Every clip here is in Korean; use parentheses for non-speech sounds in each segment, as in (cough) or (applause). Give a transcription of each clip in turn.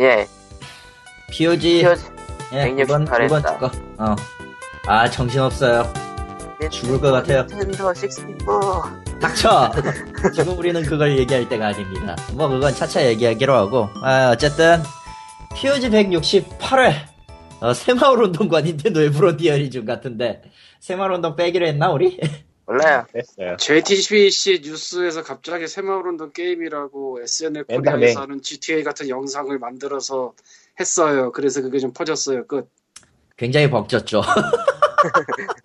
예. POG. POG 예, 168 이번, 이번 했다. 주 거. 어. 아, 정신없어요. 죽을 것 같아요. 예. 닌텐도 64. (laughs) 닥쳐! 지금 우리는 그걸 얘기할 때가 아닙니다. 뭐, 그건 차차 얘기하기로 하고. 아, 어쨌든, POG 168회. 어, 새마을운동과 닌텐도 일부러 디어리즘 같은데, 새마을운동 빼기로 했나, 우리? (laughs) 몰라요. 했어요. JTBC 뉴스에서 갑자기 새마을운동 게임이라고 SNL 맨날 코리아에서 맹. 하는 GTA 같은 영상을 만들어서 했어요. 그래서 그게 좀 퍼졌어요. 끝. 굉장히 벅졌죠.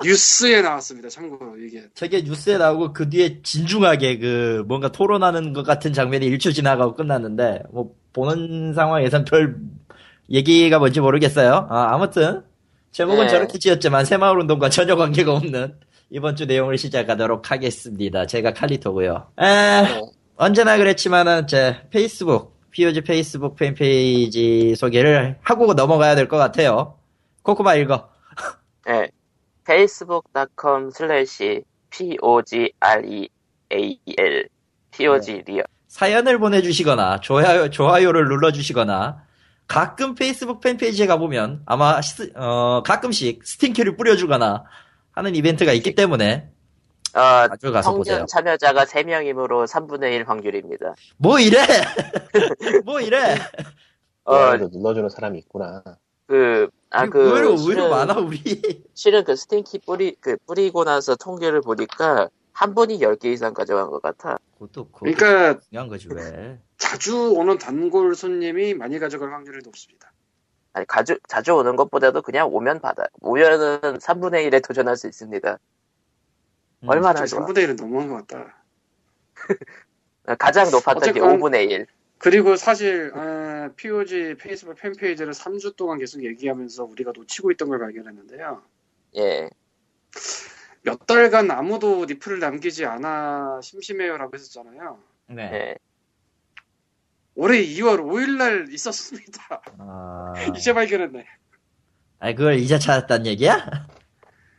뉴스에 나왔습니다. 참고로 이게 저게 뉴스에 나오고 그 뒤에 진중하게 그 뭔가 토론하는 것 같은 장면이 1초 지나가고 끝났는데 뭐 보는 상황에선 별 얘기가 뭔지 모르겠어요. 아, 아무튼 제목은 네. 저렇게 지었지만 새마을운동과 전혀 관계가 없는 이번 주 내용을 시작하도록 하겠습니다. 제가 칼리토고요. 에, 언제나 그랬지만은 제 페이스북 POG 페이스북 팬페이지 소개를 하고 넘어가야 될 것 같아요. 코코마 읽어. 예. facebook.com slash pogreal 네. pog 리얼 사연을 보내주시거나 좋아요, 좋아요를 눌러주시거나 가끔 페이스북 팬페이지에 가보면 아마 시- 어, 가끔씩 스팅키를 뿌려주거나 하는 이벤트가 있기 때문에 어, 자주 가서 보세요. 성전 참여자가 3명이므로 3분의 1 확률입니다. 뭐 이래? (laughs) 뭐 이래? 어, 좋아요를 눌러주는 사람이 있구나. 그, 아, 그, 네, 의외로, 실은- 의외로 많아, 우리. 실은 그 스팅키 뿌리, 그 뿌리고 나서 통계를 보니까 한 분이 10개 이상 가져간 것 같아. 그것도 그거 그러니까 중요한 거지, 왜. 자주 오는 단골 손님이 많이 가져갈 확률이 높습니다. 아니, 가주, 자주 오는 것보다도 그냥 오면 받아. 오면은 3분의 1에 도전할 수 있습니다. 음, 얼마나 좋아. 3분의 1은 너무한 것 같다. 가장 높았던 게 어쨌건- 5분의 1. 그리고 사실 아, POG 페이스북 팬페이지를 3주 동안 계속 얘기하면서 우리가 놓치고 있던 걸 발견했는데요. 예. 몇 달간 아무도 리플을 남기지 않아 심심해요라고 했었잖아요. 네. 예. 올해 2월 5일 날 있었습니다. 아, 이제 발견했네. 아니, 그걸 이제 찾았단 얘기야?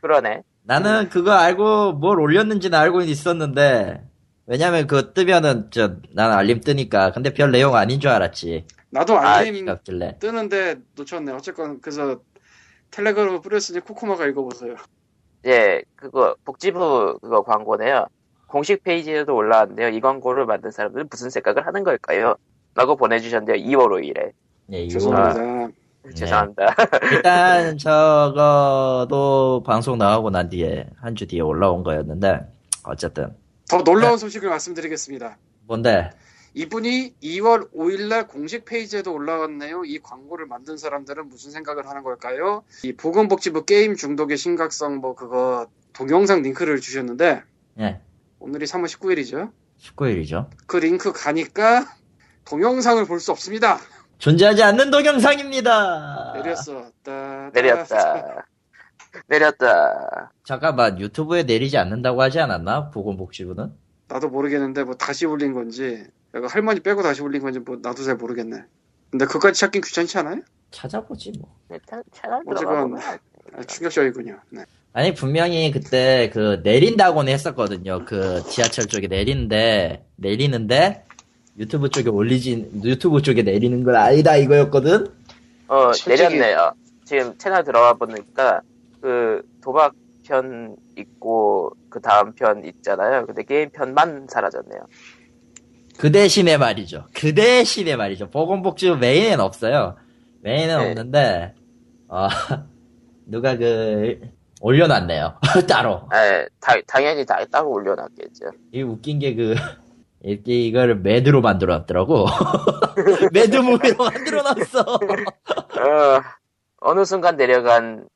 그러네. 나는 그거 알고 뭘 올렸는지는 알고 있었는데, 왜냐면 그거 뜨면은, 저, 난 알림 뜨니까. 근데 별 내용 아닌 줄 알았지. 나도 아, 알림 기가 없길래. 뜨는데 놓쳤네. 어쨌건 그래서 텔레그램을 뿌렸으니 코코마가 읽어보세요. 아. 예, 그거 복지부 그거 광고네요. 공식 페이지에도 올라왔는데요. 이 광고를 만든 사람들은 무슨 생각을 하는 걸까요? 라고 보내주셨는데요. 2월 5일에. 예, 이거. 죄송합니다. 아. 죄송합니다. (laughs) 일단, 저거도 방송 나가고 난 뒤에, 한 주 뒤에 올라온 거였는데, 어쨌든. 더 네. 놀라운 소식을 말씀드리겠습니다. 뭔데? 이분이 2월 5일날 공식 페이지에도 올라왔네요. 이 광고를 만든 사람들은 무슨 생각을 하는 걸까요? 이 보건복지부 게임 중독의 심각성 뭐 그거 동영상 링크를 주셨는데 예, 오늘이 3월 19일이죠. 19일이죠. 그 링크 가니까 동영상을 볼 수 없습니다. 존재하지 않는 동영상입니다! 내렸어. 따, 따, 따. 내렸다. 내렸다. 잠깐만, 유튜브에 내리지 않는다고 하지 않았나? 보건복지부는? 나도 모르겠는데 뭐 다시 올린 건지 내가 할머니 빼고 다시 올린 건지 뭐 나도 잘 모르겠네. 근데 그까지 찾긴 귀찮지 않아요? 찾아보지, 뭐. 일단 네, 채널 어쨌건- 들어가보면 아, 충격적이군요. 네. 아니 분명히 그때 그 내린다고는 했었거든요. 그 지하철 쪽에 내리는데 내리는데 유튜브 쪽에 올리지 유튜브 쪽에 내리는 걸 아니다 이거였거든. 어, 솔직히- 내렸네요. 지금 채널 들어와 보니까 그 도박 편 있고 그 다음 편 있잖아요. 근데 게임 편만 사라졌네요. 그 대신에 말이죠. 그 대신에 말이죠. 보건복지부 메인엔 없어요. 메인은 네. 없는데 어, (laughs) 누가 그 올려놨네요. (laughs) 따로. 예, 다- 당연히 다 따로 올려놨겠죠. 이 웃긴 게 그 이렇게 이걸 매드로 만들어놨더라고. (laughs) 매드 무비로 만들어놨어. 어, 어느 순간 내려간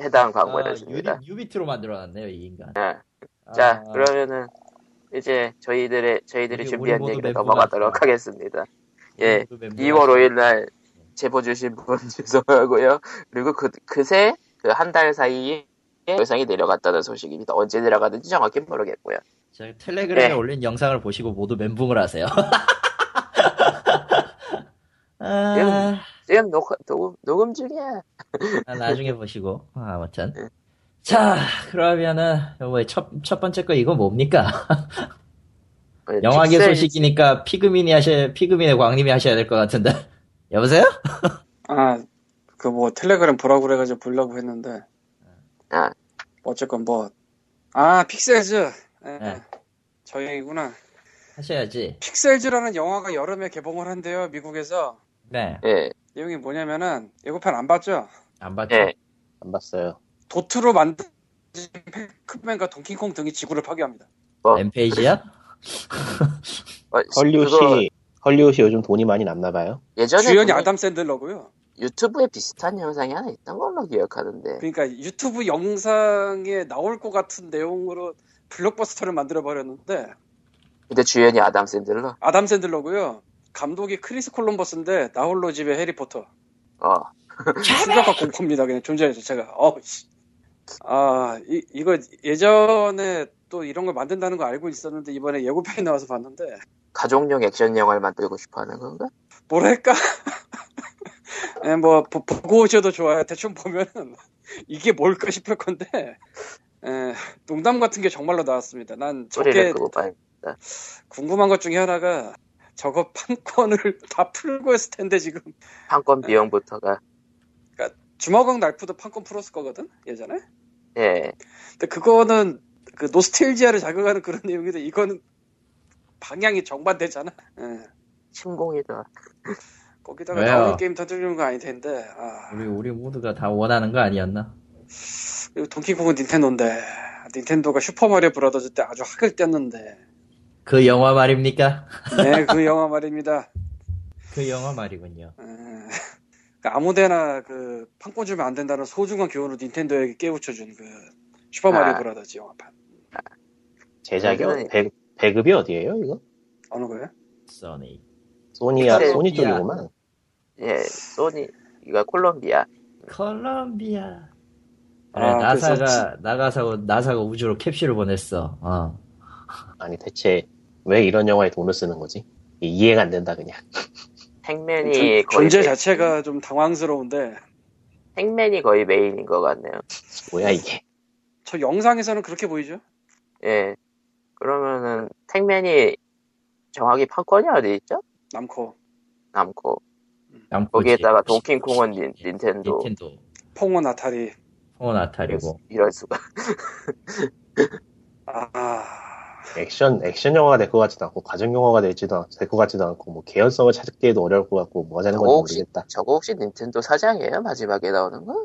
해당 아, 광고였습니다. 유리- 유비트로 만들어놨네요 이 인간. 자, 아, 그러면은 이제 저희들의 저희들이 우리- 준비한 우리 모두 얘기를 멤버가- 넘어가도록 하겠습니다. 예, 그 멤버. 2월 5일 날 제보 주신 분 (laughs) 죄송하고요. 그리고 그 그새 그 한 달 사이에 영상이 내려갔다는 소식입니다. 언제 내려가는지 정확히 모르겠고요. 저 텔레그램에 네. 올린 영상을 보시고 모두 멘붕을 하세요. (laughs) 음. 아, 지금 녹, 녹음 녹음 중이야. 나중에 보시고 아, 아무튼 자 그러면은 뭐첫첫 번째 거 이거 뭡니까? 영화계 픽셀- 소식이니까 피그민이 하셔 피그민의 광님이 하셔야 될 것 같은데 (laughs) 여보세요? 아, 그 뭐 텔레그램 보라고 그래가지고 보려고 했는데. 아. 어쨌건 뭐. 아, 픽셀즈. 예. 네. 저 얘기구나. 하셔야지. 픽셀즈라는 영화가 여름에 개봉을 한대요, 미국에서. 네. 예. 내용이 뭐냐면은, 예고편 안 봤죠? 안 봤죠? 예. 안 봤어요. 도트로 만든 팩맨과 동킹콩 등이 지구를 파괴합니다. 뭐, 엠페이지야? 어, 그거 헐리우드이 헐리우드이 요즘 돈이 많이 남나 봐요. 예전에 주연이 보면 아담 샌들러고요. 유튜브에 비슷한 영상이 하나 있던 걸로 기억하는데. 그러니까 유튜브 영상에 나올 것 같은 내용으로 블록버스터를 만들어 버렸는데 근데 주연이 아담 샌들러. 아담 샌들러고요. 감독이 크리스 콜럼버스인데 나홀로 집에 해리포터. 어. 수작과 공포입니다. 그냥 존재 자체가. 어우, 씨. 아, 이, 이거 예전에 또 이런 걸 만든다는 거 알고 있었는데 이번에 예고편이 나와서 봤는데 가족용 액션 영화를 만들고 싶어 하는 건가? 뭐랄까? (laughs) 예, 뭐 보, 고 오셔도 좋아요. 대충 보면은 (laughs) 이게 뭘까 싶을 건데 예, 농담 같은 게 정말로 나왔습니다. 난 저게 소리를 끄고 봐. 궁금한 것 중에 하나가 저거 판권을 (laughs) 다 풀고 했을 텐데 지금 판권 비용부터가. 주먹왕 날프도 판권 풀었을 거거든 예전에. 예. 근데 그거는 그 노스텔지아를 자극하는 그런 (laughs) 내용인데 이거는 방향이 정반대잖아. 예, 침공이다. 거기다가 왜요? 나오는 게임 터뜨리는 건 아닐 텐데. 아. 우리, 우리 모두가 다 원하는 거 아니었나? 그리고 동키콩은 닌텐도인데 닌텐도가 슈퍼마리오 브라더즈 때 아주 학을 뗐는데 그 영화 말입니까? 네 그 (laughs) 영화 말입니다 그 영화 말이군요. 에, 그러니까 아무데나 그 판권 주면 안 된다는 소중한 교훈을 닌텐도에게 깨우쳐준 그 슈퍼마리오 아. 브라더즈 영화판 제작이 그거는- 어- 배, 배급이 어디예요 이거? 어느 거예요? 써니. 소니야 네. 소니 쪽이구만. 예. 소니. 이거 콜롬비아. 콜롬비아. 그래, 아, 그래서 나사가, 나가서, 나사가 우주로 캡슐을 보냈어. 어. 아니 대체 왜 이런 영화에 돈을 쓰는 거지? 이- 이해가 안 된다 그냥. (laughs) 행맨이 거의 음. 존- 존재 메- 자체가 좀 당황스러운데 행맨이 거의 메인인 것 같네요. 뭐야 이게? 저 영상에서는 그렇게 보이죠? 예. 그러면은 행맨이 정확히 판권이 어디 있죠? 남코 남고 양꼬치. 거기에다가 동킹콩은 닌- 닌텐도. 닌텐도. 퐁은 아타리 홍원 아타리고. 이럴 수가. 아 액션 액션 영화가 될 것 같지도 않고 가정 영화가 될지도 될것 같지도 않고 뭐 개연성을 찾기에도 어려울 것 같고 뭐 하자는 건지 저거 혹시 모르겠다. (laughs) 저거 혹시 닌텐도 사장이에요? 마지막에 나오는 거?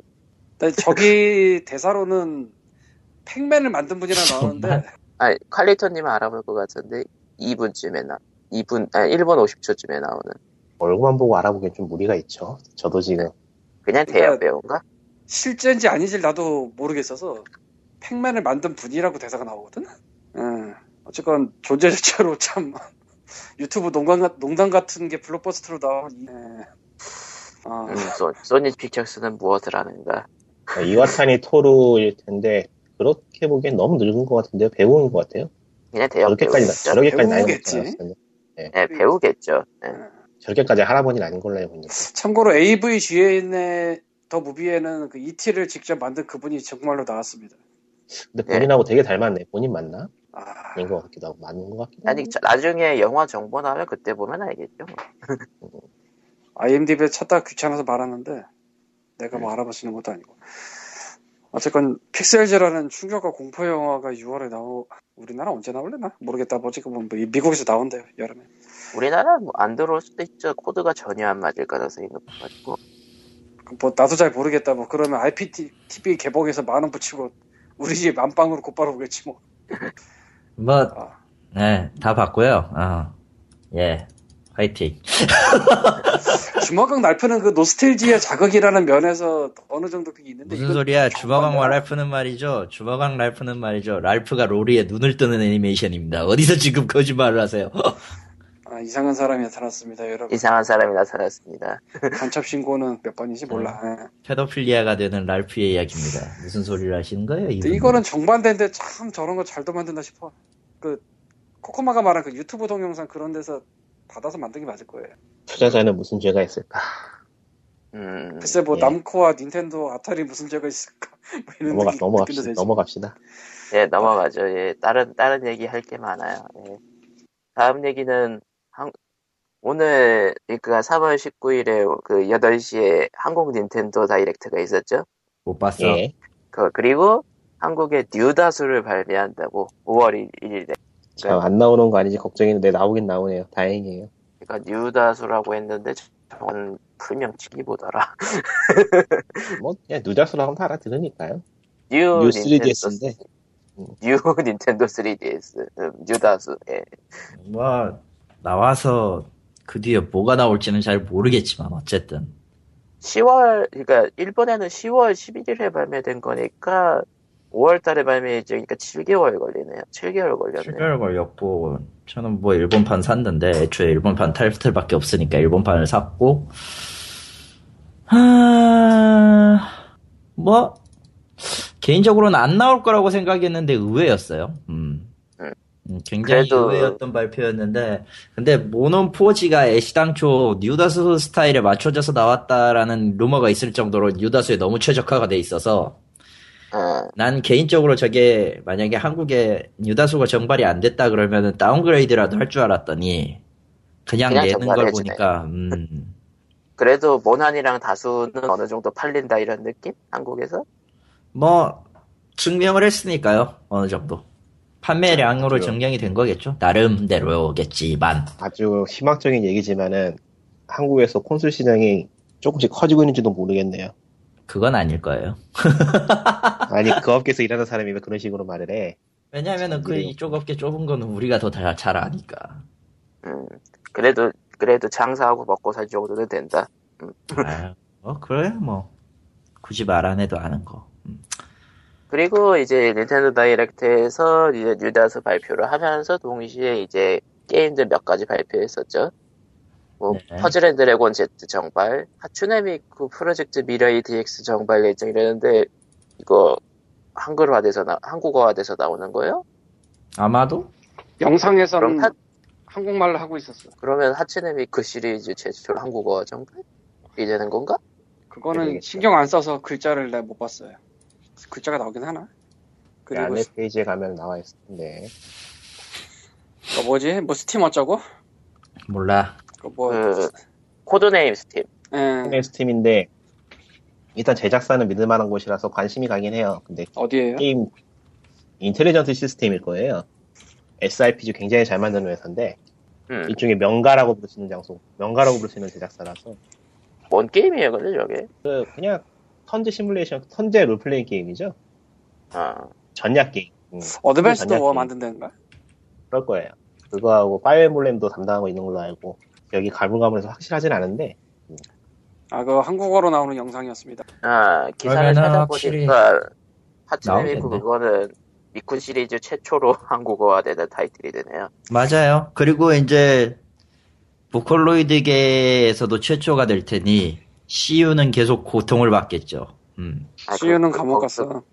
근데 네, 저기 (laughs) 대사로는 팩맨을 만든 분이라 나오는데 아니 칼리터님 알아볼 것 같은데 2분쯤에 나 2분 아니 1분 50초쯤에 나오는 얼굴만 보고 알아보기엔 좀 무리가 있죠. 저도 지금 그냥 그러니까 대역 배우인가? 실제인지 아닌지 나도 모르겠어서 팩맨을 만든 분이라고 대사가 나오거든. 음, 어쨌건 존재 자체로 참 (laughs) 유튜브 농담, 같- 농담 같은 게 블록버스터로 나온. 이- 예. 아, 음, 소, 소니 픽처스는 무엇을 하는가? 이와타니 토루일 텐데 그렇게 보기엔 너무 늙은 것 같은데요. 배우인 것 같아요. 그냥 대역 저렇게까지 나- 배우겠죠. 저렇게까지 나이 먹지 배우겠지. 않았을 텐데. 예, 배우겠죠. 예. 저렇게까지 할아버지는 아닌 걸로 알고 있는데 참고로 AVGN의 더 무비에는 그 ET를 직접 만든 그분이 정말로 나왔습니다. 근데 네. 본인하고 되게 닮았네 본인 맞나? 아, 아닌 것 같기도 하고 맞는 것 같기도 하고 아니 저- 나중에 영화 정보 나오면 그때 보면 알겠죠. 뭐. IMDb에 찾다 귀찮아서 말았는데 내가 네. 뭐 알아보시는 것도 아니고 어쨌건 픽셀즈라는 충격과 공포 영화가 6월에 나오 우리나라 언제 나올려나 모르겠다 뭐 지금 뭐 이- 미국에서 나온대요 여름에 우리나라 뭐 안 들어올 수도 있죠. 코드가 전혀 안 맞을 가능성이 높아가지고 그뭐 나도 잘 모르겠다 뭐 그러면 IPTV 개봉해서 만 원 붙이고 우리 집 안방으로 곧바로 오겠지 뭐 뭐, 아. 네, 다 봤고요. 어. 예. 화이팅. 주먹왕 날프는 그 노스텔지아 자극이라는 면에서 어느 정도 그게 있는데 무슨 이건 소리야? 주먹왕 정반대야. 랄프는 말이죠. 주먹왕 랄프는 말이죠. 랄프가 로리에 눈을 뜨는 애니메이션입니다. 어디서 지금 거짓말을 하세요? (laughs) 아, 이상한 사람이 나타났습니다 여러분 이상한 사람이 나타났습니다. 예. 간첩 신고는 몇 번인지 몰라 네. 예. 페도필리아가 되는 랄프의 이야기입니다. 무슨 소리를 하시는 거예요? 근데 음. 이분은? 이거는 정반대인데 참 저런 거 잘도 만든다 싶어. 그 코코마가 말한 그 유튜브 동영상 그런 데서 받아서 만든 게 맞을 거예요. 음. 투자자는 무슨 죄가 있을까 음, 글쎄 뭐 예. 남코와 닌텐도, 아타리 무슨 죄가 있을까? (laughs) 뭐 이런 넘어가, 느낌- 넘어갑시다 느낌도 되지. 넘어갑시다 예 넘어가죠. 예 다른 다른 얘기 할 게 많아요. 예. 다음 얘기는 한- 오늘 그러니까 3월 19일에 그 8시에 한국 닌텐도 다이렉트가 있었죠. 못 봤어. 예. 네. 그 그리고 한국의 뉴다수를 발매한다고 5월 1일에 참, 안 나오는 거 아니지 걱정했는데 나오긴 나오네요. 다행이에요. 그러니까 뉴다수라고 했는데 저건 풀명 치기보더라. (laughs) 뭐, 그냥 누자수로 하면 다 알아들으니까요. 어, 뉴뉴 네, 닌텐도 3DS인데, 뉴 (laughs) 닌텐도 3DS 음, 뉴다수 예. 뭐 나와서 그 뒤에 뭐가 나올지는 잘 모르겠지만 어쨌든 10월 그러니까 일본에는 10월 11일에 발매된 거니까 5월달에 발매 예정이니까 7개월 걸리네요. 7개월 걸렸네요. 7개월 걸렸고 저는 뭐 일본판 샀는데 애초에 일본판 타이틀밖에 없으니까 일본판을 샀고 하... 뭐 개인적으로는 안 나올 거라고 생각했는데 의외였어요. 음. 음. 음, 굉장히 그래도- 의외였던 발표였는데 근데 모논포지가 애시당초 뉴다수 스타일에 맞춰져서 나왔다라는 루머가 있을 정도로 뉴다수에 너무 최적화가 돼 있어서 아, 난 개인적으로 저게 만약에 한국에 유다수가 정발이 안 됐다 그러면은 다운그레이드라도 할 줄 알았더니 그냥, 그냥 내는 걸 정발해주네. 보니까 음, 그래도 모난이랑 다수는 어느 정도 팔린다 이런 느낌? 한국에서? 뭐 증명을 했으니까요 어느 정도 판매량으로 그렇죠. 증명이 된 거겠죠 나름대로겠지만 아주 희망적인 얘기지만은, 한국에서 콘솔 시장이 조금씩 커지고 있는지도 모르겠네요. 그건 아닐 거예요 아니, 그 업계에서 (laughs) 일하는 사람이 왜 그런 식으로 말을 해. 왜냐면은 그 그래요. 이쪽 업계 좁은 거는 우리가 더 잘 (laughs) 아니까 음, 그래도 그래도 장사하고 먹고 살 정도는 된다. 아유, 어 그래 뭐 굳이 말 안 해도 아는 거 음. 그리고 이제 닌텐도 다이렉트에서 이제 뉴다스 발표를 하면서 동시에 이제 게임들 몇 가지 발표했었죠. 뭐 네. 퍼즐 앤 드래곤 Z 정발, 하츠네미쿠 그 프로젝트 미라이 DX 정발 예정 이랬는데 이거 한글화돼서 나 한국어화돼서 나오는 거예요? 아마도 그럼 영상에서는 타- 한국말로 하고 있었어. 그러면 하츠네미쿠 시리즈 최초로 한국어화 정발이 되는 건가? 그거는 네, 모르겠어요. 신경 안 써서 글자를 내가 못 봤어요. 글자가 나오긴 하나? 그 그리고 안에 페이지에 가면 나와 있을 텐데. 그 뭐지? 뭐 스팀 어쩌고? 몰라 그 뭐, 그- 코드네임 스팀. 예, 네. 스팀인데, 일단 제작사는 믿을 만한 곳이라서 관심이 가긴 해요. 근데 어디에요? 게임, 인텔리전트 시스템일 거예요. SRPG 굉장히 잘 만드는 회사인데, 음, 일종의 명가라고 부르시는 장소, 명가라고 부르시는 제작사라서, 뭔 게임이에요, 근데 저게? 그, 그냥, 턴제 시뮬레이션, 턴제 롤플레잉 게임이죠? 아, 전략 게임. 음, 어드밴스드 전략 워 게임. 만든다는가? 그럴 거예요. 그거하고, 파이어 엠블렘도 담당하고 있는 걸로 알고, 여기 가물가물해서 확실하진 않은데, 아, 그 한국어로 나오는 영상이었습니다. 아 기사를 그러면은 찾아보니까 하츠네미쿠 나오겠네. 그거는 미쿠 시리즈 최초로 (laughs) 한국어화되는 타이틀이 되네요. 맞아요. 그리고 이제 보컬로이드계에서도 최초가 될 테니 CU는 계속 고통을 받겠죠. 음. 아, 시유는 그- 감옥 그- 갔어.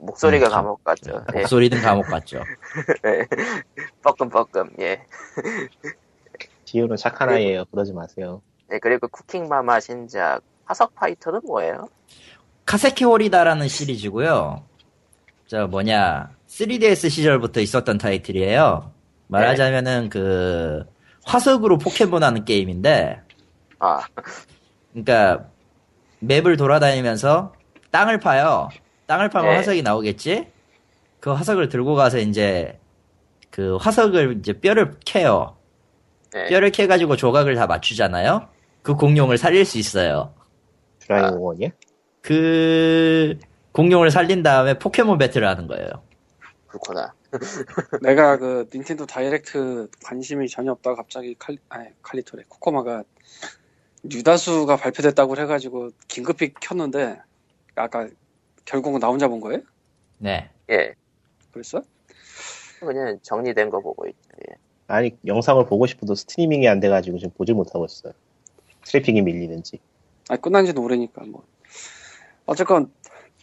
목소리가 음, 감옥 갔죠. 예, 목소리는 감옥 같죠. 뻐끔뻐끔 예. 지우는 착한 아이예요. 그러지 마세요. 네, 그리고 쿠킹 마마 신작 화석 파이터는 뭐예요? 카세키 호리다라는 시리즈고요. 저 뭐냐 3DS 시절부터 있었던 타이틀이에요. 말하자면은 그 화석으로 포켓몬 하는 게임인데 아, 그러니까 맵을 돌아다니면서 땅을 파요. 땅을 파면 네. 화석이 나오겠지? 그 화석을 들고 가서 이제 그 화석을 이제 뼈를 캐요. 네. 뼈를 캐가지고 조각을 다 맞추잖아요. 그 공룡을 살릴 수 있어요. 드라이브 원이야? 그 공룡을 살린 다음에 포켓몬 배틀을 하는 거예요. 그렇구나. 내가 그 닌텐도 다이렉트 관심이 전혀 없다가 갑자기 칼리, 아니, 칼리토래, 코코마가 뉴다수가 발표됐다고 해가지고 긴급히 켰는데, 아까 결국은 나 혼자 본 거예요? 네. 예, 그랬어? 그냥 정리된 거 보고 있죠. 예. 아니, 영상을 보고 싶어도 스트리밍이 안 돼가지고 지금 보질 못하고 있어요. 트래픽이 밀리는지. (laughs) 아, 끝난 지는 오래니까 뭐. 어쨌건,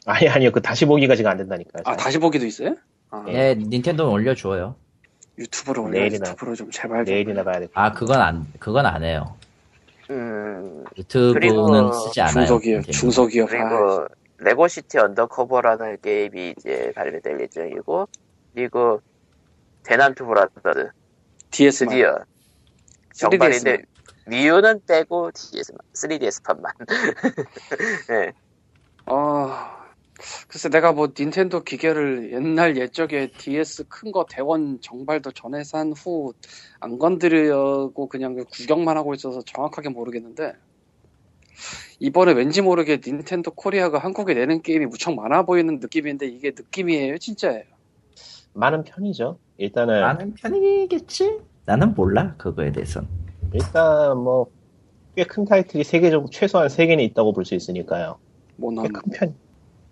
아니, 아니요. 그 다시 보기가 지금 안 된다니까요. 아, 다시 보기도 있어요? 아, 예, 닌텐도 올려줘요. 유튜브로 올려, 내일이나. 유튜브로 좀 제발. 좀. 내일이나 봐야 될 것 아, 그건 안, 그건 안 해요. 음, 유튜브는 그리고 쓰지 않아요. 중소기업, 네, 닌텐도. 중소기업. 아, 그리고 레고시티 언더커버라는 게임이 이제 발매될 예정이고 그리고 대난투 브라더스 DS 만. 드디어 정발인데 위유는 빼고 DS, 3DS판만. (laughs) 예. 아 글쎄 내가 뭐 닌텐도 기계를 옛날 옛적에 DS 큰 거 대원 정발도 전에 산 후 안 건드리려고 그냥 구경만 하고 있어서 정확하게 모르겠는데 이번에 왠지 모르게 닌텐도 코리아가 한국에 내는 게임이 무척 많아 보이는 느낌인데 이게 느낌이에요 진짜예요 많은 편이죠. 일단은 많은 편이겠지? 나는 몰라 그거에 대해선. 일단 뭐 꽤 큰 타이틀이 세 개 정도 최소한 세 개는 있다고 볼 수 있으니까요. 뭐 모넌 꽤 큰 편.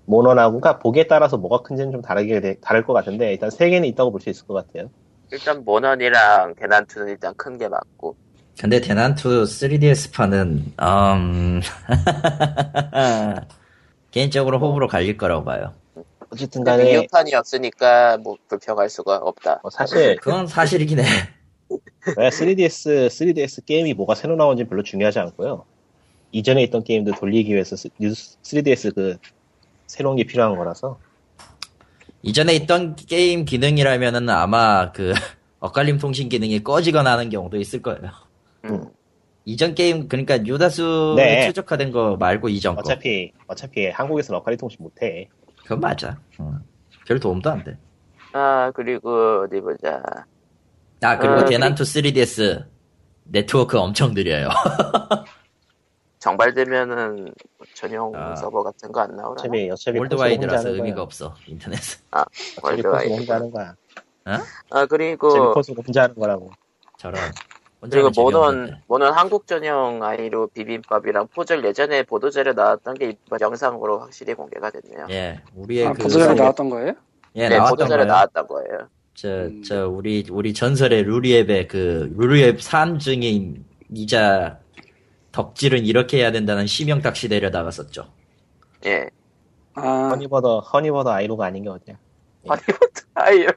모노나고가 보기에 따라서 뭐가 큰지는 좀 다르게 돼- 다를 것 같은데 일단 세 개는 있다고 볼 수 있을 것 같아요. 일단 모넌이랑 대난투는 일단 큰 게 맞고 근데 대난투 3DS판은 음... (laughs) 개인적으로 호불호 갈릴 거라고 봐요. 어쨌든 간에 위유판이 없으니까 뭐 불평할 수가 없다. 뭐 사실 그건 사실이긴 해. 왜 3DS 3DS 게임이 뭐가 새로 나온지 별로 중요하지 않고요. 이전에 있던 게임들 돌리기 위해서 스- 뉴- 3DS 그 새로운 게 필요한 거라서 이전에 있던 게임 기능이라면은 아마 그 (laughs) 엇갈림 통신 기능이 꺼지거나 하는 경우도 있을 거예요. 음. 이전 게임 그러니까 유다수에 네. 최적화된 거 말고 이전 거. 어차피 어차피 한국에서는 어카리 통신 못해. 그건 맞아. 어. 별 도움도 안 돼. 아 그리고 어디 보자. 아 그리고 어, 대난투 3DS 네트워크 엄청 느려요. 정발되면은 전용 아. 서버 같은 거 안 나오나? 어차피 (laughs) 어차피 월드와이드라서 콘솔 혼자 하는 의미가 거야. 없어 인터넷. 아 어차피 콘솔 월드와이드. 혼자 하는 거야. 아 어차피 그리고 콘솔 혼자 하는 거라고. 저런. 혼자 그리고 하면 모넌 재미없는데. 모넌 한국 전용 아이로 비빔밥이랑 포절 예전에 보도자료 나왔던 게 이번 영상으로 확실히 공개가 됐네요. 네, 예, 우리의 아, 그 보도자료 예, 나왔던 거예요? 예, 나왔던 보도자료 거예요. 나왔던 거예요. 저, 음. 저, 우리, 우리 전설의 루리앱의 그, 루리앱 산증인, 이자, 덕질은 이렇게 해야 된다는 심영탁 씨 내려다갔었죠. 예. 아 허니버더 허니버더 아이로가 아닌 게 어디야? 허니버터 아이로.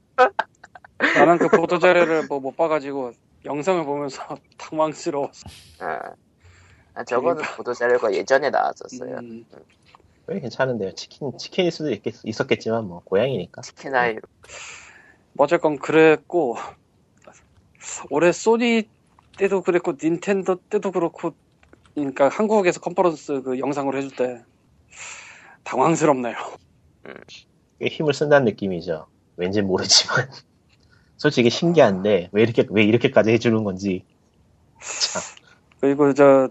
나는 그 보도자료를 뭐 못 봐가지고 영상을 보면서 (laughs) 당황스러웠어 아, 아, 저거는 보도자료가 예전에 나왔었어요. 음, 꽤 괜찮은데요. 치킨 치킨일 수도 있겠, 있었겠지만 뭐 고양이니까. 치킨 아이로. 뭐 어쨌건 그랬고 올해 소니 때도 그랬고 닌텐도 때도 그렇고 그러니까 한국에서 컨퍼런스 그 영상으로 해줄 때 당황스럽네요. 꽤 힘을 쓴다는 느낌이죠. 왠지 모르지만 (laughs) 솔직히 신기한데 왜 이렇게 왜 이렇게까지 해주는 건지 그리고 저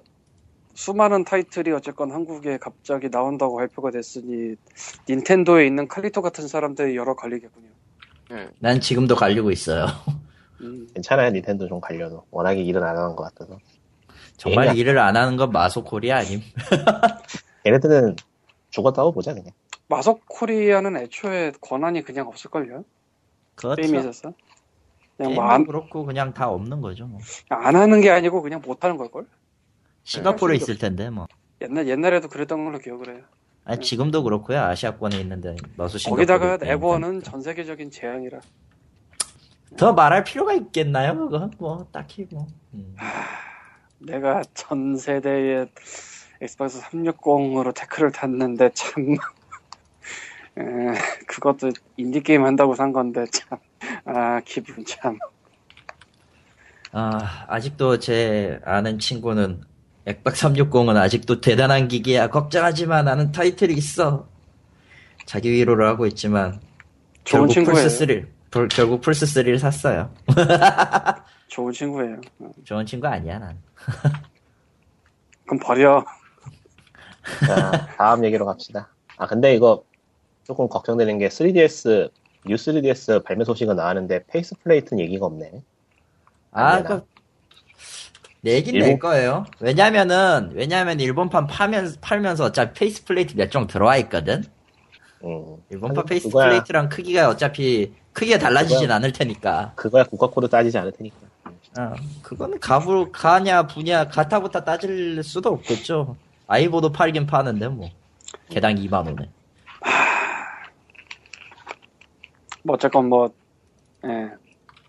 수많은 타이틀이 어쨌건 한국에 갑자기 나온다고 발표가 됐으니 닌텐도에 있는 칼리토 같은 사람들이 여러 갈리겠군요. 난 지금도 갈리고 있어요. (laughs) 음, 괜찮아요 닌텐도 좀 갈려도 워낙에 일을 안 하는 것 같아서 정말 얘가- 일을 안 하는 건 마소코리아 아님? 얘네들은 죽었다고 보자 그냥 마석 코리아는 애초에 권한이 그냥 없을걸요? 게임에 그렇죠. 있어서 그냥 게임은 뭐 안, 그렇고 그냥 다 없는 거죠, 뭐. 안 하는 게 아니고 그냥 못하는 걸걸? 싱가포르에 네. 있을 텐데, 뭐. 옛날 옛날에도 그랬던 걸로 기억을 해요. 아, 지금도 그렇고요. 아시아권에 있는데, 마소 싱가포르. 거기다가 에버는 전 세계적인 재앙이라 더 말할 필요가 있겠나요, 그거? 뭐, 딱히 뭐. 음. 내가 전 세대의 엑스박스 360으로 태클을 탔는데 참 (laughs) 에, 그것도 인디 게임 한다고 산 건데 참 아 기분 참 아, 아직도 제 아는 친구는 액박 360은 아직도 대단한 기기야. 걱정하지 마. 나는 타이틀이 있어. 자기 위로를 하고 있지만 좋은 결국 친구예요. 플스 3를 불- 결국 플스 3를 샀어요. 좋은 친구예요. 어, 좋은 친구 아니야, 난. 그럼 버려. (laughs) 자 다음 얘기로 갑시다 아 근데 이거 조금 걱정되는 게 3DS 뉴 3DS 발매 소식은 나왔는데 페이스 플레이트는 얘기가 없네 아, 아니야, 난. 그 내긴 낼 일본- 거예요. 왜냐면은 왜냐면 일본판 파면 팔면서 어차피 페이스 플레이트 몇 종 들어와 있거든. 음, 일본판 아니, 페이스 그거야. 플레이트랑 크기가 어차피 크기가 달라지진 않을 테니까. 그거야 국가코드 따지지 않을 테니까 아, 그건 가부, 가냐, 부냐, 가타부타 따질 수도 없겠죠. 아이보도 팔긴 파는데, 뭐. 개당 2만원에. 뭐 어쨌건 뭐 예.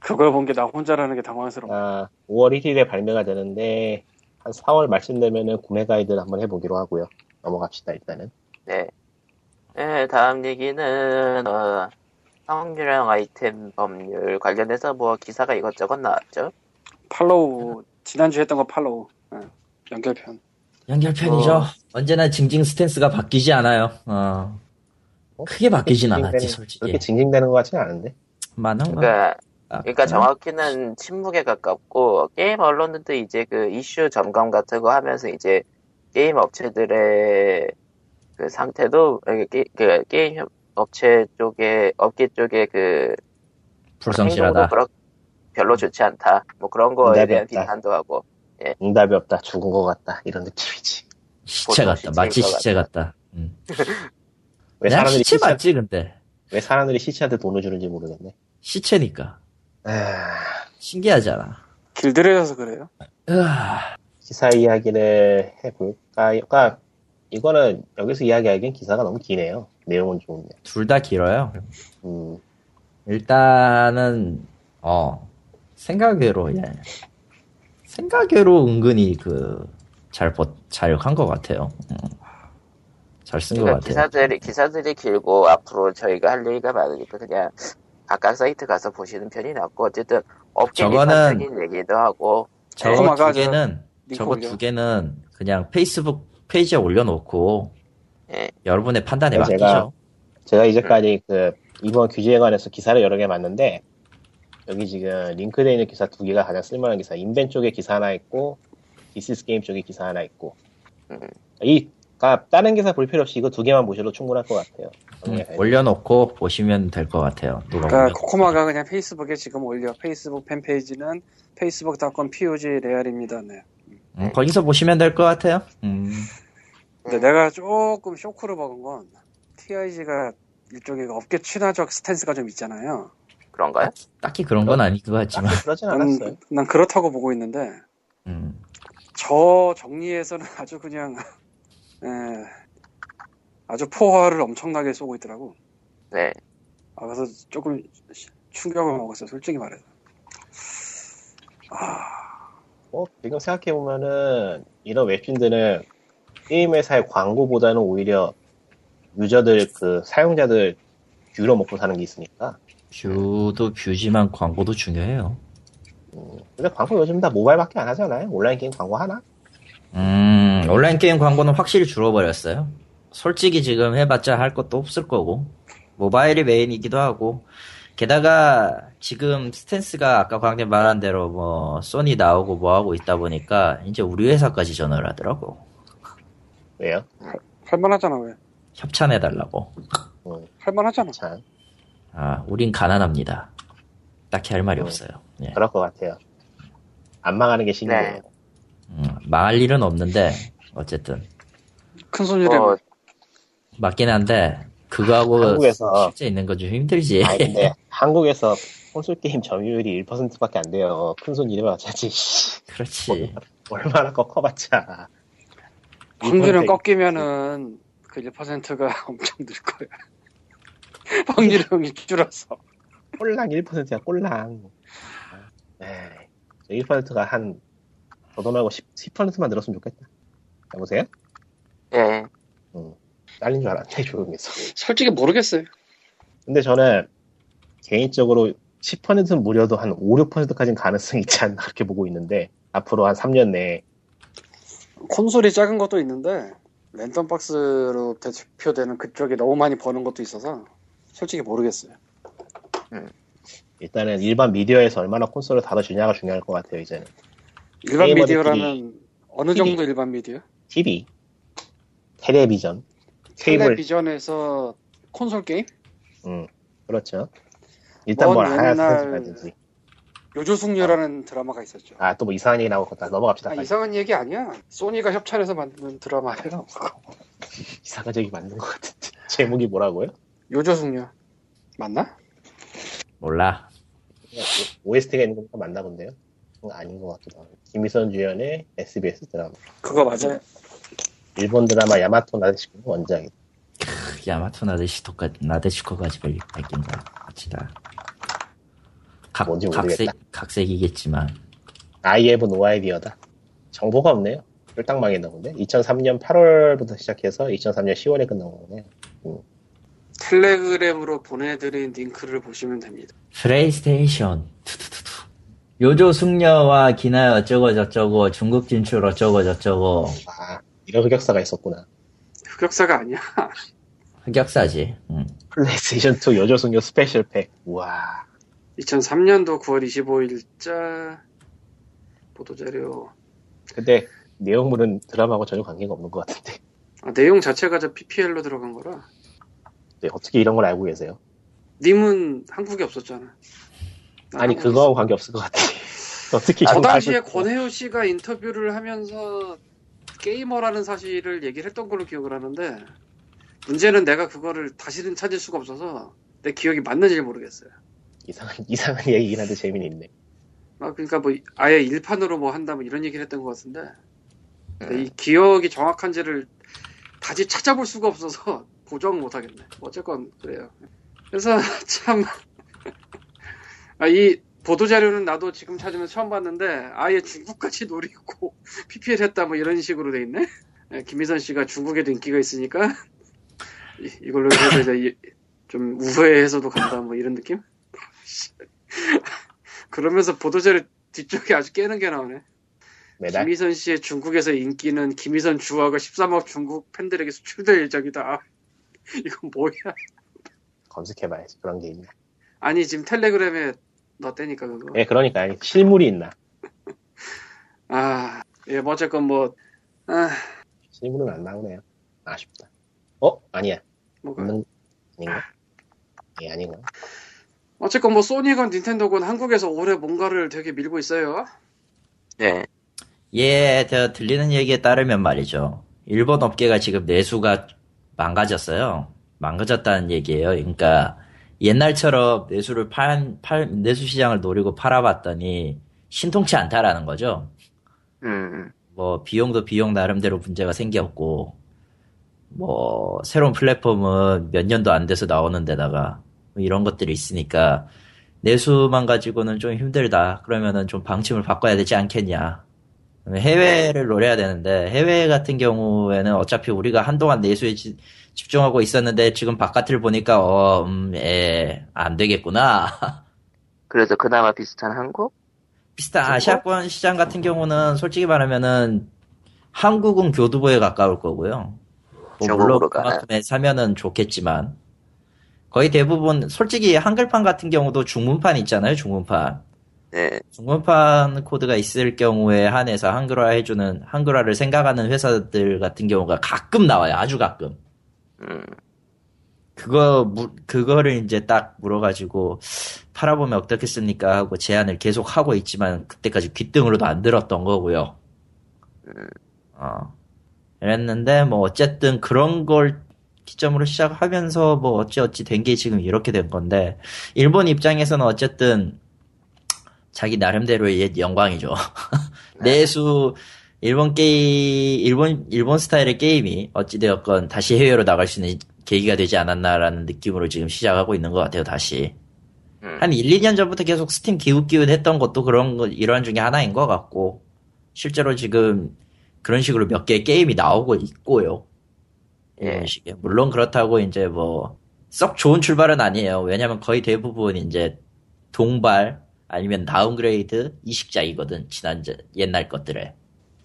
그걸 본 게 나 혼자라는 게 당황스러워. 아 5월 1일에 발매가 되는데 한 4월 말쯤 되면은 구매 가이드를 한번 해보기로 하고요 넘어갑시다 일단은 네. 네, 다음 얘기는 어, 성유량 아이템 법률 관련해서 뭐 기사가 이것저것 나왔죠. 팔로우 지난주 에 했던 거 팔로우. 예. 연결편. 연결편이죠. 어. 언제나 징징 스탠스가 바뀌지 않아요. 어. 크게 바뀌진 않았지, 솔직히. 그렇게 징징대는 것 같지는 않은데. 많은 거. 그러니까 아, 그러니까 정확히는 침묵에 가깝고 게임 언론들도 이제 그 이슈 점검 같은 거 하면서 이제 게임 업체들의 그 상태도 아니, 게, 그 게임 협- 업체 쪽에 업계 쪽에 그 행동도 불성실하다. 그렇- 별로 좋지 않다 뭐 그런 거에 응답이 대한 없다. 비판도 하고 응답이 없다. 죽은 것 같다. 이런 느낌이지. 시체 보통 같다. 마치 시체일 것 시체 같다. 음. 왜 그냥 사람들이 시체 시체 맞지, 근데. 왜 사람들이 시체한테 돈을 주는지 모르겠네. 시체니까. 아, 신기하잖아. 길들여져서 그래요. 으아, 기사 이야기를 해볼까요? 그러니까 이거는 여기서 이야기하기엔 기사가 너무 기네요. 내용은 좋은데. 둘다 길어요. 음, 일단은 어 생각외로 예 생각외로 은근히 그, 그잘잘한것 같아요. 음. 잘 쓴 것 그러니까 같아요. 기사들이 기사들이 길고 앞으로 저희가 할 얘기가 많으니까 그냥 각각 사이트 가서 보시는 편이 낫고 어쨌든 업계 저거는- 비판적인 얘기도 하고 저거 고마가 두 개는 링크 저거 올려. 두 개는 그냥 페이스북 페이지에 올려놓고 예. 여러분의 판단에 네, 맡기죠. 제가- 제가 이제까지 그 이번 규제에 관해서 기사를 여러 개 봤는데 여기 지금 링크되어 있는 기사 두 개가 가장 쓸만한 기사 인벤 쪽에 기사 하나 있고 디시스 게임 쪽에 기사 하나 있고 음. 이 그러니까 다른 기사 볼 필요 없이 이거 두 개만 보셔도 충분할 것 같아요. 네. 음, 올려놓고 보시면 될 것 같아요. 누가 그러니까 보면. 코코마가 그냥 페이스북에 지금 올려. 페이스북 팬페이지는 facebook.com POG 레알입니다. 네. 음, 거기서 보시면 될 것 같아요. 음, 근데 내가 조금 쇼크를 먹은 건 TIG가 일종의 업계 친화적 스탠스가 좀 있잖아요. 그런가요? 딱히 그런 어. 건 아닌 것 같지만. 그러진 난, 않았어요. 난 그렇다고 보고 있는데 음. 저 정리에서는 (laughs) 아주 그냥 에, 아주 포화를 엄청나게 쏘고 있더라고. 네. 아, 그래서 조금 시- 충격을 먹었어요. 솔직히 말해서. 아, 뭐 지금 생각해 보면은 이런 웹진들은 게임 회사의 광고보다는 오히려 유저들 그 사용자들 뷰로 먹고 사는 게 있으니까. 뷰도 뷰지만 광고도 중요해요. 근데 광고 요즘 다 모바일밖에 안 하잖아요. 온라인 게임 광고 하나? 음, 온라인 게임 광고는 확실히 줄어버렸어요. 솔직히 지금 해봤자 할 것도 없을 거고, 모바일이 메인이기도 하고, 게다가 지금 스탠스가 아까 광님 말한 대로 뭐, 소니 나오고 뭐 하고 있다 보니까, 이제 우리 회사까지 전화를 하더라고. 왜요? 할만하잖아 왜? 협찬해달라고. 음, 할만하잖아. 참 아, 우린 가난합니다. 딱히 할 말이 없어요. 예. 그럴 것 같아요. 안 망하는 게 신기해요. 네. 음, 망할 일은 없는데, 어쨌든. 큰 손이래. 뭐 맞긴 한데, 그거하고 한국에서- 실제 있는 건 좀 힘들지. 아 근데 한국에서 콘솔 게임 점유율이 1%밖에 안 돼요. 큰손 이래봐 자지. (laughs) (laughs) 그렇지. 얼마나 꺾어봤자. 확률은 이번에- 꺾이면은 그 1%가 (laughs) 엄청 늘 거야. 확률이 줄어서. 꼴랑 1%야 꼴랑. 네. 에이, 1%가 한 저도 말고 10, 10%만 늘었으면 좋겠다. 여보세요? 예. 잘린 줄 알았네 조용해서. 솔직히 모르겠어요. 근데 저는 개인적으로 10%는 무려도 한 5, 6%까지는 가능성이 있지 않나 그렇게 보고 있는데 앞으로 한 3년 내에 콘솔이 작은 것도 있는데 랜덤 박스로 대표되는 그쪽이 너무 많이 버는 것도 있어서 솔직히 모르겠어요. 일단은 일반 미디어에서 얼마나 콘솔을 다뤄주냐가 중요할 것 같아요 이제는 일반 게이머들끼리- 미디어라면 어느 정도 일반 미디어? TV, 텔레비전, 케이블 텔레비전에서 콘솔 게임? 음, 그렇죠 일단 먼 뭘 하나 옛날- 생각하든지 요조숙녀라는 드라마가 있었죠. 아 또 뭐 이상한 얘기 나오고 다 넘어갑시다 아, 빨리. 이상한 얘기 아니야. 소니가 협찬해서 만든 드라마예요. (laughs) 이상한 얘기 맞는 것 같은데 (laughs) 제목이 뭐라고요? 요조숙녀 맞나? 몰라. OST가 있는 것만 맞나 본데요? 그건 아닌 것 같기도 하고 김희선 주연의 SBS 드라마 그거 맞아요. 일본 드라마 야마토 나데시코 원작이 그 야마토 나데시토까 나데시코까지 걸릴 뺏긴다. 같이다. 각 뭔지 각색 모르겠다. 각색이겠지만 I have no idea다. 정보가 없네요. 쫄딱 망했나 본데. 2003년 8월부터 시작해서 2003년 10월에 끝난 거네. 텔레그램으로 보내드린 링크를 보시면 됩니다. 플레이스테이션 투투투투 요조 숙녀와 기나 어쩌고 저쩌고 중국 진출 어쩌고 저쩌고 아, 이런 흑역사가 있었구나. 흑역사가 아니야. (laughs) 흑역사지. 음. 플레이스테이션 2 여조 승려 스페셜 팩. 우와. 2003년도 9월 25일자 보도자료. 근데 내용물은 드라마하고 전혀 관계가 없는 것 같은데. 아, 내용 자체가 저 PPL로 들어간 거라. 네, 어떻게 이런 걸 알고 계세요? 님은 한국에 없었잖아. 난 아니 한국에 그거하고 관계 없을 것 같아. (laughs) 어떻게 그 이런 걸 당시에 알고 있어? 권혜요 씨가 인터뷰를 하면서 게이머라는 사실을 얘기를 했던 걸로 기억을 하는데 문제는 내가 그거를 다시는 찾을 수가 없어서 내 기억이 맞는지 모르겠어요. 이상한 (laughs) 이상한 얘기긴 한데 재미는 있네. 막 그러니까 뭐 아예 일판으로 뭐 한다 뭐 이런 얘기를 했던 것 같은데 근데 이 기억이 정확한지를 다시 찾아볼 수가 없어서 (laughs) 보정 못 하겠네. 어쨌건 그래요. 그래서 (laughs) 참 아, 이 보도 자료는 나도 지금 찾으면 처음 봤는데 아예 중국같이 노리고 (laughs) PPL 했다 뭐 이런 식으로 돼 있네. 예, 김희선 씨가 중국에도 인기가 있으니까 (laughs) 이- 이걸로 해서 이제 이- 좀 우회해서도 간다 뭐 이런 느낌? 그러면서 보도 자료 뒤쪽에 아주 깨는 게 나오네. 매달 김희선 씨의 중국에서 인기는 김희선 주화가 13억 중국 팬들에게 수출될 예정이다. 아, 이건 뭐야? 검색해봐야지 그런 게 있나. 아니 지금 텔레그램에 넣었다니까 그거. 예, 그러니까 아니 실물이 있나? 아, 예, 뭐 어쨌건 뭐, 아, 실물은 안 나오네요. 아쉽다. 어? 아니야. 뭐가. 없는 아닌가? 예, 아닌가? 어쨌건 뭐 소니건 닌텐도건 한국에서 올해 뭔가를 되게 밀고 있어요. 네. 예, 저 들리는 얘기에 따르면 말이죠. 일본 업계가 지금 내수가 망가졌어요. 망가졌다는 얘기예요. 그러니까 옛날처럼 내수를 팔, 팔 내수 시장을 노리고 팔아봤더니 신통치 않다라는 거죠. 음. 뭐 비용도 비용 나름대로 문제가 생겼고 뭐 새로운 플랫폼은 몇 년도 안 돼서 나오는 데다가 뭐 이런 것들이 있으니까 내수만 가지고는 좀 힘들다 그러면은 좀 방침을 바꿔야 되지 않겠냐 해외를 노려야 되는데 해외 같은 경우에는 어차피 우리가 한동안 내수에 지- 집중하고 있었는데 지금 바깥을 보니까 어, 음, 어음예안 되겠구나 (laughs) 그래서 그나마 비슷한 한국? 비슷한 아시아권 시장 같은 경우는 솔직히 말하면은 한국은 교두보에 가까울 거고요. 뭐 물론 중국으로 가나요? 그만큼에 사면은 좋겠지만 거의 대부분 솔직히 한글판 같은 경우도 중문판 있잖아요. 중문판. 네. 중문판 코드가 있을 경우에 한해서 한글화 해주는 한글화를 생각하는 회사들 같은 경우가 가끔 나와요. 아주 가끔. 음. 그거 무- 그거를 이제 딱 물어가지고 팔아보면 어떻겠습니까 하고 제안을 계속 하고 있지만 그때까지 귀등으로도 안 들었던 거고요. 어 그랬는데 뭐 어쨌든 그런 걸 기점으로 시작하면서 뭐 어찌 어찌 된 게 지금 이렇게 된 건데 일본 입장에서는 어쨌든 자기 나름대로의 옛 영광이죠. (laughs) 내수 일본 게임 일본 일본 스타일의 게임이 어찌 되었건 다시 해외로 나갈 수 있는 계기가 되지 않았나라는 느낌으로 지금 시작하고 있는 것 같아요 다시 음. 한 1, 2년 전부터 계속 스팀 기웃기웃했던 것도 그런 거 이런 중에 하나인 것 같고 실제로 지금 그런 식으로 몇 개의 게임이 나오고 있고요 예. 이런 식의 물론 그렇다고 이제 뭐 썩 좋은 출발은 아니에요 왜냐면 거의 대부분 이제 동발 아니면 다운그레이드 이식작이거든 지난 제- 옛날 것들에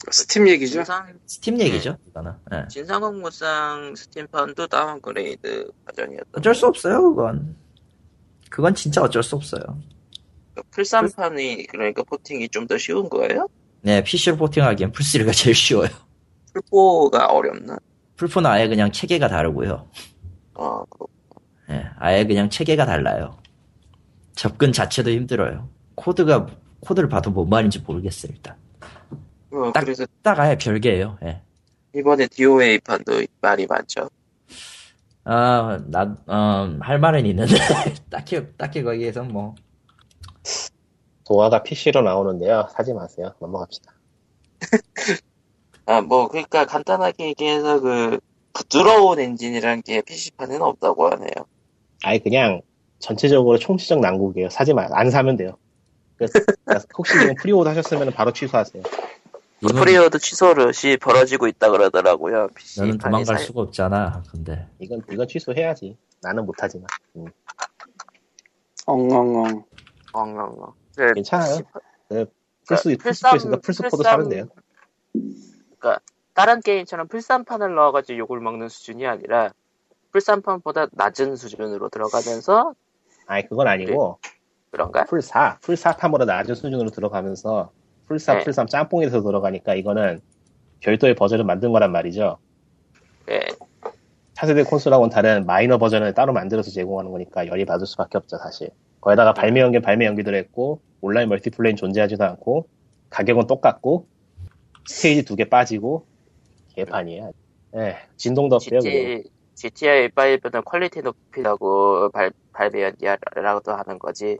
스팀 얘기죠. 진상, 스팀 얘기죠 이거는 예. 진상공무상 스팀판도 다운그레이드 과정이었다. 어쩔 수 없어요 그건 그건 진짜 어쩔 수 없어요 풀산판이, 그러니까 포팅이 좀 더 쉬운 거예요? 네 PC로 포팅하기엔 플스3가 제일 쉬워요 풀포가 어렵나? 풀포는 아예 그냥 체계가 다르고요 아, 그렇 예, 아예 그냥 체계가 달라요 접근 자체도 힘들어요 코드가 코드를 봐도 뭔 말인지 모르겠어요 일단 어, 딱- 그래서 딱 아예 별개예요 예. 이번에 DOA판도 말이 많죠. 아, 나, 어, 할 말은 있는데, (laughs) 딱히, 딱히 거기에선 뭐, 도화가 PC로 나오는데요. 사지 마세요. 넘어갑시다. 아, 뭐, 그러니까 간단하게 얘기해서 그, 부드러운 엔진이란 게 PC판에는 없다고 하네요. 아예 그냥 전체적으로 총체적 난국이에요. 사지 마. 안 사면 돼요. 그- 그러니까 혹시 지금 프리오드 하셨으면 바로 취소하세요. 그 이건 프리어도 취소를 시 벌어지고 있다 그러더라고요. PC 너는 판이 도망갈 살- 수가 없잖아, 근데. 이건 이건 취소해야지. 나는 못하지만. 음, 엉엉엉. 엉엉엉. 그 괜찮아요. PC 판- 그 플스 플스 플스가 플스포도 사면 돼요. 그러니까 다른 게임처럼 풀산판을 넣어가지고 욕을 먹는 수준이 아니라 풀산판보다 낮은 수준으로 들어가면서 아니 그건 아니고 그런가? 풀사 풀사탐으로 낮은 수준으로 들어가면서 풀사 네. 풀삼 짬뽕에서 들어가니까 이거는 별도의 버전을 만든 거란 말이죠. 예. 차세대 콘솔하고는 다른 마이너 버전을 따로 만들어서 제공하는 거니까 열이 받을 수밖에 없죠 사실. 거기다가 발매 연기 발매 연기도 했고 온라인 멀티플레이는 존재하지도 않고 가격은 똑같고 스테이지 두 개 빠지고 개판이야. 예, 어, 진동도 없고요. 그리고. GT, GTA 5는 퀄리티 높이라고 발, 발매한이라고도 하는 거지.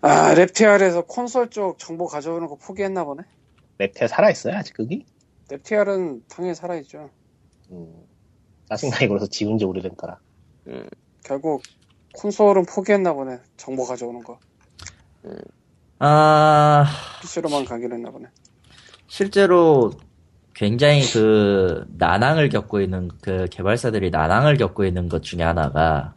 아 랩티알에서 콘솔 쪽 정보 가져오는 거 포기했나 보네. 랩테 살아있어요 아직 그게? 랩티알은 당연히 살아있죠. 음, 짜증나게 그래서 그러니까 지운 지 오래된 거라. 결국 콘솔은 포기했나 보네. 정보 가져오는 거. 아, PC로만 가기로 했나 보네. 실제로 굉장히 그 난항을 겪고 있는 그 개발사들이 난항을 겪고 있는 것 중에 하나가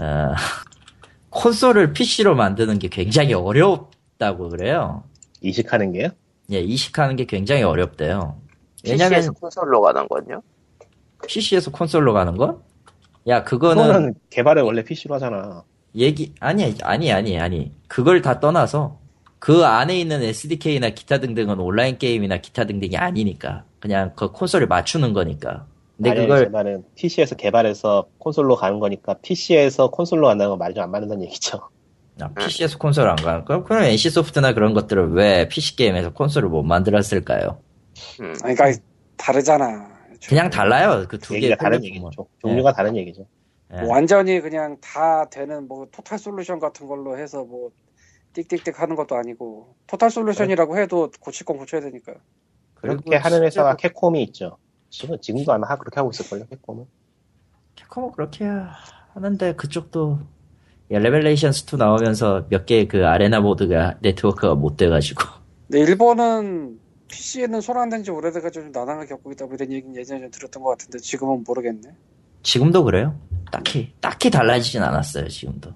어, (laughs) 콘솔을 PC로 만드는 게 굉장히 어렵다고 그래요. 이식하는 게요? 예, 이식하는 게 굉장히 어렵대요. PC에서 왜냐면 콘솔로 가는 건요? PC에서 콘솔로 가는 건? 야, 그거는 그거는 개발을 원래 PC로 하잖아. 얘기 아니 아니 아니 아니 그걸 다 떠나서 그 안에 있는 SDK나 기타 등등은 온라인 게임이나 기타 등등이 아니니까 그냥 그 콘솔을 맞추는 거니까. 근데 아니, 그걸 제 말은 PC에서 개발해서 콘솔로 가는 거니까 PC에서 콘솔로 간다는 건 말이 좀 안 맞는다는 얘기죠. 아, PC에서 콘솔 안 가는 거야? 그럼 NC 소프트나 그런 것들을 왜 PC 게임에서 콘솔을 못 만들었을까요? 음. 아니, 그러니까 다르잖아. 그냥 달라요. 그 두 개의 얘기가 다른 플랫폼은. 얘기죠. 종- 종류가 네. 다른 얘기죠. 예. 뭐 완전히 그냥 다 되는 뭐 토탈 솔루션 같은 걸로 해서 뭐 띡띡띡 하는 것도 아니고 토탈 솔루션이라고 해도 고칠 건 고쳐야 되니까. 그리고 그렇게 하는 회사가 실제로 캡콤이 있죠. 지금, 지금도 아마 하- 그렇게 하고 있을걸요, 캡콤은. 캡콤은 그렇게 하는데 그쪽도 예, 레벨레이션스 2 나오면서 몇 개의 그 아레나 모드가 (laughs) 네트워크가 못 돼가지고 근데 일본은 PC에는 손안댄 지 오래돼가지고 좀 난항을 겪고 있다고 이런 얘기는 예전에 좀 들었던 것 같은데 지금은 모르겠네. 지금도 그래요. 딱히 딱히 달라지진 않았어요. 지금도.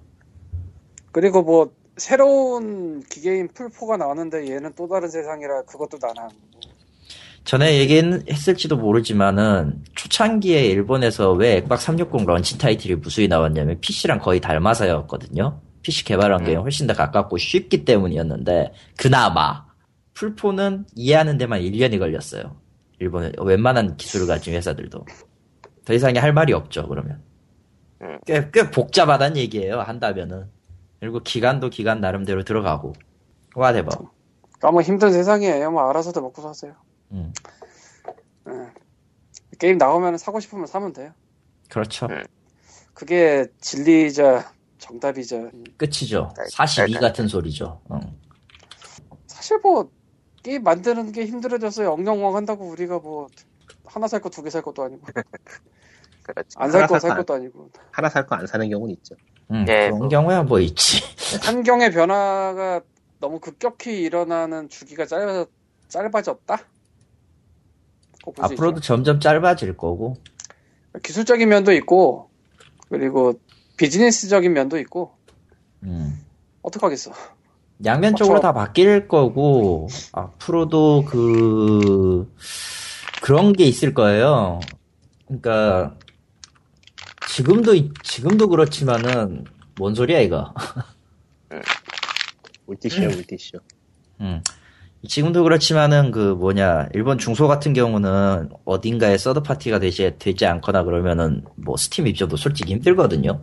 그리고 뭐 새로운 기계인 풀포가 나왔는데 얘는 또 다른 세상이라 그것도 난항. 전에 얘기했을지도 모르지만은 초창기에 일본에서 왜 액박 360 런치 타이틀이 무수히 나왔냐면 PC랑 거의 닮아서였거든요. PC 개발 환경이 훨씬 더 가깝고 쉽기 때문이었는데 그나마 풀포는 이해하는 데만 1년이 걸렸어요. 일본의 웬만한 기술을 가진 회사들도 더 이상에 할 말이 없죠. 그러면 음. 꽤, 꽤 복잡하다는 얘기예요. 한다면은 그리고 기간도 기간 나름대로 들어가고 와 대박. 그러니까 뭐 힘든 세상이에요. 뭐 알아서도 먹고 사세요. 예. 음. 게임 나오면 사고 싶으면 사면 돼요. 그렇죠. 그게 진리이자 정답이자 음, 끝이죠. 달- 42 달달. 같은 소리죠. 어. 응. 사실 뭐 게임 만드는 게 힘들어져서 영영왕 한다고 우리가 뭐 하나 살 거 두 개 살 것도 아니고 그렇죠. 안 살 하나 거 살 살 거 것도 아니고 하나 살 거 안 사는 경우는 있죠. 응, 예, 음, 그런 뭐. 경우야 뭐 있지. 환경의 변화가 너무 급격히 일어나는 주기가 짧아서 짧아졌다. 뭐 그거 볼수 앞으로도 점점 짧아질 거고. 있죠. 기술적인 면도 있고 그리고 비즈니스적인 면도 있고 음. 어떡하겠어. 양면적으로 맞죠. 다 바뀔 거고 앞으로도 그 그런 게 있을 거예요. 그러니까 지금도 이- 지금도 그렇지만은 뭔 소리야 이거. 물티슈요, 물티슈. 음. 지금도 그렇지만은 그 뭐냐 일본 중소 같은 경우는 어딘가에 서드 파티가 되지 되지 않거나 그러면은 뭐 스팀 입점도 솔직히 힘들거든요.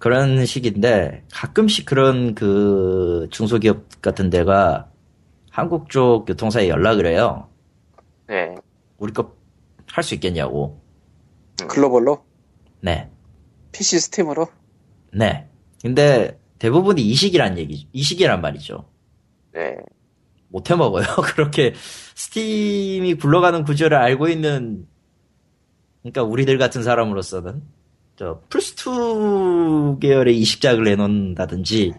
그런 식인데 가끔씩 그런 그 중소기업 같은 데가 한국 쪽 교통사에 연락을 해요. 네. 우리 거 할 수 있겠냐고. 글로벌로 네, PC 스팀으로 네. 근데 대부분이 이식이란 얘기, 이식이란 말이죠. 네. 못해 먹어요. (laughs) 그렇게 스팀이 굴러가는 구조를 알고 있는 그러니까 우리들 같은 사람으로서는 저 플스2 계열의 이식작을 내놓는다든지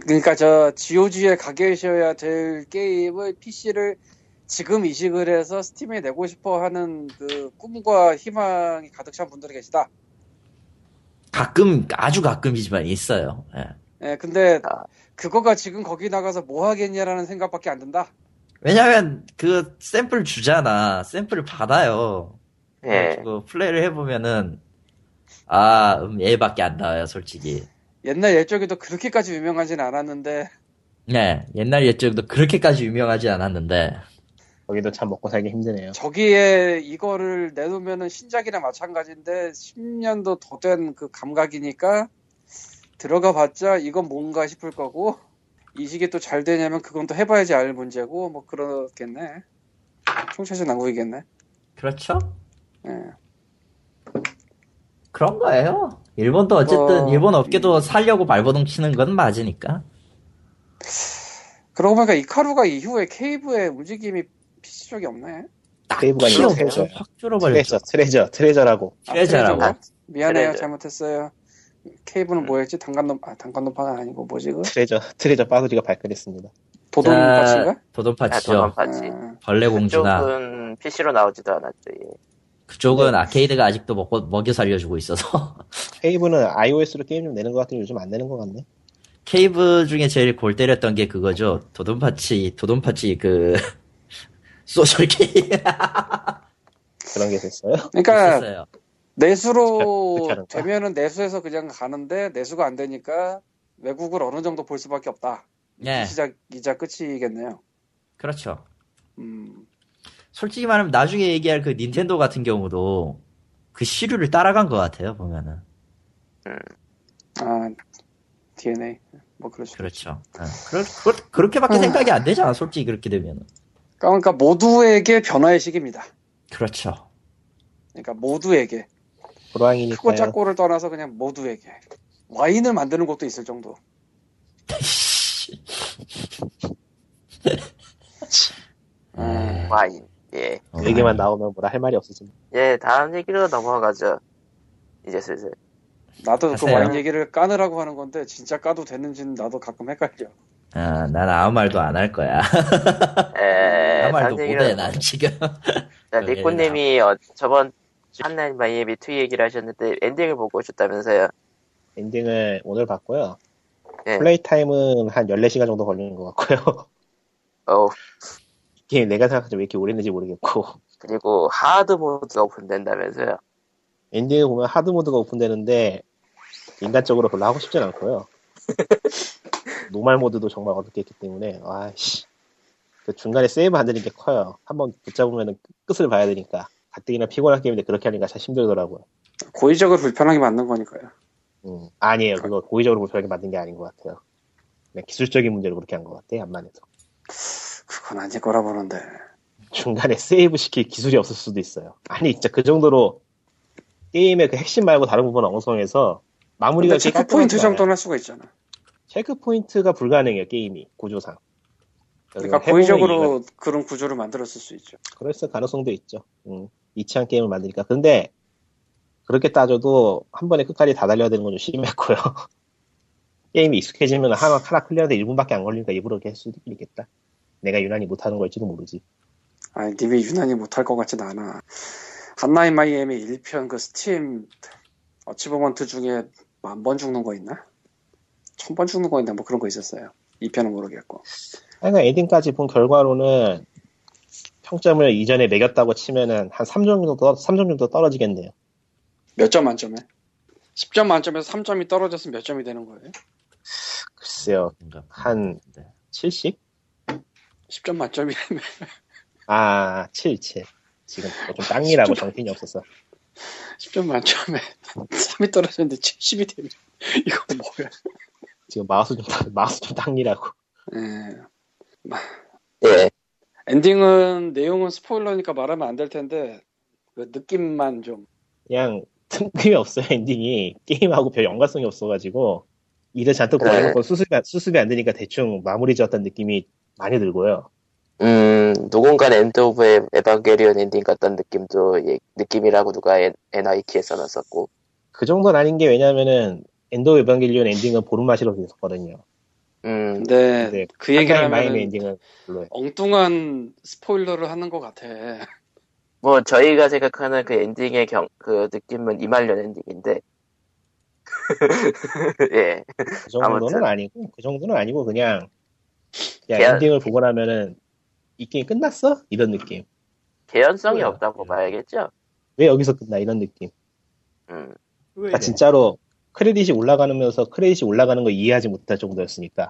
그러니까 저 GOG에 가게셔야 될 게임을 PC를 지금 이식을 해서 스팀에 내고 싶어 하는 그 꿈과 희망이 가득 찬 분들이 계시다. 가끔 아주 가끔이지만 있어요. 예. 예, 근데 아. 그거가 지금 거기 나가서 뭐 하겠냐라는 생각밖에 안 든다. 왜냐면 그 샘플 주잖아. 샘플을 받아요. 예. 그래가지고 플레이를 해보면은 아, 음, 얘밖에 안 나와요, 솔직히. 옛날 옛적에도 그렇게까지 유명하진 않았는데 네, 옛날 옛적도 그렇게까지 유명하지 않았는데. 거기도 참 먹고 살기 힘드네요. 저기에 이거를 내놓으면은 신작이나 마찬가지인데 10년도 더 된 그 감각이니까 들어가 봤자 이건 뭔가 싶을 거고 이식이 또 잘 되냐면 그건 또 해봐야지 알 문제고 뭐 그렇겠네. 총체적 난국이겠네. 그렇죠? 예. 그런 거예요. 일본도 어쨌든 뭐, 일본 업계도 살려고 발버둥 치는 건 맞으니까. 그러고 보니까 이카루가 이후에 케이브의 움직임이 PC 쪽이 없네. 테이블 관리 키워 키워서 그렇죠. 트레저. 보세요. 확 네, 줄어버렸죠. 트레저, 트레저, 트레저라고. 아, 트레저라고. 트레저인가? 미안해요. 트레저. 잘못했어요. 케이브는 뭐였지? 단간놈, 아, 단간놈파가 아니고 뭐지, 그? 트레저, 트레저 빠소리가 발끈했습니다. 도돈파츠인가? 아, 도돈파치죠. 돈만 받지. 음, 벌레 공주나 그쪽은 PC로 나오지도 않았죠. 예. 그쪽은 네. 아케이드가 아직도 먹고 먹여 살려주고 있어서 (laughs) 테이블은 iOS로 게임 좀 내는 것 같은데 요즘 안 내는 것 같네. 케이브 중에 제일 골 때렸던 게 그거죠. 도돈파치 도돈파치 그 (laughs) 소셜 게임 그런 (laughs) 게 됐어요. 그러니까 있었어요. 그렇게 내수로 하는 거야? 되면은 내수에서 그냥 가는데 내수가 안 되니까 외국을 어느 정도 볼 수밖에 없다. 네. 예, 시작이자 끝이겠네요. 그렇죠. 음, 솔직히 말하면 나중에 얘기할 그 닌텐도 같은 경우도 그 시류를 따라간 것 같아요. 보면은 아, DNA. 뭐, 그렇죠. 그렇죠. 어, 그렇, 그렇, 그렇게밖에 생각이 안 되잖아. 솔직히 그렇게 되면은 그러니까 모두에게 변화의 시기입니다. 그렇죠. 그러니까 모두에게. 크고 호랑이니까요. 작고를 떠나서 그냥 모두에게 와인을 만드는 곳도 있을 (laughs) 정도. 아, 음, 네. 와인. 예. 어, 음. 얘기만 네 나오면 뭐라 할 말이 없어집니다. 예, 다음 얘기로 넘어가죠. 이제 슬슬. 나도 그 하세요. 와인 얘기를 까느라고 하는 건데 진짜 까도 되는지는 나도 가끔 헷갈려. 아, 난 아무 말도 안 할 거야. 예, 아무 말도 못해. 난 지금. 예, 자, 그러게, 니코님이 어, 저번 한날 마이애미 2 얘기를 하셨는데 엔딩을 보고 오셨다면서요. 엔딩을 오늘 봤고요. 예. 플레이 타임은 한 14시간 정도 걸리는 것 같고요. (laughs) 어우, 게임 내가 생각하지 왜 이렇게 오래 했는지 모르겠고. 그리고 하드 모드가 오픈된다면서요. 엔딩을 보면 하드 모드가 오픈되는데 인간적으로 별로 하고 싶진 않고요. 노말 모드도 정말 어렵게 했기 때문에 와씨 그 중간에 세이브 안 되는 게 커요. 한번 붙잡으면 끝을 봐야 되니까 가뜩이나 피곤한 게임인데 그렇게 하니까 참 힘들더라고요. 고의적으로 불편하게 만든 거니까요. 음, 아니에요. 그거 고의적으로 불편하게 만든 게 아닌 것 같아요. 그냥 기술적인 문제로 그렇게 한 것 같아. 안만해도 그건 아닐 거라 보는데. 중간에 세이브 시킬 기술이 없을 수도 있어요. 아니 진짜 그 정도로 게임의 그 핵심 말고 다른 부분 엉성해서 마무리가 그렇게 근데 체크 포인트 깔끔하지가 않아요. 정도는 할 수가 있잖아. 체크포인트가 불가능해요, 게임이. 고조상. 그러니까 해보는 이유가 고의적으로 그런 구조를 만들었을 수 있죠. 그랬을 가능성도 있죠. 음, 이치한 게임을 만드니까. 근데, 그렇게 따져도 한 번에 끝까지 다 달려야 되는 건 좀 심했고요. (laughs) 게임이 익숙해지면 하나, 하나 클리어도 1분밖에 안 걸리니까 일부러 이렇게 할 수도 있겠다. 내가 유난히 못하는 걸지도 모르지. 아니, 님이 유난히 못할 것 같진 않아. 한나인 마이애미 1편 그 스팀 어치버먼트 중에 만 번 죽는 거 있나? 천 번 죽는 거 있나? 뭐 그런 거 있었어요. 2편은 모르겠고. 하여간 엔딩까지 본 결과로는 평점을 이전에 매겼다고 치면은 한 3점 정도, 떨- 3점 정도 떨어지겠네요. 몇 점 만점에? 10점 만점에서 3점이 떨어졌으면 몇 점이 되는 거예요? 글쎄요, 한 네. 70? 10점 만점이라면 (laughs) 아, 7, 7. 지금 뭐좀 땅이라고 정신이 없어서. 10점 만점에 (laughs) 3이 떨어졌는데 70이 되면 (laughs) 이거 뭐야? 지금 마우스 좀, (laughs) 땅- 마우스 좀 땅이라고. 예. 예. 엔딩은 내용은 스포일러니까 말하면 안 될 텐데 그 느낌만 좀 그냥 틈틈이 없어요, 엔딩이. 게임하고 별 연관성이 없어가지고. 일을 잔뜩 그래. 고려놓고 수습이, 안- 수습이 안 되니까 대충 마무리 지었다는 느낌이 많이 들고요. 음, 누군가 엔드 오브 에- 에반게리온 엔딩 같다는 느낌도, 예, 느낌이라고 누가 엔, NIK에 써놨었고. 그 정도는 아닌 게 왜냐면은 엔더 에반길리온 엔딩은 보름마시로 됐었거든요. 음, 근데 근데 그 얘기를 네. 마인 하면 엔딩은 별로예요. 엉뚱한 스포일러를 하는 것 같아 (laughs) 뭐, 저희가 생각하는 그 엔딩의 경, 그 느낌은 이말년 엔딩인데, (laughs) 예. 그 정도는 아무튼. 아니고 그 정도는 아니고 그냥 그냥 계약- 엔딩을 보고 나면은 이 게임 끝났어 이런 느낌. 개연성이 뭐야. 없다고 음. 봐야겠죠. 왜 여기서 끝나 이런 느낌. 음. 왜 그러니까 진짜로 크레딧이 올라가면서 크레딧이 올라가는 거 이해하지 못할 정도였으니까.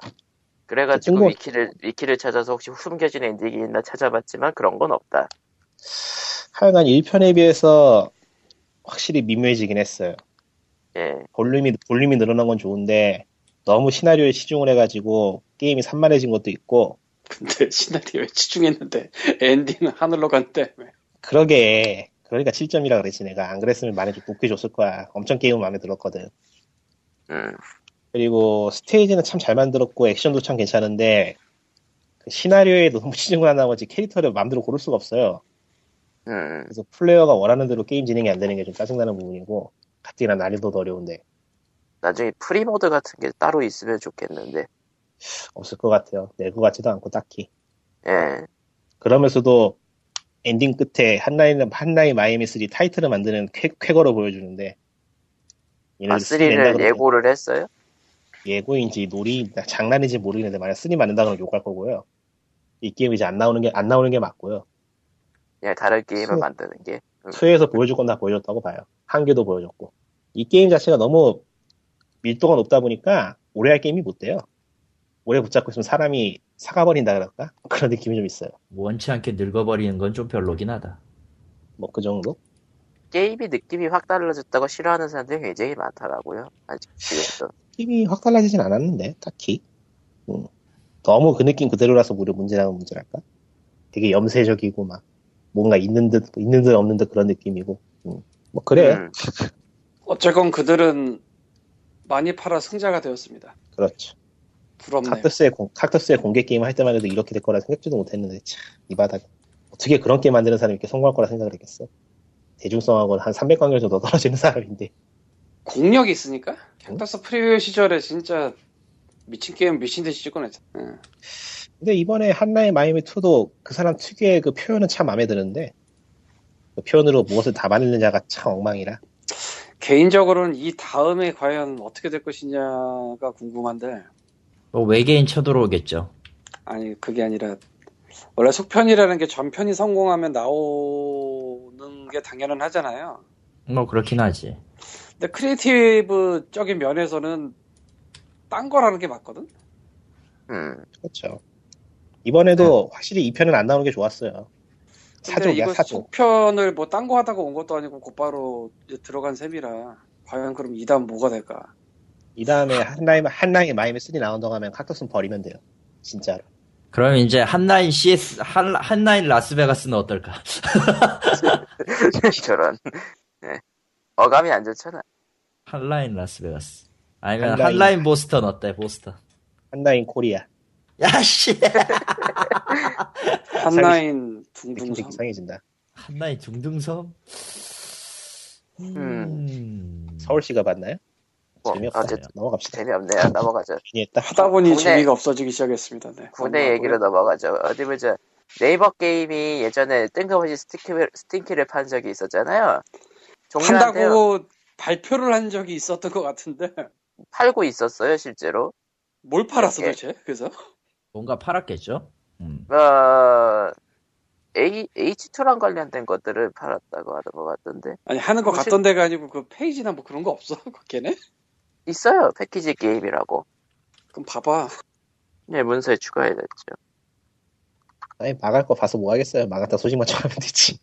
그래가지고 친구- 위키를 위키를 찾아서 혹시 숨겨진 엔딩이 있나 찾아봤지만 그런 건 없다. 하여간 1편에 비해서 확실히 미묘해지긴 했어요. 예. 볼륨이 볼륨이 늘어난 건 좋은데 너무 시나리오에 치중을 해가지고 게임이 산만해진 것도 있고 근데 시나리오에 치중했는데 엔딩은 하늘로 간대. 그러게 그러니까 7점이라 그랬지 내가 안 그랬으면 많이 좀 웃겨줬을 거야. 엄청 게임은 마음에 들었거든. 음. 그리고 스테이지는 참 잘 만들었고 액션도 참 괜찮은데 그 시나리오에 너무 (laughs) 치중을 한 나머지 캐릭터를 마음대로 고를 수가 없어요. 음. 그래서 플레이어가 원하는 대로 게임 진행이 안 되는 게 좀 짜증나는 부분이고 가뜩이나 난이도도 어려운데 나중에 프리모드 같은 게 따로 있으면 좋겠는데. 없을 것 같아요. 낼 것 같지도 않고 딱히. 예. 그러면서도 엔딩 끝에 한라인 한라인 마이애미 3 타이틀을 만드는 쾌, 쾌거로 보여주는데 얘네들 아, 쓰리 낸다 3를 그러면 예고를 했어요? 예고인지 놀이 장난인지 모르겠는데 만약 3 만든다 그러면 욕할 거고요. 이 게임 이제 안 나오는 게 안 나오는 게 맞고요. 그냥 예, 다른 게임을 수- 만드는 게. 음. 2에서 보여줄 건 다 보여줬다고 봐요. 한계도 보여줬고. 이 게임 자체가 너무 밀도가 높다 보니까 오래 할 게임이 못 돼요. 오래 붙잡고 있으면 사람이 사가버린다 그럴까? (laughs) 그런 느낌이 좀 있어요. 원치 않게 늙어버리는 건 좀 별로긴 하다. 뭐 그 정도? 게임이 느낌이 확 달라졌다고 싫어하는 사람들이 굉장히 많더라고요. 아직 지금도. 게임이 확 달라지진 않았는데, 딱히. 음. 너무 그 느낌 그대로라서 무려 문제라면 문제랄까? 되게 염세적이고 막 뭔가 있는 듯, 있는 듯 없는 듯 그런 느낌이고. 음. 뭐 그래요. 음. 어쨌건 그들은 많이 팔아 승자가 되었습니다. 그렇죠. 부럽네요. 칵터스의, 공, 칵터스의 공개 게임 할 때만 해도 이렇게 될 거라 생각지도 못했는데, 참, 이 바닥. 어떻게 그런 게임 만드는 사람이 이렇게 성공할 거라 생각을 했겠어? 대중성하고는 한 300광열 정도 떨어지는 (laughs) 사람인데. 공력이 있으니까. 캡터스 프리뷰 시절에 진짜 미친 게임 미친 듯이 찍어냈죠. 응. 근데 이번에 한나의 마이미 2도 그 사람 특유의 그 표현은 참 마음에 드는데, 그 표현으로 무엇을 담아냈느냐가 참 엉망이라. 개인적으로는 이 다음에 과연 어떻게 될 것이냐가 궁금한데 또뭐 외계인 쳐들어오겠죠. 아니 그게 아니라 원래 속편이라는 게 전편이 성공하면 나오는 게 당연은 하잖아요. 뭐 그렇긴 하지. 근데 크리에이티브적인 면에서는 딴 거라는 게 맞거든. 음. (laughs) 그렇죠. 이번에도 확실히 2편은 안 나오는 게 좋았어요. 네. 근데 사족이야, 이거 사족. 속편을 뭐 딴 거 하다가 온 것도 아니고 곧바로 이제 들어간 셈이라 과연 그럼 이단 뭐가 될까? 이 다음에 한나의, 한나의 마이미 3 나온다고 하면 칵터스는 버리면 돼요. 진짜로. 그럼 이제 한라인 CS, 한, 한라인 라스베가스는 어떨까? (laughs) 저런. 예. 어감이 안 좋잖아. 한라인 라스베가스. 아니면 한라인. 한라인, 보스턴 어때, 보스턴? 한나인 코리아. 야, 씨! 한라인 느낌 되게 둥둥성. 이상해진다. 한라인 중등섬? 음. 음. 서울시가 봤나요? 뭐, 재미없다. 어쨌든 넘어갑시다. 재미없네요. 넘어가죠. (laughs) 괜히 했다. 하다 보니 군대- 재미가 없어지기 시작했습니다. 네. 군대 얘기로 넘어가죠. 어디 보자. 네이버 게임이 예전에 뜬금없이 스팅키를, 스팅키를 판 적이 있었잖아요. 종료한대요. 한다고 발표를 한 적이 있었던 것 같은데 팔고 있었어요, 실제로. 뭘 팔았어 이렇게. 도대체? 그래서 뭔가 팔았겠죠? 음. 어, A, H2랑 관련된 것들을 팔았다고 하는 것 같던데. 아니 하는 것 혹시- 같던 데가 아니고 그 페이지나 뭐 그런 거 없어? (laughs) 걔네? 있어요, 패키지 게임이라고. 그럼 봐봐. 네, 문서에 추가해놨죠. 아니, 망할 거 봐서 뭐 하겠어요. 망했다 소식만 전하면 되지.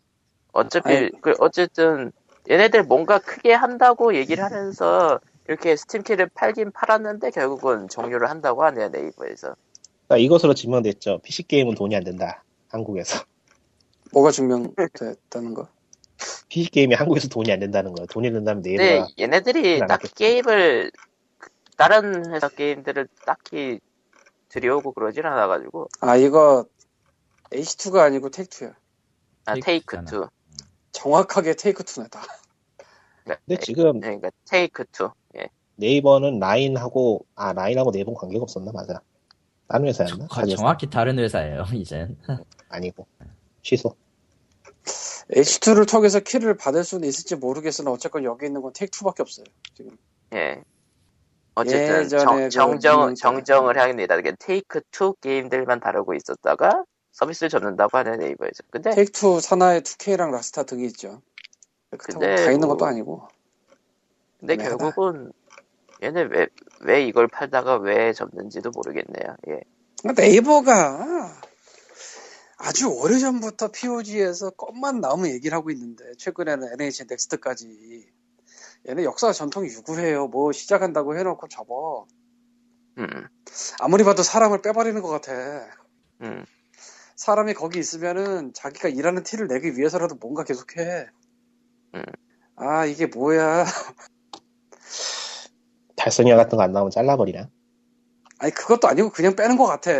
어차피 아니. 그 어쨌든 얘네들 뭔가 크게 한다고 얘기를 하면서 이렇게 스팀키를 팔긴 팔았는데 결국은 종료를 한다고 하네요 네이버에서 그러니까 이것으로 증명됐죠. PC게임은 돈이 안 된다. 한국에서. (laughs) 뭐가 증명됐다는 거? PC게임이 한국에서 돈이 안 된다는 거예요. 돈이 된다면 내일 근데 가 얘네들이 그건 딱 알겠지. 게임을 다른 회사 게임들을 딱히 들여오고 그러진 않아가지고 아 이거 H2가 아니고 테이크2야. 아, 테이크 테이크잖아. 투 정확하게 테이크2네 다. 근데 지금 그러니까 테이크 투 예. 네이버는 라인하고, 아, 라인하고 네이버는 관계가 없었나? 맞아. 다른 네, 회사였나? 거- 정확히 다른 회사예요, (laughs) 이젠. 아니고. 취소. H2를 통해서 키를 받을 수는 있을지 모르겠으나 어쨌건 여기 있는 건 테이크2밖에 없어요. 지금 예. 어쨌든 예전에 정, 그 정 음, 정정을 합니다. 이게 테이크 투 게임들만 다루고 있었다가 서비스를 접는다고 하는 네이버에서. 근데 테이크 투 산하에 2K랑 라스타 등이 있죠. 그렇다고 근데 다 있는 뭐- 것도 아니고. 근데 애매하다. 결국은 얘네 왜, 왜 이걸 팔다가 왜 접는지도 모르겠네요. 예. 그러니까 네이버가 아주 오래전부터 POG에서 껌만 나오면 얘기를 하고 있는데 최근에는 NH 넥스트까지 얘네 역사 전통 유구해요. 뭐 시작한다고 해놓고 접어. 음, 아무리 봐도 사람을 빼버리는 것 같아. 음. 사람이 거기 있으면은 자기가 일하는 티를 내기 위해서라도 뭔가 계속해. 음. 아 이게 뭐야? 달성이와 같은 거 안 나오면 잘라버리나? 아니 그것도 아니고 그냥 빼는 것 같아.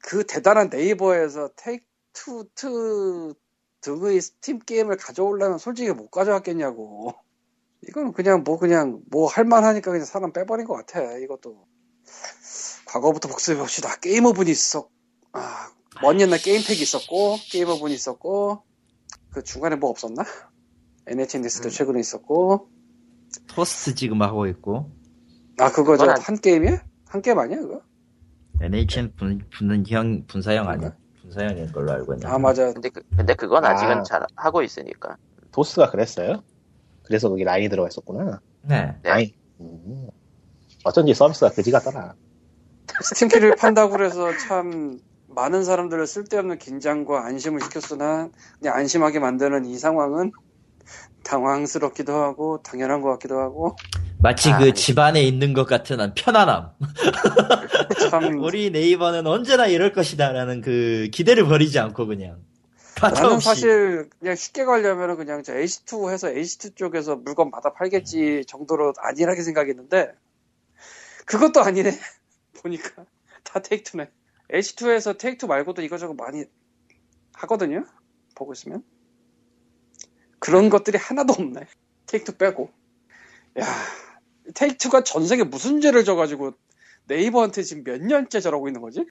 그 대단한 네이버에서 테이크투 등의 스팀 게임을 가져오려면 솔직히 못 가져왔겠냐고. 이건 그냥 뭐 그냥 뭐 할만하니까 그냥 사람 빼버린 것 같아. 이것도 과거부터 복습해봅시다. 게이머분이 있었. 아, 먼 옛날 게임팩이 있었고 게이머분이 있었고 그 중간에 뭐 없었나? NHNDS도 음. 최근에 있었고 토스트 지금 하고 있고 아 그거 그건 안- 저한 게임이야? 한 게임 아니야 그거? NHN 분, 분형 분사형 아니 분사형인 걸로 알고 있는데. 음. 아 맞아 근데 그, 근데 그건 아직은 아. 잘 하고 있으니까. 도스가 그랬어요? 그래서 거기 라인이 들어가 있었구나. 네. 네. 라인. 음. 어쩐지 서비스가 그지 같더라. 스팀키를 판다고 그래서 참 많은 사람들을 쓸데없는 긴장과 안심을 시켰으나 그냥 안심하게 만드는 이 상황은 당황스럽기도 하고 당연한 것 같기도 하고 마치 아, 그 아니. 집안에 있는 것 같은 한 편안함. 음. (laughs) 참 우리 네이버는 언제나 이럴 것이다라는 그 기대를 버리지 않고 그냥 나는 가차없이 사실 그냥 쉽게 가려면 그냥 저 H2 해서 H2 쪽에서 물건 받아 팔겠지 정도로 안일하게 생각했는데 그것도 아니네 (laughs) 보니까 다 테이크투네 H2에서 테이크투 말고도 이거저거 많이 하거든요 보고 있으면 그런 것들이 하나도 없네 테이크투 빼고 야 테이크투가 전 세계 무슨 죄를 져가지고 네이버한테 지금 몇 년째 저러고 있는 거지?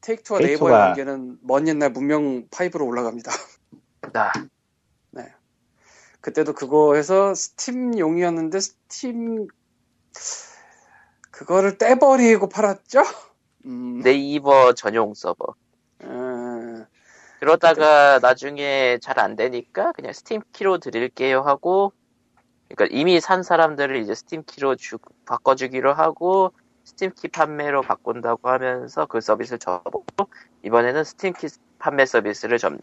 테이크투와 네이버의 테이크투가- 관계는 먼 옛날 문명 파이브로 올라갑니다. (laughs) 나 그때도 그거 해서 스팀용이었는데 스팀 그거를 떼버리고 팔았죠? 음, 네이버 전용 서버. 어, 그러다가 나중에 잘 안 되니까 그냥 스팀 키로 드릴게요 하고 그러니까 이미 산 사람들을 이제 스팀 키로 주, 바꿔주기로 하고 스팀 키 판매로 바꾼다고 하면서 그 서비스를 접고 이번에는 스팀 키 판매 서비스를 접네요.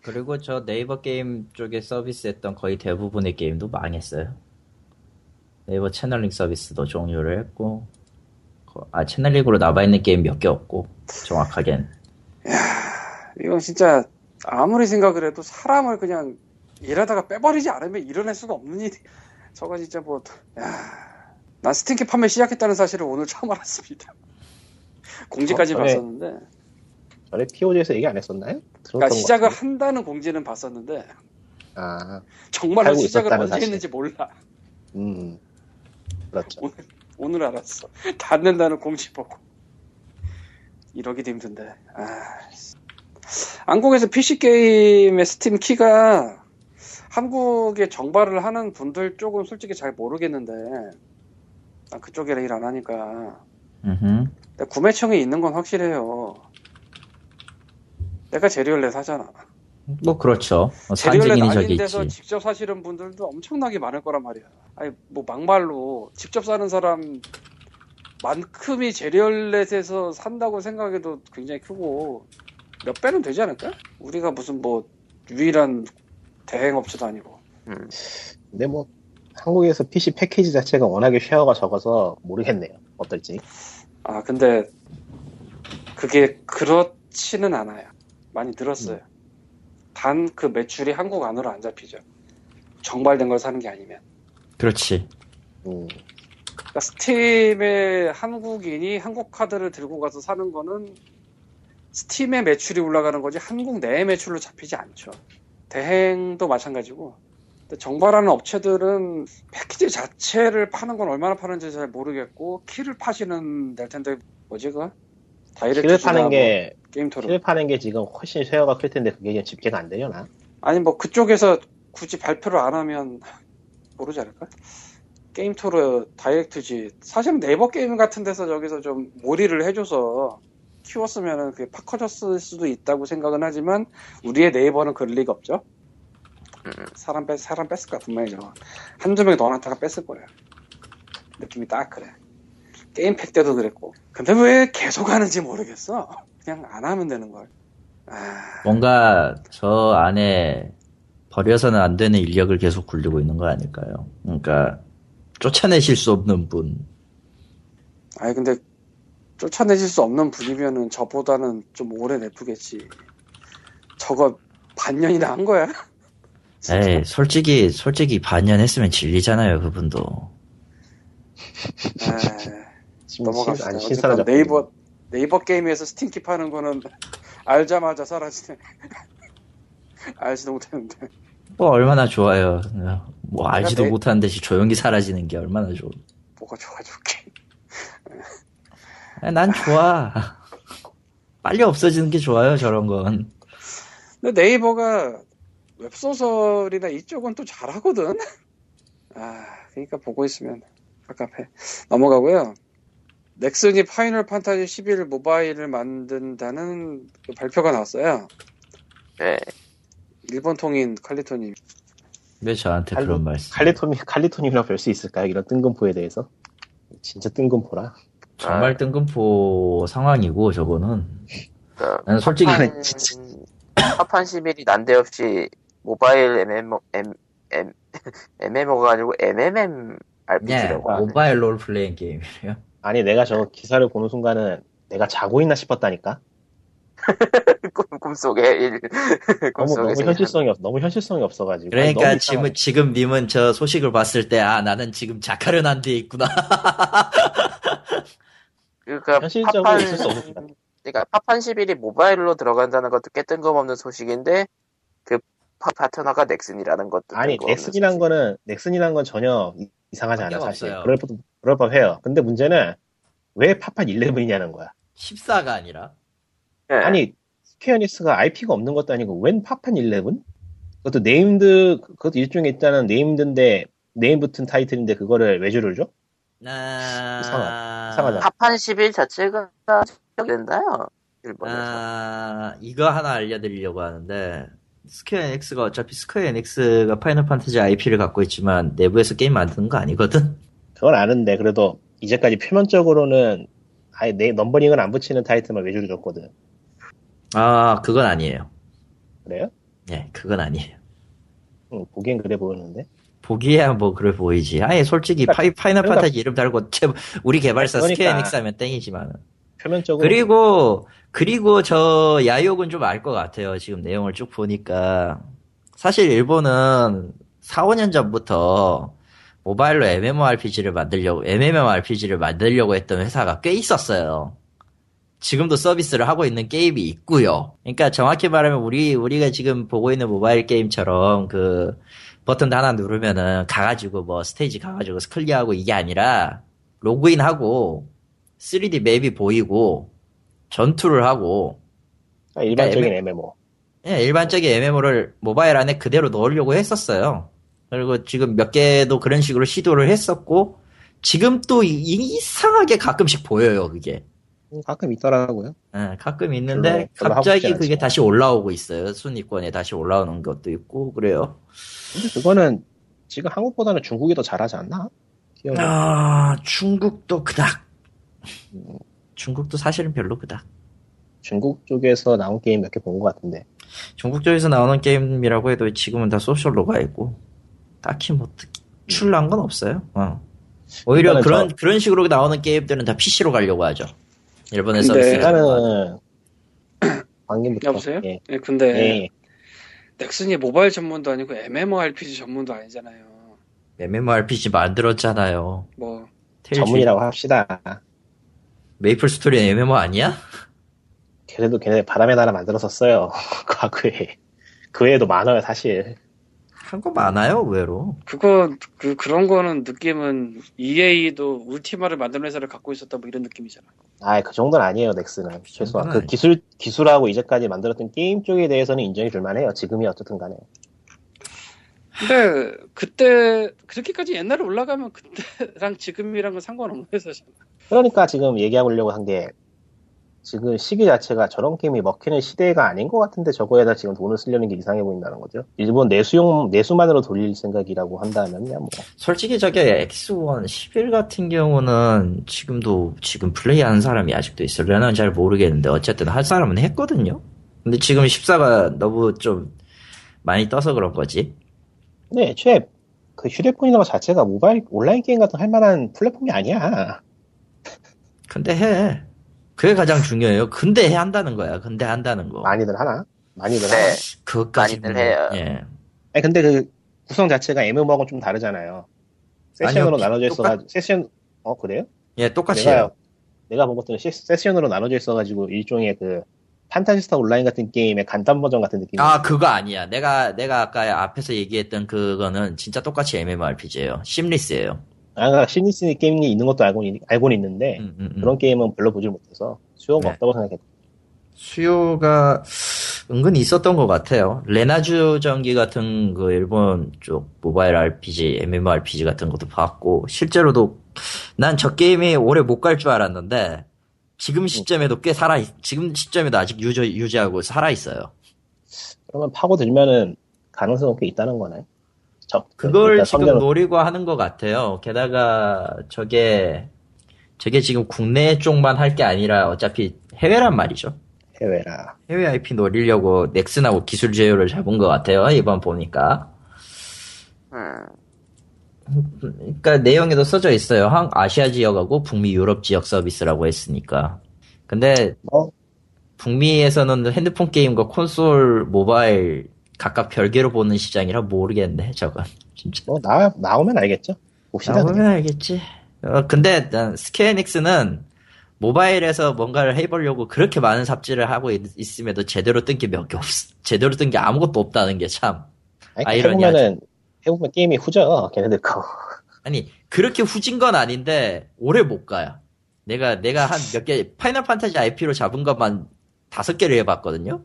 그리고 저 네이버 게임 쪽에 서비스했던 거의 대부분의 게임도 망했어요. 네이버 채널링 서비스도 종료를 했고 거- 아 채널링으로 남아 있는 게임 몇 개 없고 정확하게는 이건 진짜 아무리 생각을 해도 사람을 그냥 일하다가 빼버리지 않으면 일어날 수가 없는 일이 (laughs) 저거 진짜 뭐 야, 난 스팀키 판매 시작했다는 사실을 오늘 처음 알았습니다 (laughs) 공지까지 어, 그래. 봤었는데 전에 POG에서 얘기 안 했었나요? 들었던 그러니까 거 시작을 같은데. 한다는 공지는 봤었는데 아, 정말로 하고 시작을 있었다는 언제 사실. 했는지 몰라 음. 그렇죠. 오늘 알았어. (laughs) 닫는다는 공지 보고. 이러기도 힘든데. 아. 씨. 안국에서 PC게임의 스팀 키가 한국에 정발을 하는 분들 쪽은 솔직히 잘 모르겠는데. 난 그쪽에 일 안 하니까. 음흠. 근데 구매청이 있는 건 확실해요. 내가 제리얼렛 하잖아. 뭐 그렇죠 뭐 제리얼렛 산증인이 저기 아닌 데서 있지 직접 사시는 분들도 엄청나게 많을 거란 말이야. 아니 뭐 막말로 직접 사는 사람 만큼이 제리얼렛에서 산다고 생각해도 굉장히 크고 몇 배는 되지 않을까? 우리가 무슨 뭐 유일한 대행 업체도 아니고. 음. 근데 뭐, 한국에서 PC 패키지 자체가 워낙에 쉐어가 적어서 모르겠네요. 어떨지. 아 근데 그게 그렇지는 않아요. 많이 늘었어요. 음. 단 그 매출이 한국 안으로 안 잡히죠. 정발된 걸 사는 게 아니면. 그렇지 음. 그러니까 스팀에 한국인이 한국 카드를 들고 가서 사는 거는 스팀의 매출이 올라가는 거지 한국 내 매출로 잡히지 않죠. 대행도 마찬가지고. 근데 정발하는 업체들은 패키지 자체를 파는 건 얼마나 파는지 잘 모르겠고 키를 파시는 될 텐데 뭐지 그 다이렉트 뭐 키를 파는 게, 게임토로 키를 파는 게 지금 훨씬 쉐어가 클 텐데 그게 그냥 집계가 안 되려나? 아니 뭐 그쪽에서 굳이 발표를 안 하면 모르지 않을까? 게임 토르 다이렉트지. 사실 네이버 게임 같은 데서 저기서 좀 몰이를 해줘서 키웠으면은 그게 팍 커졌을 수도 있다고 생각은 하지만 우리의 네이버는 그럴 리가 없죠. 사람 뺐 사람 뺐을 거야 분명히 저거 한두 명이 너한테가 뺐을 거야. 느낌이 딱 그래. 게임팩 때도 그랬고. 근데 왜 계속 하는지 모르겠어. 그냥 안 하면 되는 걸. 아, 뭔가 저 안에 버려서는 안 되는 인력을 계속 굴리고 있는 거 아닐까요? 그러니까 쫓아내실 수 없는 분. 아니 근데 쫓아내실 수 없는 분이면은 저보다는 좀 오래 냅두겠지. 저거 반년이나 한 거야. 네, 진짜. 에이, 솔직히 솔직히 반년 했으면 질리잖아요, 그분도. 에이. 지금 신- 넘어갑시다. 아니, 어쨌든 신사라졌 네이버 네이버 게임에서 스팀키 파는 거는 (laughs) 알자마자 사라지네. (laughs) 알지도 못했는데. 뭐 얼마나 좋아요. 뭐 알지도 내- 못하는 대신 조용히 사라지는 게 얼마나 좋. 뭐가 좋아 좋게. 아, 난 좋아. (laughs) 빨리 없어지는 게 좋아요, 저런 건. 근데 네이버가 웹소설이나 이쪽은 또 잘하거든. 아, 그러니까 보고 있으면 갑갑해. 넘어가고요. 넥슨이 파이널 판타지 11 모바일을 만든다는 그 발표가 나왔어요. 네. 일본 통인 칼리토님. 왜 저한테 칼리- 그런 말씀? 칼리토니 칼리토님이랑 별 수 있을까요? 이런 뜬금포에 대해서 진짜 뜬금포라. 정말 아. 뜬금포 상황이고 저거는. 그러니까 나는 솔직히 예, 아, 음, 파판 11이 난데없이 모바일 MMO, M, (laughs) M, MMO가 아니고 예, MMMRPG라고 하네. (laughs) 모바일 롤 플레잉 게임이래요. 아니 내가 저 기사를 보는 순간은 내가 자고 있나 싶었다니까. 꿈, 꿈속에 일, (laughs) 그렇죠. 꿈속에 너무 너무 현실성이 없 너무 현실성이 없어가지고. 아니, 그러니까 너무 지금 지금 님은 저 소식을 봤을 때 아 나는 지금 자카르난 데 있구나. (laughs) 그러니까 현실적으로 파판, 있을 수 없는 거야. 그러니까 파판 11이 모바일로 들어간다는 것도 꽤 뜬금없는 소식인데 그 파, 파트너가 넥슨이라는 것도 아니 뜬금없는 넥슨이란 소식. 거는 넥슨이란 건 전혀 이- 이상하지 않아 관계가 사실. 없어요. 그럴 법 그럴 법해요. 근데 문제는 왜 파판 11이냐는 거야. 14가 아니라. 예. 아니 스퀘어닉스가 IP가 없는 것도 아니고 웬 파판 11? 그것도 네임드 그것도 일종의 일단은 네임드인데 네임 붙은 타이틀인데 그거를 외주를 줘? 아... 이상하- 이상하잖아. 파판 11 자체가 저기 된다요. 일본에서. 아, 이거 하나 알려드리려고 하는데, 스퀘어 엔엑스가 어차피 스퀘어 엔엑스가 파이널 판타지 IP를 갖고 있지만, 내부에서 게임 만드는 거 아니거든? 그건 아는데 그래도 이제까지 표면적으로는 아예 네 넘버링을 안 붙이는 타이틀만 외주를 줬거든. 아, 그건 아니에요. 그래요? 예, 그건 아니에요. 응, 보기엔 그래 보였는데. 보기에야 뭐 그래 보이지. 아니, 솔직히 파이, 파이널 그러니까- 판타지 이름 달고, 제- 우리 개발사 그러니까. 스퀘어 엔엑스 하면 땡이지만은. 표면적으로 그리고 그리고 저 야욕은 좀 알 것 같아요. 지금 내용을 쭉 보니까 사실 일본은 4, 5년 전부터 모바일로 MMORPG를 만들려고 MMORPG를 만들려고 했던 회사가 꽤 있었어요. 지금도 서비스를 하고 있는 게임이 있고요. 그러니까 정확히 말하면 우리 우리가 지금 보고 있는 모바일 게임처럼 그 버튼 하나 누르면은 가가지고 뭐 스테이지 가가지고 클리어하고 이게 아니라 로그인하고 3D 맵이 보이고 전투를 하고 아, 일반적인 그러니까 MMO. 예, 일반적인 MMO를 모바일 안에 그대로 넣으려고 했었어요. 그리고 지금 몇 개도 그런 식으로 시도를 했었고 지금 또 이- 이상하게 가끔씩 보여요 그게. 음, 가끔 있더라고요. 예, 가끔 있는데 별로- 별로 하고 갑자기 싶진 그게 않지만. 다시 올라오고 있어요. 순위권에 다시 올라오는 것도 있고 그래요. 근데 그거는 지금 한국보다는 중국이 더 잘하지 않나? 기억이 아 중국도 그닥. 중국도 사실은 별로 그닥. 중국 쪽에서 나온 게임 몇 개 본 것 같은데. 중국 쪽에서 나오는 게임이라고 해도 지금은 다 소셜로 가 있고 딱히 뭐 특- 출난 건 없어요. 어. 오히려 일단은 그런 저- 그런 식으로 나오는 게임들은 다 PC로 가려고 하죠. 일본의 근데 서비스. (clears throat) 일단은 방금부터 네. 여보세요? 예. 예, 근데 예. 넥슨이 모바일 전문도 아니고 MMORPG 전문도 아니잖아요. MMORPG 만들었잖아요. 뭐 테일즈- 전문이라고 합시다. 메이플 스토리 MMO 아니야? 걔네도 걔네 바람의 나라 만들었었어요. (laughs) 과거에. 그 외에도 많아요, 사실. 한 거 많아요, 의외로. 그거 그 그런 거는 느낌은 EA도 울티마를 만드는 회사를 갖고 있었다 뭐 이런 느낌이잖아. 아, 그 정도는 아니에요, 넥슨은. 최소한. 그 아니죠. 기술, 기술하고 이제까지 만들었던 게임 쪽에 대해서는 인정이 줄만해요. 지금이 어쨌든 간에. 근데 그때 그렇게까지 옛날에 올라가면 그때랑 지금이랑 은 상관없는 사실. 그러니까 지금 얘기하려고 한 게 지금 시기 자체가 저런 게임이 먹히는 시대가 아닌 것 같은데 저거에다 지금 돈을 쓰려는 게 이상해 보인다는 거죠. 일본 내수용 내수만으로 돌릴 생각이라고 한다면야 뭐. 솔직히 저게 X1 11 같은 경우는 지금도 지금 플레이하는 사람이 아직도 있으려나 잘 모르겠는데 어쨌든 할 사람은 했거든요. 근데 지금 14가 너무 좀 많이 떠서 그런 거지. 근데 애초에 그 휴대폰이나 자체가 모바일 온라인 게임 같은 할 만한 플랫폼이 아니야. 근데 해. 그게 가장 중요해요. 근데 해 한다는 거야. 근데 한다는 거. 많이들 하나? 많이들 하나? 네. 그것까지는 많이들 해요. 예. 아니 근데 그 구성 자체가 MMO하고는 좀 다르잖아요. 아니요, 세션으로 나눠져 똑같- 있어가지고 세션 어 그래요? 예, 똑같이 해요. 내가 내가 본 것들은 시- 세션으로 나눠져 있어가지고 일종의 그 판타지스타 온라인 같은 게임의 간단 버전 같은 느낌. 아, 그거 아니야. 내가, 내가 아까 앞에서 얘기했던 그거는 진짜 똑같이 MMORPG예요. 심리스예요. 아, 시니스 게임이 있는 것도 알고 알고 있는데 음, 음, 음. 그런 게임은 별로 보질 못해서 수요가 네. 없다고 생각했고 수요가 은근히 있었던 것 같아요. 레나주 전기 같은 그 일본 쪽 모바일 RPG, MMORPG 같은 것도 봤고, 실제로도 난 저 게임이 오래 못 갈 줄 알았는데, 지금 시점에도 꽤 살아, 있- 지금 시점에도 아직 유저, 유지하고 살아있어요. 그러면 파고들면은 가능성은 꽤 있다는 거네. 그러니까 저, 그걸 일단 지금 성장은- 노리고 하는 것 같아요. 게다가 저게, 저게 지금 국내 쪽만 할 게 아니라 어차피 해외란 말이죠. 해외라. 해외 IP 노리려고 넥슨하고 기술 제휴를 잡은 것 같아요. 이번 보니까. 음. 그러니까 내용에도 써져 있어요. 한 아시아 지역하고 북미 유럽 지역 서비스라고 했으니까. 근데 뭐 북미에서는 핸드폰 게임과 콘솔 모바일 각각 별개로 보는 시장이라 모르겠네. 저건 진짜. 뭐 나, 나오면 알겠죠? 봅시다. 나오면 그냥. 알겠지. 어, 근데 스케닉스는 모바일에서 뭔가를 해보려고 그렇게 많은 삽질을 하고 있, 음에도 제대로 뜬 게 몇 개 없, 제대로 뜬 게 아무것도 없다는 게 참. 아니, 그러니까 아이러니하죠. 해보면은, 해보면 게임이 후져. 걔네들 거. (laughs) 아니 그렇게 후진 건 아닌데 오래 못 가요. 내가 내가 한 몇 개 파이널 판타지 IP로 잡은 것만 다섯 개를 해봤거든요.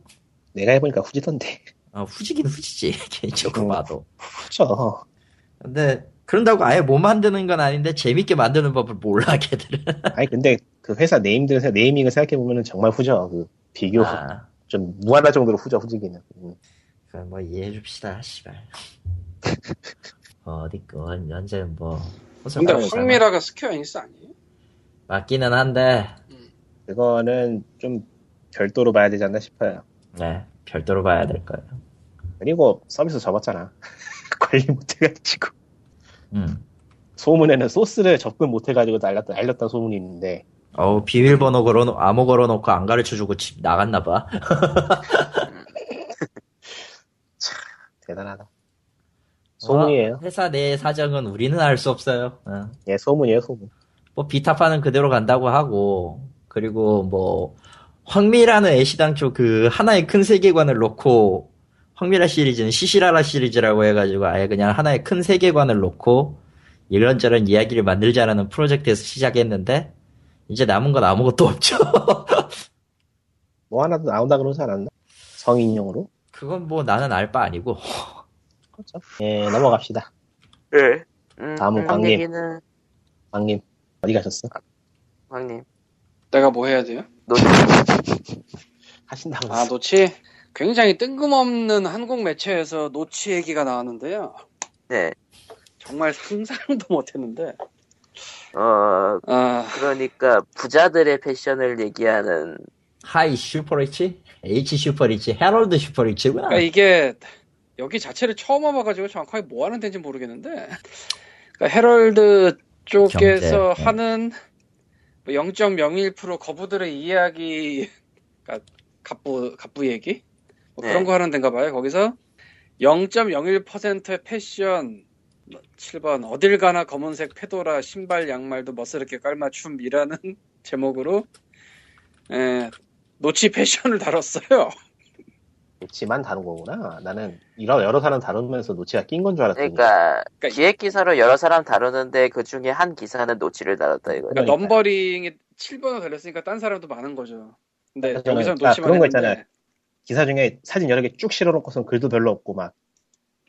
내가 해보니까 후지던데. (laughs) 어, 후지긴 후지지 (laughs) 개인적으로 음. 봐도. 후져. 근데 그런다고 아예 못 만드는 건 아닌데 재밌게 만드는 법을 몰라 걔들은. 아니, 근데 그 회사 네임들, 세- 네이밍을 생각해보면은 정말 후져. 그 비교, 아, 좀 무한할 정도로 후져, 후지기는. 음. 그럼 뭐 이해해줍시다 (laughs) 씨발. 뭐 어디 거 언제 뭐. 호소가 근데 없잖아. 황미라가 스퀘어 엔스 아니에요? 맞기는 한데 그거는 좀 별도로 봐야 되지 않나 싶어요. 네 별도로 봐야 될 거예요. 그리고 서비스 접었잖아. (laughs) 관리 못해가지고. 음. 소문에는 소스를 접근 못해가지고 날렸다, 날렸다 소문이 있는데. 어우 비밀번호 걸어 암호 걸어놓고 안 가르쳐주고 집 나갔나 봐. 대단하다. 소문이에요. 어, 회사 내 사정은 우리는 알 수 없어요. 어. 예, 소문이에요, 소문. 뭐 비타파는 그대로 간다고 하고 그리고 뭐 황미라는 애시당초 그 하나의 큰 세계관을 놓고 황미라 시리즈는 시시라라 시리즈라고 해가지고 아예 그냥 하나의 큰 세계관을 놓고 이런저런 이야기를 만들자라는 프로젝트에서 시작했는데 이제 남은 건 아무것도 없죠. (laughs) 뭐 하나 더 나온다 그러지 않았나? 성인용으로? 그건 뭐 나는 알 바 아니고 그렇죠. 예, 넘어갑시다. 예. 음, 다음은 음, 광님. 얘기는 왕님, 어디 가셨어? 광님. 내가 뭐 해야 돼요? 노 하신다고 아 했어. 노치 굉장히 뜬금없는 한국 매체에서 노치 얘기가 나왔는데요. 네. 정말 상상도 못했는데. 어 아 그러니까 부자들의 패션을 얘기하는 하이 슈퍼리치, H 슈퍼리치, 헤럴드 슈퍼리치구나. 그러니까 이게 여기 자체를 처음 와봐가지고 정확하게 뭐 하는 데인지 모르겠는데 그러니까 헤럴드 쪽에서 경제, 네. 하는 0.01% 거부들의 이야기 그러니까 갑부 갑부 얘기 뭐 그런 네. 거 하는 데인가 봐요 거기서 0.01%의 패션 7번 어딜 가나 검은색 페도라 신발 양말도 멋스럽게 깔맞춤이라는 (laughs) 제목으로 에, 노치 패션을 다뤘어요. 노치만 다룬 거구나. 나는 이런 여러 사람 다루면서 노치가 낀 건 줄 알았더니. 그러니까 그러니까 기획 기사로 여러 사람 다루는데 그 중에 한 기사는 노치를 달았다 이거. 그러니까 그러니까요. 넘버링이 7번으로 달렸으니까 딴 사람도 많은 거죠. 근데 저는 여기서는 아, 놓치만 그런 거 했는데 있잖아요. 기사 중에 사진 여러 개 쭉 실어놓고선 글도 별로 없고 막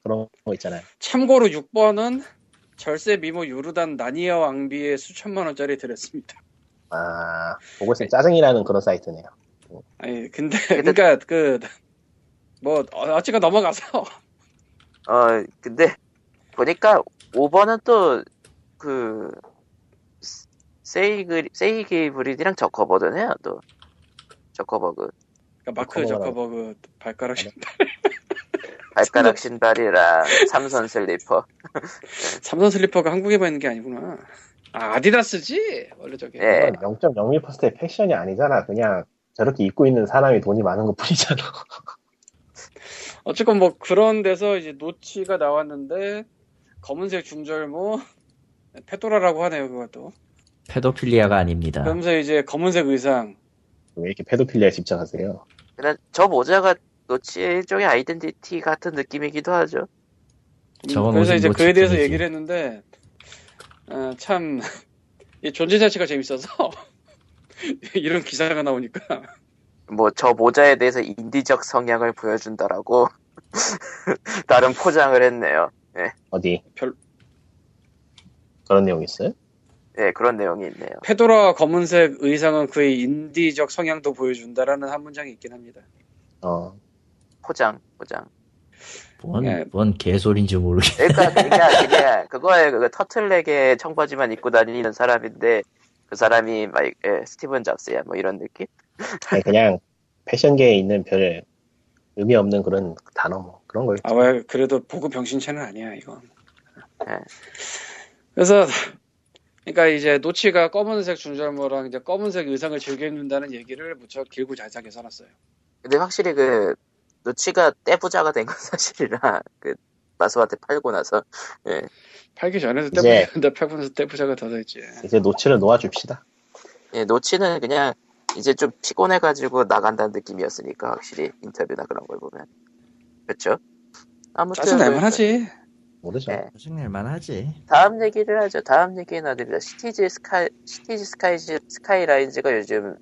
그런 거 있잖아요. 참고로 6번은 절세 미모 요르단 나니아 왕비의 수천만 원짜리 드렸습니다. (laughs) 아, 그것은 짜증이라는 그런 사이트네요. 아니 근데 그러니까 그 뭐 어찌가 넘어가서 (laughs) 그러니까 어, 근데 보니까 5번은 또 그 세이그 세이기 브리드랑 저커버든 해요 또 저커버그 그러니까 마크 저커버그 발가락 아, 네. 발가락 신발이랑 삼선 슬리퍼 (laughs) 삼선 슬리퍼가 한국에만 있는 게 아니구나. 아 아디다스지 원래 저게. (laughs) 예. 그건 0.01%의 패션이 아니잖아. 그냥 저렇게 입고 있는 사람이 돈이 많은 것 뿐이잖아. (laughs) 어쨌건 뭐 그런 데서 이제 노치가 나왔는데 검은색 중절모 페도라라고 하네요 그것도. 페도필리아가 아닙니다. 그러면서 이제 검은색 의상 왜 이렇게 페도필리아에 집착하세요? 근데 저 모자가 노치 일종의 아이덴티티 같은 느낌이기도 하죠 음, 저건 뭐 그래서 오직 이제 노치 그에 대해서 뿐이지. 얘기를 했는데 어, 참 (laughs) 이 존재 자체가 재밌어서 (laughs) 이런 기사가 나오니까 뭐 저 모자에 대해서 인디적 성향을 보여준다라고 (laughs) 다른 포장을 했네요 어디? 별- 그런 내용 있어요? 예 그런 내용이 있네요 페도라 검은색 의상은 그의 인디적 성향도 보여준다라는 한 문장이 있긴 합니다. 어, 포장 포장 뭔, 예. 뭔 개소리인지 모르겠. 그러니까 그러니까 그냥 그거에 그 터틀넥에 청바지만 입고 다니는 사람인데 그 사람이 막 예, 스티븐 잡스야 뭐 이런 느낌? 아니, 그냥 패션계에 있는 별 의미 없는 그런 단어 뭐 그런 걸. 아, 왜, 그래도 보고 병신체는 아니야, 이건. 네. 그래서, 그러니까 이제 노치가 검은색 중절모랑 이제 검은색 의상을 즐겨 입는다는 얘기를 무척 길고 잘하게 써놨어요. 근데 확실히 그 노치가 떼부자가 된 건 (laughs) 사실이라 그 마수한테 팔고 나서 팔기 전에도 이제- (laughs) 떼부자인데 팔고서 떼부자가 더 됐지. 이제 노치를 놓아줍시다. 예, 노치는 그냥 이제 좀 피곤해가지고 나간다는 느낌이었으니까 확실히 인터뷰나 그런 걸 보면 그렇죠? 아무튼 짜증날만 하지. 모르죠. 네. 짜증낼만 하지. 그 다음 얘기를 하죠. 다음 얘기는 어디입니다. 시티즈 스카이 시티즈 스카이즈 스카이라인즈가 요즘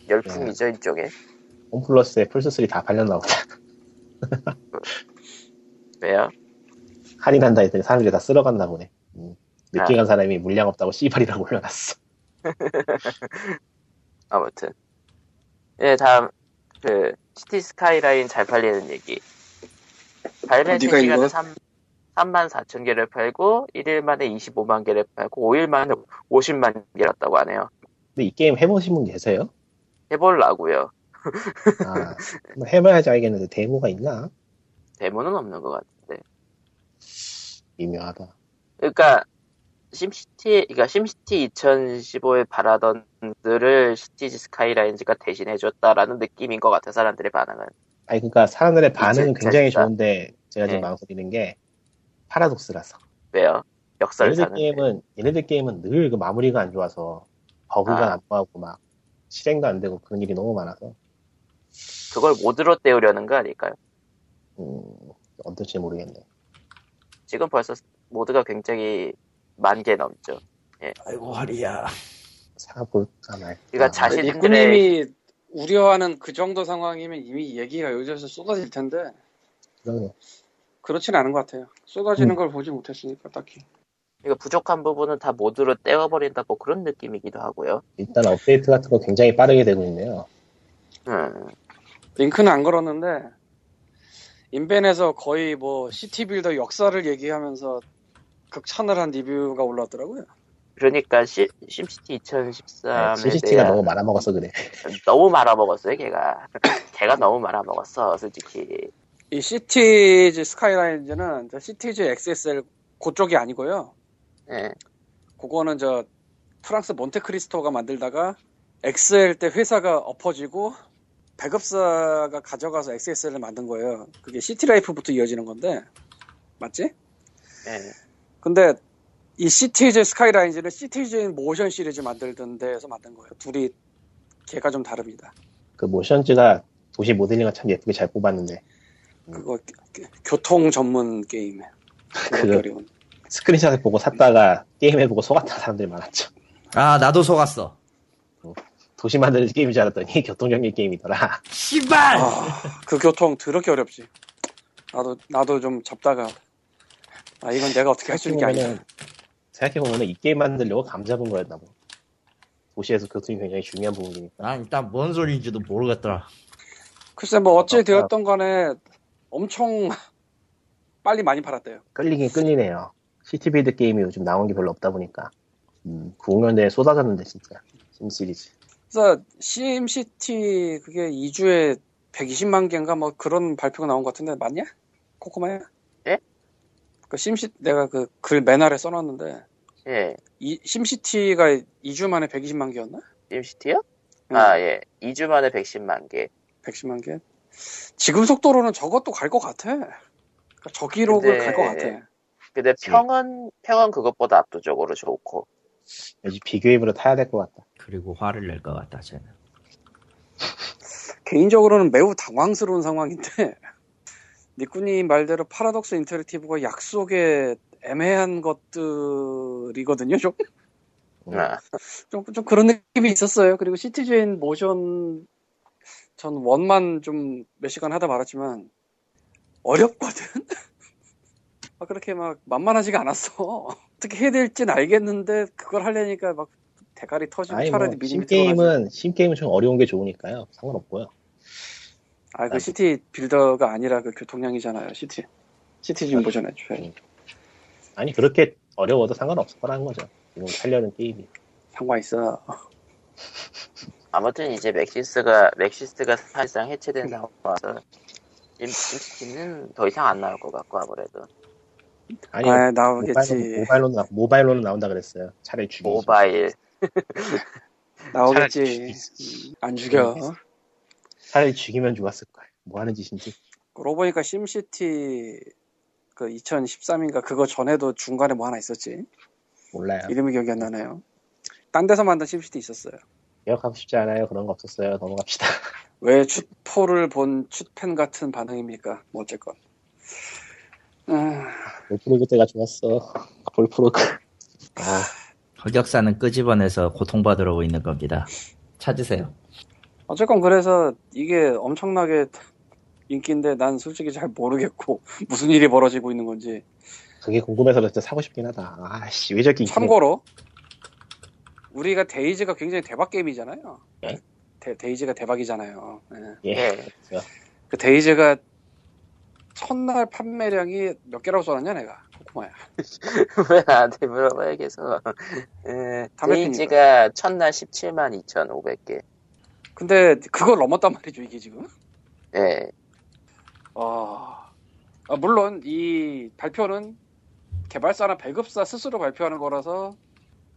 네. 열풍이죠 이쪽에 홈플러스에 플스3 다 팔렸나 보다. 왜요? 할인한다 했더니 사람들이 다 쓸어갔나 보네. 음. 늦게 아. 간 사람이 물량 없다고 씨발이라고 올려놨어. 아무튼 예 다음 그 시티 스카이라인 잘 팔리는 얘기 발매 어디가 3시간에 이거? 3, 3만 4천 개를 팔고 1일 만에 25만 개를 팔고 5일 만에 50만 개였다고 하네요 근데 이 게임 해보신 분 계세요? 해보려고요 아, 한번 해봐야지 알겠는데 데모가 있나? 데모는 없는 것 같은데 미묘하다. 그러니까 심시티 그러니까 심시티 2015에 바라던 들을 시티즈 스카이라인즈가 대신해줬다라는 느낌인 것 같아 사람들의 반응은 아니 그러니까 사람들의 반응은 이제 굉장히 됐다. 좋은데 제가 네. 지금 망설이는 게 파라독스라서 왜요? 얘네들 역설상은 게임은 얘네들 게임은 늘 그 마무리가 안 좋아서 버그가 아. 난무하고 막 실행도 안 되고 그런 일이 너무 많아서 그걸 모드로 때우려는 거 아닐까요? 음, 어떨지 모르겠네. 지금 벌써 모드가 굉장히 만 개 넘죠. 아이고 허리야. 사볼까 말까. 그러니까 자신- 자신들의- 니꾸님이 우려하는 그 정도 상황이면 이미 얘기가 여기서 쏟아질 텐데, 그러네. 그렇진 않은 것 같아요. 쏟아지는 음. 걸 보지 못했으니까, 딱히. 그러니까 부족한 부분은 다 모드로 떼어버린다 뭐 그런 느낌이기도 하고요. 일단 업데이트 같은 거 굉장히 빠르게 되고 있네요. 음, 링크는 안 걸었는데 인벤에서 거의 뭐 시티빌더 역사를 얘기하면서 극찬을 한 리뷰가 올라왔더라고요. 그러니까 시- 심시티 네, 2013에 CCT가 대한 너무 말아먹어서 그래. 너무 말아먹었어요, 걔가. (clears throat) 걔가 너무 말아먹었어, 솔직히. 이 시티즈 스카이라인즈는 저 시티즈 XSL 그쪽이 아니고요. 예. 그거는 저 프랑스 몬테크리스토가 만들다가 XL 때 회사가 엎어지고 배급사가 가져가서 XSL을 만든 거예요. 그게 시티라이프부터 이어지는 건데 맞지? 예. 근데 이 시티즈 스카이라인즈는 시티즈 모션 시리즈 만들던 데에서 만든 거예요. 둘이 걔가 좀 다릅니다. 그 모션즈가 도시 모델링을 참 예쁘게 잘 뽑았는데 그거 교- 교- 교통 전문 게임. 그거- 어려운. 스크린샷을 보고 샀다가 게임 해보고 속았다는 사람들이 많았죠. (laughs) 아 나도 속았어. 도시 만드는 게임인 (laughs) 줄 알았더니 교통정리 게임이더라. 씨발. 아, 그 교통 더럽게 어렵지. 나도 나도 좀 접다가 아 이건 내가 어떻게 할 수 있는 게 아니다. 생각해보면 이 게임 만들려고 감 잡은 거였나 봐. 도시에서 교통이 굉장히 중요한 부분이니까. 난 아, 일단 뭔 소리인지도 모르겠더라. 글쎄 뭐 어찌 되었던 간에 엄청 (laughs) 빨리 많이 팔았대요. 끌리긴 끌리네요. 시티빌드 게임이 요즘 나온 게 별로 없다 보니까. 음, 90년대에 쏟아졌는데, 진짜. 심 시리즈. 그래서 CMCT 그게 2주에 120만 개인가 뭐 그런 발표가 나온 것 같은데 맞냐? 코코마야? 예? 그 심시 내가 그 글 맨 아래 써놨는데 예. 이 심시티가 2주 만에 120만 개였나? 임시티요? 응, 아, 예. 2주 만에 110만 개. 110만 개. 지금 속도로는 저것도 갈 것 같아. 그러니까 저 기록을 근데- 갈 것 같아. 근데 평은, 평은 그것보다 압도적으로 좋고. 왠지 비교입으로 타야 될 것 같다. 그리고 화를 낼 것 같다, 쟤는. 개인적으로는 매우 당황스러운 상황인데 (laughs) 니꾸님 말대로 파라독스 인터랙티브가 약속의 애매한 것들이거든요. 좀 음. 아, 좀, 좀 그런 느낌이 있었어요. 그리고 시티즌 모션 전 원만 좀 몇 시간 하다 말았지만 어렵거든. (laughs) 막 그렇게 막 만만하지가 않았어. (laughs) 어떻게 해야 될진 알겠는데 그걸 하려니까 막 대가리 터지고 아니, 뭐, 차라리 미리 들어가지. 신게임은, 신게임은 좀 어려운 게 좋으니까요. 상관없고요. 네. 아그 시티 빌더가 아니라 그 교통량이잖아요. 시티 아, 네. 시티즌 모션 애초에 아니, 그렇게 어려워도 상관없을 거라는 거죠. 지금 살려는 게임이. 상관 있어. 아, 아무튼 이제 맥시스가, 맥시스가 사실상 해체된 상황이라서, 임시티는 더 이상 안 나올 것 같고, 아무래도. 아니, 아 모바일로, 나오겠지. 모바일로, 나- 모바일로는 나온다 그랬어요. 차라리 죽이지. 모바일. (laughs) 나오겠지. 음, 안 네, 죽여. 차라리 죽이면 좋았을 거야. 뭐 하는 짓인지. 그러고 보니까 심시티 그 2013인가 그거 전에도 중간에 뭐 하나 있었지 네. 몰라요. 이름이 기억이 안 나네요 딴 데서 만든 심시티 있었어요 기억하고 싶지 않아요. 그런 거 없었어요. 넘어갑시다. (laughs) 왜 추포를 본 추팬 같은 반응입니까 뭐 어쨌건 음, 볼프로그 때가 좋았어. 볼프로그. 아, 흑역사는 끄집어내서 고통받으러 있는 겁니다. 찾으세요. 어쨌건 그래서 이게 엄청나게 인기인데 난 솔직히 잘 모르겠고 (laughs) 무슨 일이 벌어지고 있는 건지 그게 궁금해서 진짜 사고 싶긴 하다. 아씨, 왜 저렇게 참고로 우리가 데이즈가 굉장히 대박 게임이잖아요 예? 데, 데이즈가 대박이잖아요 예. 인기가- 예. 예. 그 데이즈가 첫날 판매량이 몇 개라고 써놨냐 내가 코코마야 왜 나한테 물어봐요, 계속. 에, 담배 데이지가 첫날 17만 2,500개. 근데 그걸 넘었단 말이죠 이게 지금 예. 어... 아, 물론 이 발표는 개발사나 배급사 스스로 발표하는 거라서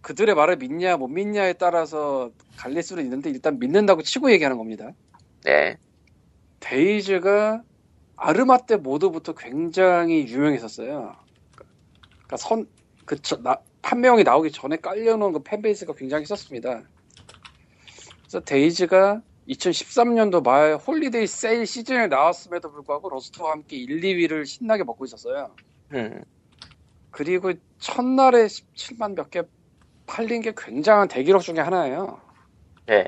그들의 말을 믿냐 못 믿냐에 따라서 갈릴 수는 있는데 일단 믿는다고 치고 얘기하는 겁니다 네. 데이즈가 아르마 때 모드부터 굉장히 유명했었어요 그러니까 선... 그 저- 나- 판매형이 나오기 전에 깔려놓은 그 팬베이스가 굉장히 있었습니다 그래서 데이즈가 2013년도 말 홀리데이 세일 시즌에 나왔음에도 불구하고 로스트와 함께 1, 2위를 신나게 먹고 있었어요. 음. 그리고 첫날에 17만 몇 개 팔린 게 굉장한 대기록 중에 하나예요. 예.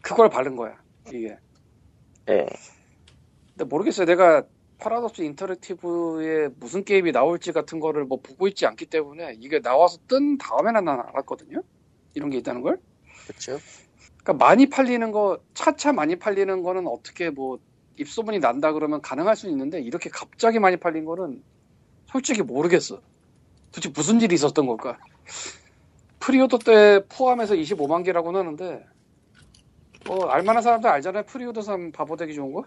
그걸 바른 거야, 이게. 예. 근데 모르겠어요. 내가 파라독스 인터랙티브에 무슨 게임이 나올지 같은 거를 뭐 보고 있지 않기 때문에 이게 나와서 뜬 다음에나 난 알았거든요. 이런 게 있다는 걸. 그쵸? 그러니까 많이 팔리는 거 차차 많이 팔리는 거는 어떻게 뭐 입소문이 난다 그러면 가능할 수는 있는데 이렇게 갑자기 많이 팔린 거는 솔직히 모르겠어. 도대체 무슨 일이 있었던 걸까? (laughs) 프리오도 때 포함해서 25만 개라고는 하는데 뭐 알만한 사람들 알잖아요. 프리오도 삼 바보 되기 좋은 거?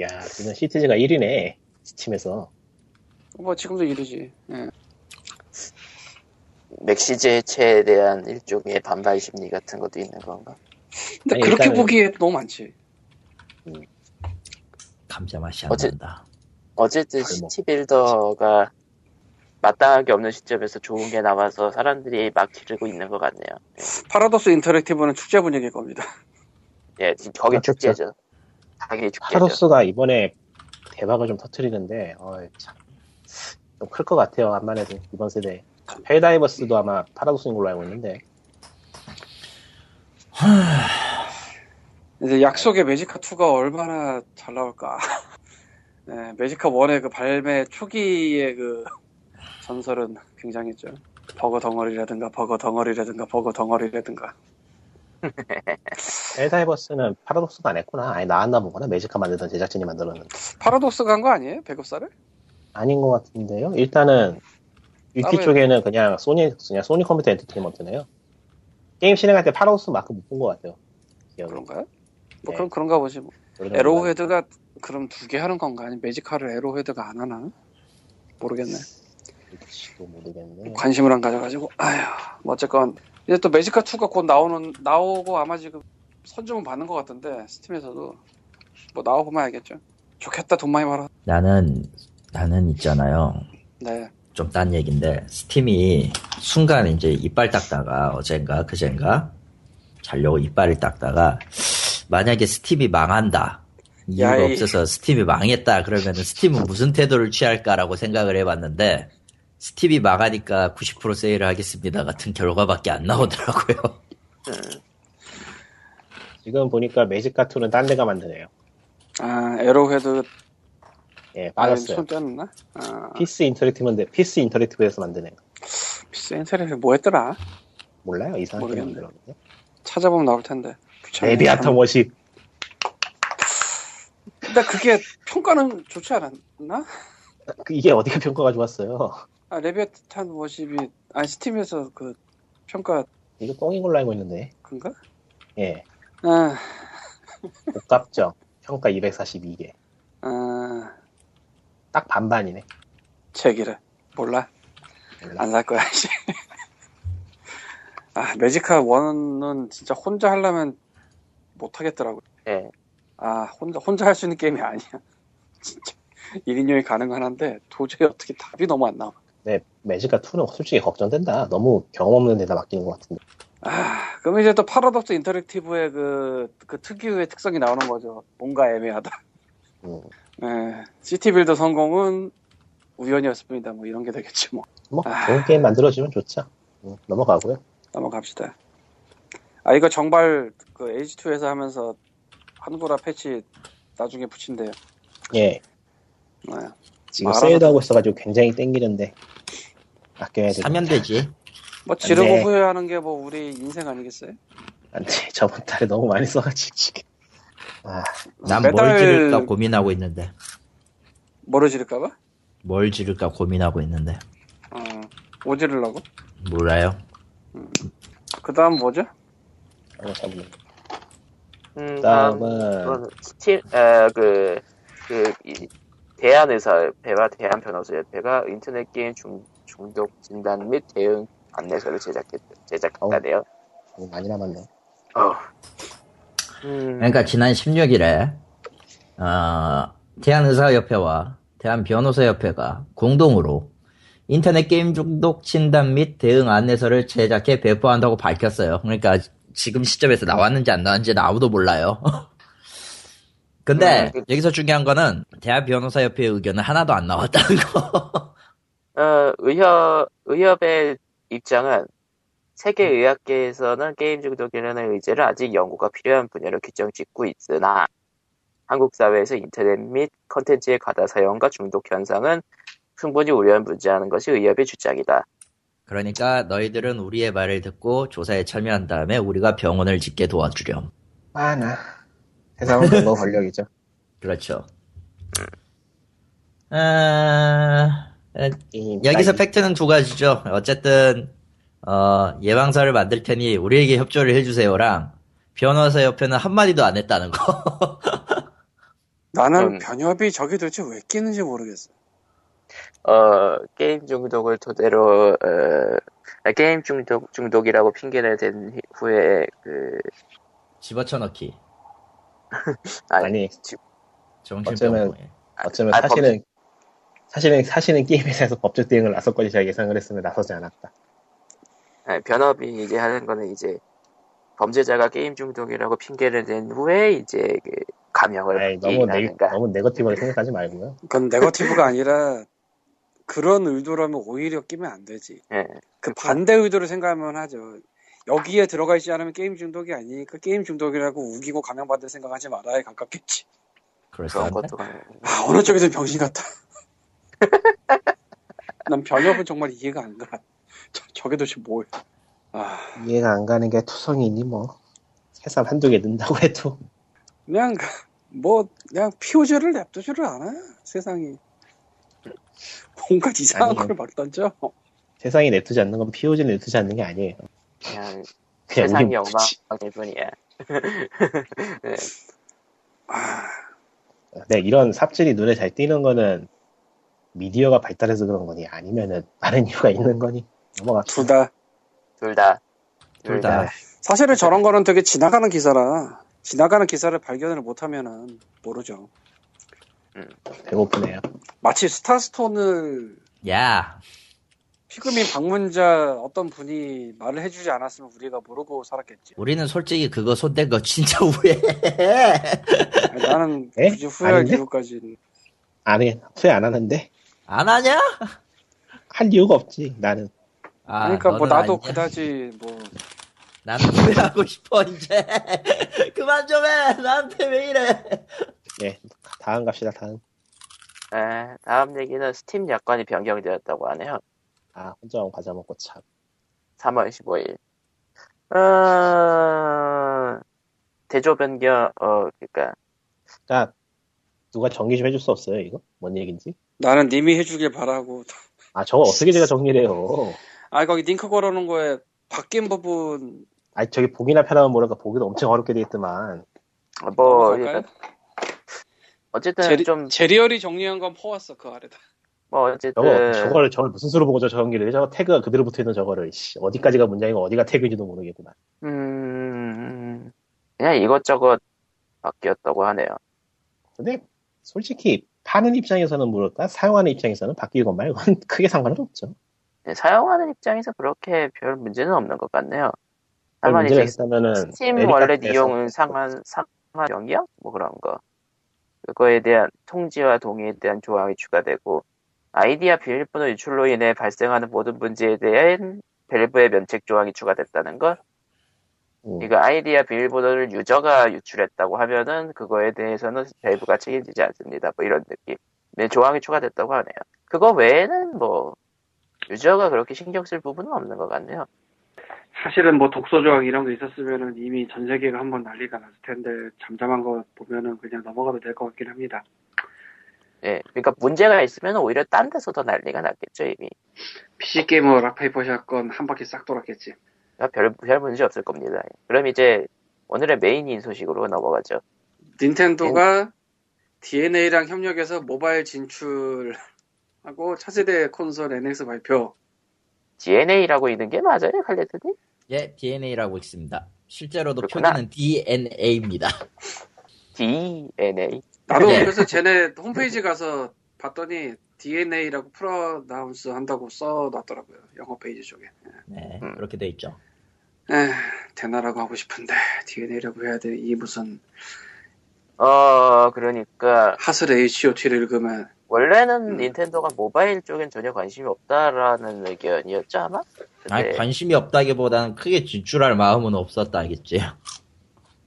야, 지금 시티즈가 1위네. 스팀에서. 뭐 지금도 이러지. 예. 맥시즈 해체에 대한 일종의 반발 심리 같은 것도 있는 건가? 근데 아니, 그렇게 일단은- 보기에 너무 많지. 감자 맛이 안 어째- 난다. 어쨌든 발목. 시티빌더가 마땅하게 없는 시점에서 좋은 게 나와서 사람들이 막 지르고 있는 것 같네요. 파라도스 인터랙티브는 축제 분위기일 겁니다. 예, 지금 거기 맞겠죠. 축제죠. 당연히 축제죠. 파로스가 이번에 대박을 좀 터트리는데, 어이, 참. 좀 클 것 같아요. 안만 해도. 이번 세대. 헬다이버스도 아마 파라독스인 걸로 알고 있는데. 이제 약속의 매지카 2가 얼마나 잘 나올까. (laughs) 네, 매지카 1의 그 발매 초기의 그 전설은 굉장했죠. 버거 덩어리라든가 버거 덩어리라든가 버거 덩어리라든가. 헬사이버스는 파라독스도 안 했구나. 아니, 나왔나 보구나. 매직카 만들던 제작진이 만들었는데. 파라독스가 한 거 아니에요? 백업사를? 아닌 것 같은데요. 일단은, 위키 따로 쪽에는 그냥 소니, 그냥 소니 컴퓨터 엔터테인먼트네요. 게임 실행할 때 파라독스 마크 못 본 것 같아요. 기억에. 그런가요? 뭐 네. 그런 그런가 보지 뭐. 그런 건 몰라요. 에로헤드가 그럼 두 개 하는 건가? 아니 매지카를 에로헤드가 안 하나? 모르겠네. 위키도 모르겠네. 관심을 안 가져가지고 아휴 뭐 어쨌건 이제 또 매지카 2가 곧 나오는 나오고 아마 지금 선주문 받는 것 같던데 스팀에서도 뭐 나와보면 알겠죠 좋겠다 돈 많이 벌어 나는, 나는 있잖아요. 네 좀 딴 얘기인데 스팀이 순간 이제 이빨 닦다가 어젠가 그젠가 자려고 이빨을 닦다가 만약에 스팀이 망한다 이유가 야이. 없어서 스팀이 망했다 그러면 스팀은 무슨 태도를 취할까라고 생각을 해봤는데 스팀이 망하니까 90% 세일을 하겠습니다 같은 결과밖에 안 (laughs) 나오더라고요 지금 보니까 매직카 2는 딴 데가 만드네요. 아, 에로헤드 예, 아예 빠졌어요. 손 떼었나? 아, 피스 인터랙티브인데, 피스 인터랙티브에서 만드네요. 피스 인터넷에 뭐 했더라? 몰라요? 이상한 게임 모르겠네. 만들었는데. 찾아보면 나올 텐데 귀찮네. 데비아터 워십. 근데 그게 평가는 좋지 않았나? 그 이게 어디가 평가가 좋았어요. 아, 레비아탄 워십이 아니 스팀에서 그 평가 이거 뻥인 걸로 알고 있는데. 그런가? 예. 아, 복합정. 평가 242개. 아, 딱 반반이네. 책이래 몰라 몰라. 안 살 거야, 씨. 아, 매지카 1은 진짜 혼자 하려면 못 하겠더라고. 예. 아, 혼자, 혼자 할 수 있는 게임이 아니야. (laughs) 진짜. 1인용이 가능한데, 도저히 어떻게 답이 너무 안 나와. 네, 매직카 2는 솔직히 걱정된다. 너무 경험 없는 데다 맡기는 것 같은데. 아, 그럼 이제 또 파라독스 인터랙티브의 그, 그 특유의 특성이 나오는 거죠. 뭔가 애매하다. 음. 예. 시티 빌더 성공은 우연이었습니다. 뭐 이런 게 되겠지, 뭐. 뭐, 아. 좋은 게임 만들어주면 좋죠. 음, 넘어가고요. 넘어갑시다. 아 이거 정발 그 H2에서 하면서 한도라 패치 나중에 붙인대요. 예. 네. 지금 알아서 세일도 하고 있어가지고 굉장히 땡기는데. 아껴야 돼. 사면 되지 뭐 지르고 네. 후회하는 게 뭐 우리 인생 아니겠어요? 안 돼. (laughs) 저번 달에 너무 많이 써가지고, 지금. 아, 난 뭘 매달- 지를까 고민하고 있는데 뭐를 지를까봐? 뭘 지를까 고민하고 있는데 어, 뭐 지르려고? 몰라요 그 다음 뭐죠? 이거 잡으면. 음, 다음 어, 다음은, 이건 스팀 에그그 대한 의사 협회와 대한 변호사 협회가 인터넷 게임 중, 중독 진단 및 대응 안내서를 제작했 제작했다네요. 어, 많이 남았네. 어. 음, 그러니까 지난 16일에 어, 대한의사협회와 대한변호사협회가 공동으로 인터넷 게임 중독 진단 및 대응 안내서를 제작해 배포한다고 밝혔어요. 그러니까 지금 시점에서 나왔는지 안 나왔는지는 아무도 몰라요. (laughs) 근데 음, 여기서 중요한 거는 대한변호사협회의 의견은 하나도 안 나왔다는 거. (laughs) 어, 의협 의협의 입장은 세계 의학계에서는 게임 중독이라는 의제를 아직 연구가 필요한 분야로 규정 짓고 있으나 한국 사회에서 인터넷 및 컨텐츠의 과다 사용과 중독 현상은 충분히 우려한 문제라는 것이 의협의 주장이다. 그러니까 너희들은 우리의 말을 듣고 조사에 참여한 다음에 우리가 병원을 짓게 도와주렴. 많아. 세상은 그거 권력이죠. 그렇죠. 아, 에, (laughs) 게임 여기서 따위. 팩트는 두 가지죠. 어쨌든 어, 예방사를 만들 테니 우리에게 협조를 해주세요랑 변호사 옆에는 한 마디도 안 했다는 거. (laughs) 나는 음. 변협이 저게 도대체 왜 끼는지 모르겠어. 어, 게임 중독을 토대로, 어, 게임 중독, 중독이라고 핑계를 댄 히- 후에, 그, 집어쳐넣기. 아니, 정신병. 어쩌면 아, 사실은 사실은 사실은 게임에 대해서 (laughs) 법적 대응을 나설 것이 제가 예상을 했으면 나서지 않았다. 아니, 예, 변업이 이제 하는 거는 이제, 범죄자가 게임 중독이라고 핑계를 댄 후에, 이제, 그, 감형을 아이, 받기 너무 네, 라든가 너무 네거티브하게 생각하지 말고요. 그건 네거티브가 아니라 그런 의도라면 오히려 끼면 안 되지. 예. 그 반대 의도를 생각하면 하죠. 여기에 들어가 있지 않으면 게임 중독이 아니니까 게임 중독이라고 우기고 감형받을 생각하지 말아야 가깝겠지. 그런 그럴싸한데? 것도 가능. 아, (laughs) 어느 쪽이든 병신 같다. 난 병협은 정말 이해가 안 가. 저, 저게 도대체 뭐야? 아, 이해가 안 가는 게 투성이니 뭐 새삼 한두 개 넣는다고 해도 (laughs) 그냥 뭐 그냥 피오지를 냅두지를 않아 세상이. 뭔가 이상한 아니요. 걸 막 던져. 세상에 내투지 않는 건 POG를 내투지 않는 게 아니에요. 그냥 그냥 세상이 우리 엉망일 뿐이야. 아, 네, 이런 삽질이 눈에 잘 띄는 거는 미디어가 발달해서 그런 거니 아니면은 (laughs) 다른 이유가 있는 거니 넘어갑시다. 둘 다. 둘 다. 둘 다. 사실은 저런 거는 되게 지나가는 기사라 지나가는 기사를 발견을 못하면은 모르죠. 배고프네요. 마치 스타스톤을 야, 피그민 방문자 어떤 분이 말을 해주지 않았으면 우리가 모르고 살았겠지. 우리는 솔직히 그거 손댄 거 진짜 (laughs) 후회해. 아니, 나는 에? 굳이 후회할 아닌데? 이유까지는 안 해, 후회 안 하는데 안 하냐? 할 이유가 없지 나는. 아, 그러니까 뭐 너는 나도 아니냐? 그다지 뭐 나는 후회하고 싶어 이제. (laughs) 그만 좀 해. 나한테 왜 이래? 네, 다음 갑시다 다음. 네, 다음 얘기는 스팀 약관이 변경되었다고 하네요. 아 혼자 과자 먹고 참. 3월 15일. 어... 대조 변경, 어, 그니까, 그러니까 누가 정리 좀 해줄 수 없어요 이거? 뭔 얘긴지? 나는 님이 해주길 바라고. 아 저거 어떻게 제가 정리를 해요? 아 거기 링크 걸어놓은 거에 바뀐 부분 아 저기 보기나 편하면 모를까 보기도 엄청 어렵게 돼 있더만. 어, 뭐, 예. 넘어갈까요? 그러니까 네, 어쨌든 제리, 좀, 제리얼이 정리한 건 퍼왔어 그 아래다. 뭐, 어쨌든, 저거 저거를 저걸 무슨 수로 보고 저 정리를 해? 저거 태그가 그대로 붙어 있는 저거를 씨, 어디까지가 문장이고 어디가 태그인지도 모르겠구나. 음, 그냥 이것저것 바뀌었다고 하네요. 근데 솔직히 파는 입장에서는 모를까 사용하는 입장에서는 바뀌는 것 말고는 (laughs) 크게 상관은 없죠. 네, 사용하는 입장에서 그렇게 별 문제는 없는 것 같네요. 별 다만 문제가 이제 있다면은 스팀 메리 원래 같은 데서 이용은 상한 상한 영역 뭐 그런 거 그거에 대한 통지와 동의에 대한 조항이 추가되고 아이디와 비밀번호 유출로 인해 발생하는 모든 문제에 대한 밸브의 면책 조항이 추가됐다는 것 음. 이거 아이디와 비밀번호를 유저가 유출했다고 하면은 그거에 대해서는 밸브가 책임지지 않습니다 뭐 이런 느낌 네, 조항이 추가됐다고 하네요 그거 외에는 뭐 유저가 그렇게 신경 쓸 부분은 없는 것 같네요 사실은 뭐 독소 조항 이런 게 있었으면은 이미 전 세계가 한번 난리가 났을 텐데 잠잠한 거 보면은 그냥 넘어가도 될 것 같긴 합니다. 예 그러니까 문제가 있으면 오히려 딴 데서 더 난리가 났겠죠 이미 PC 게이머 락페이퍼 샷건 한 바퀴 싹 돌았겠지. 아, 별, 별 문제 없을 겁니다. 예. 그럼 이제 오늘의 메인인 소식으로 넘어가죠. 닌텐도가 DNA랑 협력해서 모바일 진출하고 차세대 콘솔 NX 발표. DNA라고 있는 게 맞아요, 칼레트님? 예, DNA라고 있습니다. 실제로도 그렇구나. 표기는 (laughs) DNA입니다. DNA. 나도 네. 그래서 쟤네 홈페이지 가서 봤더니 DNA라고 프로나운스 한다고 써놨더라고요. 영어 페이지 쪽에. 네, 음. 그렇게 돼 있죠. 에 대나라고 하고 싶은데 DNA라고 해야 돼. 이 무슨 어, 그러니까 하슬 HOT를 읽으면 원래는 음. 닌텐도가 모바일 쪽엔 전혀 관심이 없다라는 의견이었죠, 아마? 근데 아니, 관심이 없다기보다는 크게 진출할 마음은 없었다겠지.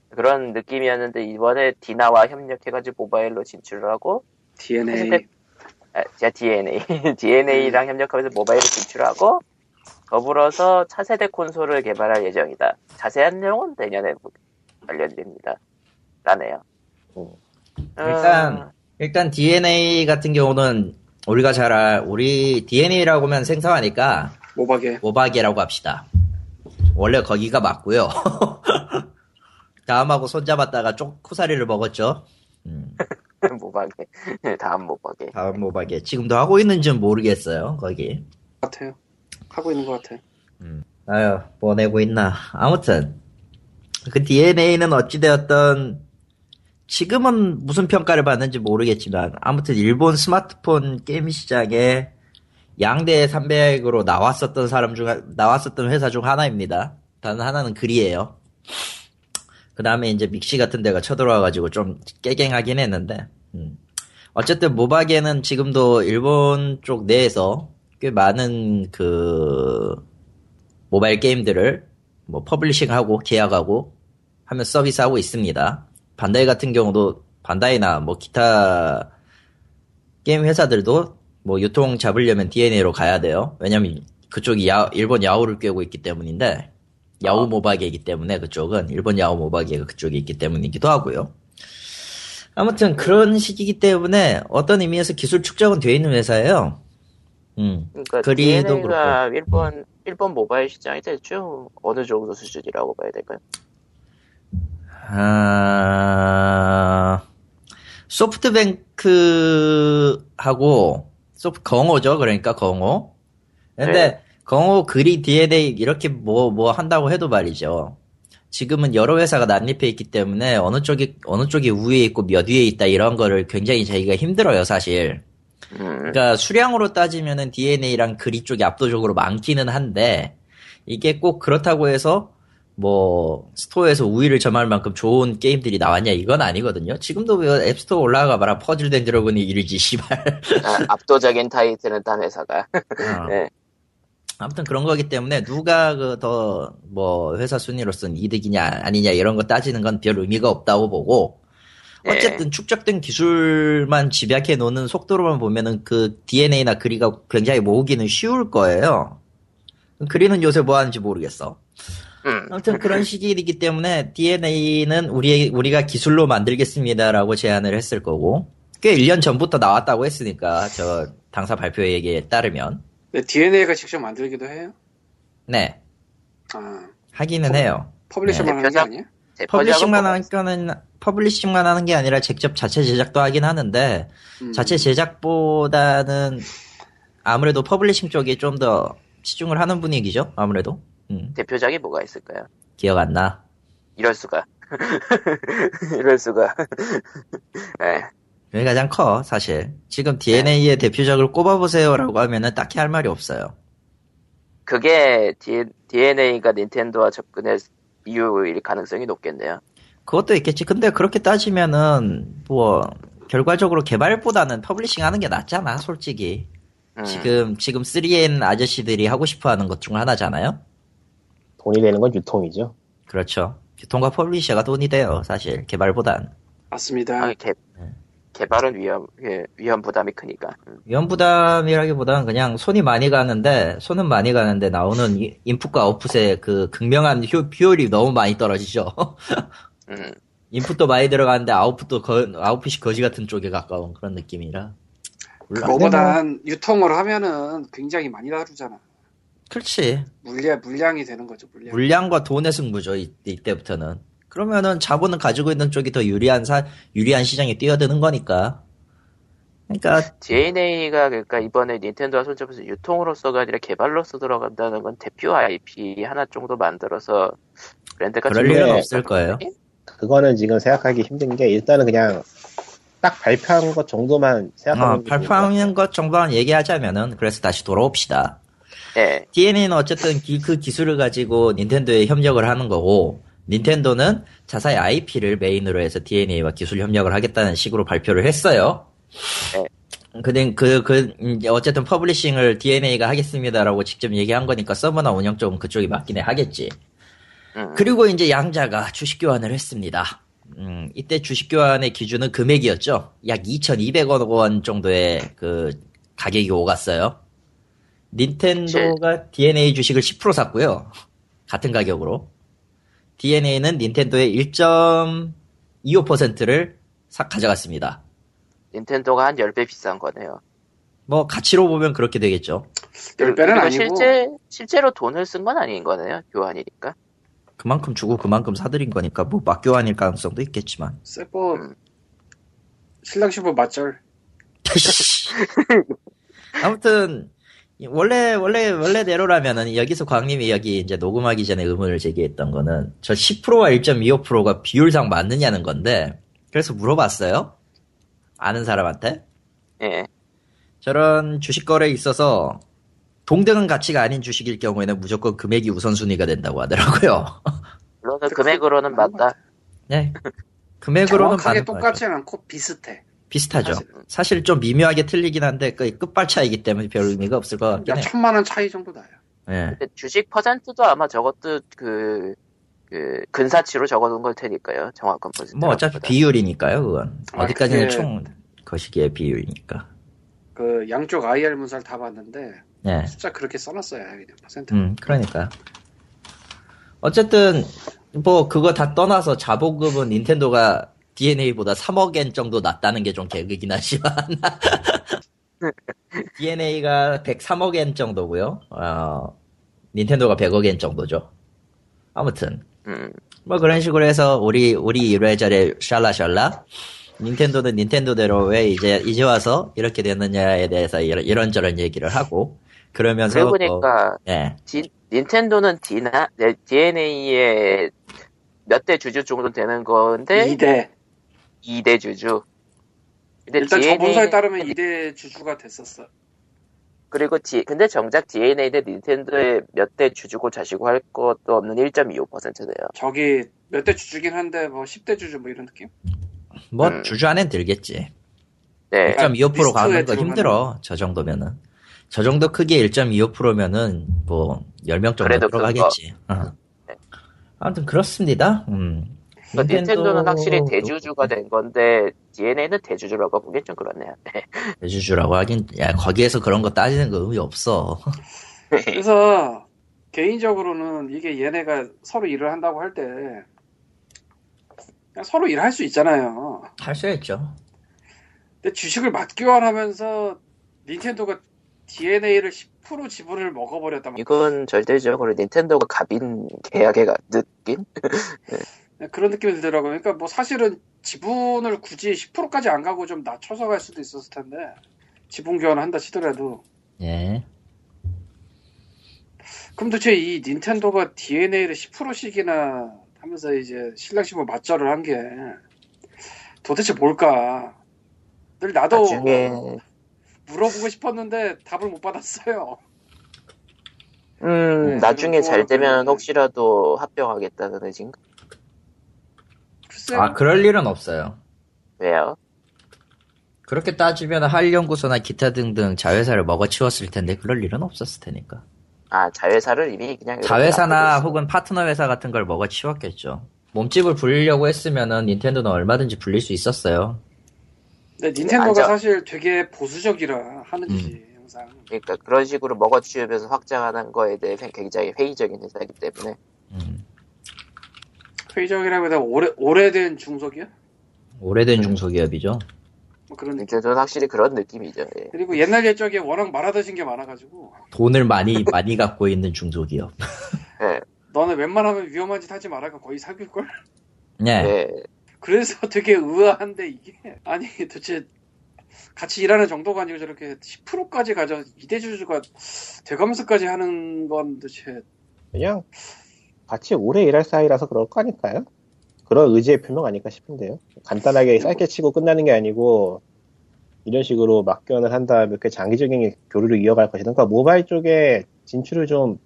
그런 느낌이었는데 이번에 디나와 협력해가지고 모바일로 진출을 하고 DNA 사실 아, 자, DNA. (laughs) 음. DNA랑 협력하면서 모바일을 진출하고 더불어서 차세대 콘솔을 개발할 예정이다. 자세한 내용은 내년에 알려드립니다. 라네요. 음, 어. 아. 일단 일단 DNA 같은 경우는 우리가 잘 알, 우리 DNA라고 하면 생성하니까 모박에 모박이라고 합시다. 원래 거기가 맞고요. (laughs) 다음하고 손잡았다가 쪽쿠사리를 먹었죠. 음, 음, (laughs) 모방에 (laughs) 다음 모방에 다음 모박에 지금도 하고 있는지는 모르겠어요. 거기. 같아요. 하고 있는 것 같아. 요 아유, 뭐 내고 있나. 아무튼, 그 DNA는 어찌되었던, 지금은 무슨 평가를 받는지 모르겠지만, 아무튼 일본 스마트폰 게임 시장에 양대 300으로 나왔었던 사람 중, 한- 나왔었던 회사 중 하나입니다. 단 하나는 글이에요. 그 다음에 이제 믹시 같은 데가 쳐들어와가지고 좀 깨갱하긴 했는데, 음. 어쨌든 모바게는 지금도 일본 쪽 내에서 꽤 많은 그, 모바일 게임들을 뭐 퍼블리싱하고 계약하고 하면 서비스하고 있습니다. 반다이 같은 경우도 반다이나 뭐 기타 게임 회사들도 뭐 유통 잡으려면 DNA로 가야 돼요. 왜냐면 그쪽이 야, 일본 야오를 꿰고 있기 때문인데 야오 모바게이기 때문에 그쪽은 일본 야오 모바게가 그쪽에 있기 때문이기도 하고요. 아무튼 그런 시기이기 때문에 어떤 의미에서 기술 축적은 돼 있는 회사예요. 음. 그러니까 그리도 DNA가 일본 일본 모바일 시장이 대충 어느 정도 수준이라고 봐야 될까요? 아, 소프트뱅크하고 소프 건호죠 그러니까 건호 근데 네. 건호 그리 DNA 이렇게 뭐 뭐 한다고 해도 말이죠 지금은 여러 회사가 난립해 있기 때문에 어느 쪽이 어느 쪽이 우위에 있고 몇 위에 있다 이런 거를 굉장히 자기가 힘들어요 사실 (laughs) 음, 그러니까 수량으로 따지면은 DNA랑 그리 쪽이 압도적으로 많기는 한데 이게 꼭 그렇다고 해서 뭐 스토어에서 우위를 점할 만큼 좋은 게임들이 나왔냐 이건 아니거든요. 지금도 왜 앱스토어 올라가 봐라 퍼즐 덴드로그니 이르지 씨발. 아, 압도적인 타이틀은 딴 회사가. (laughs) 어. 네. 아무튼 그런 거기 때문에 누가 그 더 뭐 회사 순위로서는 이득이냐 아니냐 이런 거 따지는 건 별 의미가 없다고 보고 예. 어쨌든 축적된 기술만 집약해 놓는 속도로만 보면은 그 DNA나 그리가 굉장히 모으기는 쉬울 거예요. 그리는 요새 뭐 하는지 모르겠어. 음. 아무튼 그런 시기이기 때문에 DNA는 우리 우리가 기술로 만들겠습니다라고 제안을 했을 거고 꽤 1년 전부터 나왔다고 했으니까 저 당사 발표 얘기에 따르면 네, DNA가 직접 만들기도 해요. 네 아, 하기는 해요. 퍼블리셔만 네. 하는 게 그래서- 아니에요? 대표작은 퍼블리싱만 뭐가 하니까는 퍼블리싱만 하는 게 아니라 직접 자체 제작도 하긴 하는데 음. 자체 제작보다는 아무래도 퍼블리싱 쪽에 좀 더 치중을 하는 분위기죠 아무래도 음, 대표작이 뭐가 있을까요? 기억 안 나. 이럴 수가. (laughs) 이럴 수가. (laughs) 네. 그게 가장 커 사실 지금 DNA의 대표작을 꼽아보세요라고 하면은 딱히 할 말이 없어요. 그게 DNA가 닌텐도와 접근할 이유일 가능성이 높겠네요. 그것도 있겠지. 근데 그렇게 따지면은 뭐 결과적으로 개발보다는 퍼블리싱 하는 게 낫잖아 솔직히. 음. 지금 지금 3N 아저씨들이 하고 싶어하는 것 중 하나잖아요. 돈이 되는 건 유통이죠. 그렇죠. 유통과 퍼블리셔가 돈이 돼요, 사실. 개발보단. 맞습니다. 아, 개, 네. 개발은 위험, 예, 위험 부담이 크니까. 음. 위험 부담이라기보다는 그냥 손이 많이 가는데, 손은 많이 가는데 나오는 이- 인풋과 아웃풋의 그 극명한 효, 효율이 너무 많이 떨어지죠. (laughs) 음. 인풋도 많이 들어가는데 아웃풋도 거, 아웃풋이 거지 같은 쪽에 가까운 그런 느낌이라. 몰라. 그거보단 유통을 하면은 굉장히 많이 다루잖아. 그렇지. 물량 물량이 되는 거죠. 물량. 물량과 돈의 승부죠, 이, 이때부터는. 그러면은 자본을 가지고 있는 쪽이 더 유리한 사, 유리한 시장에 뛰어드는 거니까. 그러니까, DNA가 그러니까 이번에 닌텐도와 손잡아서 유통으로서가 아니라 개발로서 들어간다는 건 대표 IP 하나 정도 만들어서 브랜드가 그럴 들어갈 일은 수 없을 거예요. 그거는 지금 생각하기 힘든 게 일단은 그냥 딱 발표한 것 정도만 생각하면 어, 발표하는 것 정도만 얘기하자면은 그래서 다시 돌아옵시다. 예. DNA는 어쨌든 기- 그 기술을 가지고 닌텐도에 협력을 하는 거고 닌텐도는 자사의 IP를 메인으로 해서 DNA와 기술 협력을 하겠다는 식으로 발표를 했어요. 네. 근데 그, 그, 음, 어쨌든 퍼블리싱을 DNA가 하겠습니다라고 직접 얘기한 거니까 서버나 운영 쪽은 그쪽이 맞긴 해 하겠지. 음. 그리고 이제 양자가 주식 교환을 했습니다. 음, 이때 주식 교환의 기준은 금액이었죠. 약 2,200억 원 정도의 그 가격이 오갔어요. 닌텐도가 DNA 주식을 10% 샀고요. 같은 가격으로. DNA는 닌텐도의 1.25%를 사, 가져갔습니다. 닌텐도가 한 10배 비싼 거네요. 뭐 가치로 보면 그렇게 되겠죠. 열 배는 그리고 아니고 실제, 실제로 돈을 쓴 건 아닌 거네요. 교환이니까. 그만큼 주고 그만큼 사들인 거니까 뭐 막교환일 가능성도 있겠지만. 세포 음. 신랑 슈퍼 맞절. (laughs) 아무튼 원래 원래 원래대로라면은 여기서 광님이 여기 이제 녹음하기 전에 의문을 제기했던 거는 저 10%와 1.25%가 비율상 맞느냐는 건데 그래서 물어봤어요. 아는 사람한테 예. 저런 주식 거래에 있어서 동등한 가치가 아닌 주식일 경우에는 무조건 금액이 우선순위가 된다고 하더라고요. (laughs) 물론 그- 금액으로는 맞는 것 맞다. 네. 금액으로는 정확하게 맞는 것 같아요. 똑같지는 않고 비슷해. 비슷하죠. 사실. 사실 좀 미묘하게 틀리긴 한데 그 끝발 차이기 때문에 별 의미가 없을 것 같긴 약 해요. 천만 원 차이 정도 나요. 예. 근데 주식 퍼센트도 아마 저것도 그 그 근사치로 적어둔 걸 테니까요. 정확한 퍼센트. 뭐 어차피 비율이니까요, 그건. 아, 어디까지는 그게- 총 거시기의 비율이니까. 그 양쪽 IR 문서를 다 봤는데 예. 숫자 그렇게 써놨어요. 그냥 퍼센트. 음, 그러니까. 어쨌든 뭐 그거 다 떠나서 자본금은 닌텐도가 DNA보다 3억엔 정도 낮다는 게 좀 개그긴 하지만 (laughs) DNA가 103억엔 정도고요. 어, 닌텐도가 100억엔 정도죠. 아무튼 음, 뭐 그런 식으로 해서 우리 우리 1회절에 샬라샬라 닌텐도는 닌텐도대로 왜 이제 이제 와서 이렇게 됐느냐에 대해서 이런, 이런저런 얘기를 하고 그러면서 그러고 뭐- 보니까 예. 디- 닌텐도는 디나, 네, DNA의 몇 대 주주 정도 되는 건데 2대. 2대 주주. 근데 일단 DNA 저 본서에 따르면 2대 주주가 됐었어. 그리고 D, 근데 정작 DNA는 닌텐도에 몇 대 주주고 자시고 할 것도 없는 1.25%네요. 저기 몇 대 주주긴 한데 뭐 10대 주주 뭐 이런 느낌? 뭐 음. 주주 안엔 들겠지. 네. 1.25% 가는 거 리스트에 힘들어. 저 정도면은. 저 정도 크기에 1.25%면은 뭐 10명 정도 그래도 네. 들어가겠지. 어. 아무튼 그렇습니다. 음. 그 닌텐도는 확실히 닌텐도도 대주주가 된 건데 DNA는 대주주라고 보기엔 좀 그렇네요. 네. 대주주라고 하긴 야 거기에서 그런 거 따지는 거 의미 없어. (laughs) 그래서 개인적으로는 이게 얘네가 서로 일을 한다고 할 때 서로 일할 수 있잖아요. 할 수 있죠. 근데 주식을 맞교환하면서 닌텐도가 DNA를 10% 지분을 먹어버렸단 말이야. 이건 절대적으로 닌텐도가 갑인 계약의 가- 느낌? 네, 그런 느낌이 들더라고요. 그러니까 뭐 사실은 지분을 굳이 10%까지 안 가고 좀 낮춰서 갈 수도 있었을 텐데 지분 교환을 한다 치더라도 예. 그럼 도대체 이 닌텐도가 DNA를 10%씩이나 하면서 이제 신랑심을 맞절을 한 게 도대체 뭘까? 늘 나도 나중에 물어보고 싶었는데 답을 못 받았어요. (laughs) 음 음. 네, 나중에 그리고 잘 되면 음. 그- 혹시라도 합병하겠다는 의지인가? 글쎄, 네. 아 그럴 일은 없어요. 왜요? 그렇게 따지면 한연구소나 기타 등등 자회사를 먹어치웠을 텐데 그럴 일은 없었을 테니까. 아 자회사를 이미 네, 그냥 이렇게 자회사나 놔두고 있어요. 혹은 파트너 회사 같은 걸 먹어치웠겠죠. 몸집을 불리려고 했으면은 닌텐도는 얼마든지 불릴 수 있었어요. 근데 닌텐도가 음, 앉아. 사실 되게 보수적이라 하는 음. 짓이 항상 그러니까 그런 식으로 먹어치우면서 확장하는 거에 대해서 굉장히 회의적인 회사이기 때문에 음, 회의적이라고 해야 되나 오래, 오래된 중소기업? 네. 오래된 중소기업이죠. 뭐 음. 그런 느낌. 닌텐도는 확실히 그런 느낌이죠. 예. 그리고 옛날 옛적에 워낙 말아드신 게 많아가지고 (laughs) 돈을 많이 많이 갖고 있는 중소기업. 예. 너는 웬만하면 위험한 짓 하지 말아가 거의 사귈걸? (laughs) 네. 예. 그래서 되게 의아한데 이게 아니 도대체 같이 일하는 정도가 아니고 저렇게 10%까지 가져 이대주주가 대감수까지 하는 건 도대체 그냥 같이 오래 일할 사이라서 그럴 거 아닐까요? 그런 의지의 표명 아닐까 싶은데요. 음. 간단하게 짧게 치고 끝나는 게 아니고 이런 식으로 막견을 한 다음에 꽤 장기적인 교류를 이어갈 것이던가 모바일 쪽에 진출을 좀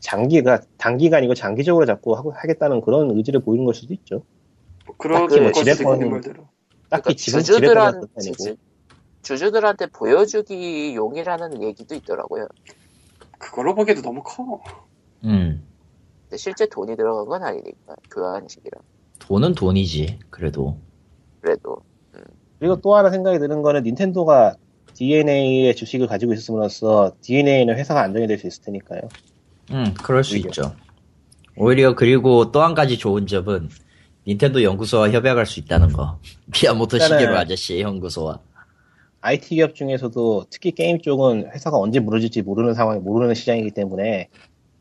장기가 단기간이고 장기적으로 자꾸 하고 하겠다는 그런 의지를 보이는 걸 수도 있죠. 뭐 그런 딱히 뭐 것이 집에 생기는 거는- 말대로 딱히 그러니까 지금 집에 주주들한 떠날 것도 아니고 주- 주주들한테 보여주기 용이라는 얘기도 있더라고요. 그걸로 보기에도 너무 커 음. 근데 실제 돈이 들어간 건 아니니까 교환식이라 돈은 돈이지. 그래도 그래도 그리고 또 하나 생각이 드는 거는 닌텐도가 DNA의 주식을 가지고 있음으로써 DNA는 회사가 안정이 될 수 있을 테니까요. 음, 그럴 수 오히려. 있죠. 오히려 그리고 또 한 가지 좋은 점은 닌텐도 연구소와 협약할 수 있다는 거. (laughs) 네. 미야모토 일단은- 시게로 아저씨의 연구소와. IT 기업 중에서도 특히 게임 쪽은 회사가 언제 무너질지 모르는 상황이 모르는 시장이기 때문에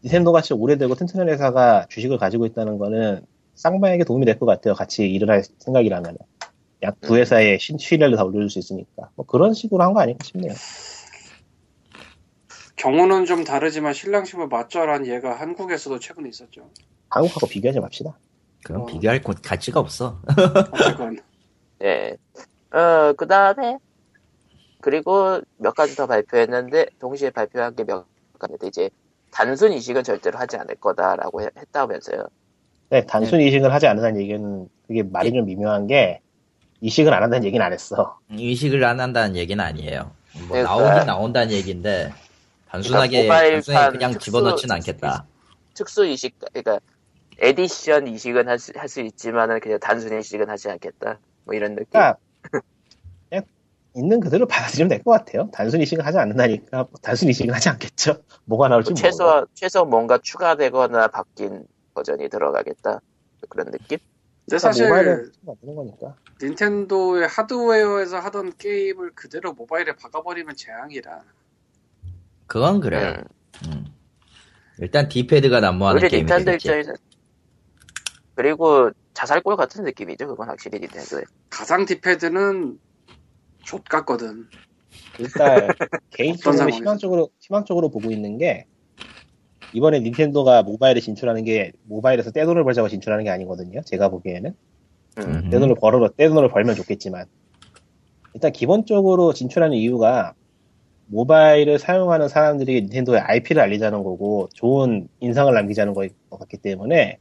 닌텐도 같이 오래되고 튼튼한 회사가 주식을 가지고 있다는 거는 쌍방에게 도움이 될 것 같아요. 같이 일을 할 생각이라면 약 두 회사의 신- 신뢰를 다 올려줄 수 있으니까 뭐 그런 식으로 한 거 아닐까 싶네요. 경우는 좀 다르지만 신랑심을 맞절한 얘가 한국에서도 최근에 있었죠 한국하고 비교하지 맙시다. 그럼 어. 비교할 곳 가치가 없어. (laughs) 어쨌건 네. 어 그다음에 그리고 몇 가지 더 발표했는데 동시에 발표한 게 몇 가지인데 이제 단순 이식은 절대로 하지 않을 거다라고 해- 했다면서요. 네, 단순 이식을 하지 않는다는 얘기는 그게 말이 좀 미묘한 게 이식을 안 한다는 얘기는 안 했어. 인식을 안 한다는 얘기는 아니에요. 뭐 그러니까- 나오긴 나온다는 얘기인데 단순하게 그러니까 모바일판 단순하게 그냥 특수- 집어넣진 않겠다. 특수 이식 그러니까 에디션 이식은 할 수 있지만은 그냥 단순 이식은 하지 않겠다. 뭐 이런 느낌. 그러니까 그냥 있는 그대로 받아들이면 될 것 같아요. 단순 이식을 하지 않는다니까 뭐 단순 이식을 하지 않겠죠. 뭐가 나올지 뭐 모르고 최소 최소 뭔가 추가되거나 바뀐 버전이 들어가겠다. 그런 느낌? 근데 사실 아, 그러니까 모바일은 만드는 거니까. 닌텐도의 하드웨어에서 하던 게임을 그대로 모바일에 박아버리면 재앙이라. 그건 그래요. 음. 일단 디패드가 난무하는 우리 게임이 닌텐도 되겠지. 입장에서 그리고 자살골 같은 느낌이죠. 그건 확실히 닌텐도에. 가상 디패드는 족 같거든. (laughs) 일단 어떤 개인적으로 상황에서? 희망적으로 희망적으로 보고 있는 게 이번에 닌텐도가 모바일에 진출하는 게 모바일에서 떼돈을 벌자고 진출하는 게 아니거든요. 제가 보기에는 음. 음. 떼돈을 벌어 떼돈을 벌면 좋겠지만 일단 기본적으로 진출하는 이유가 모바일을 사용하는 사람들이 닌텐도의 IP를 알리자는 거고 좋은 인상을 남기자는 거일 것 같기 때문에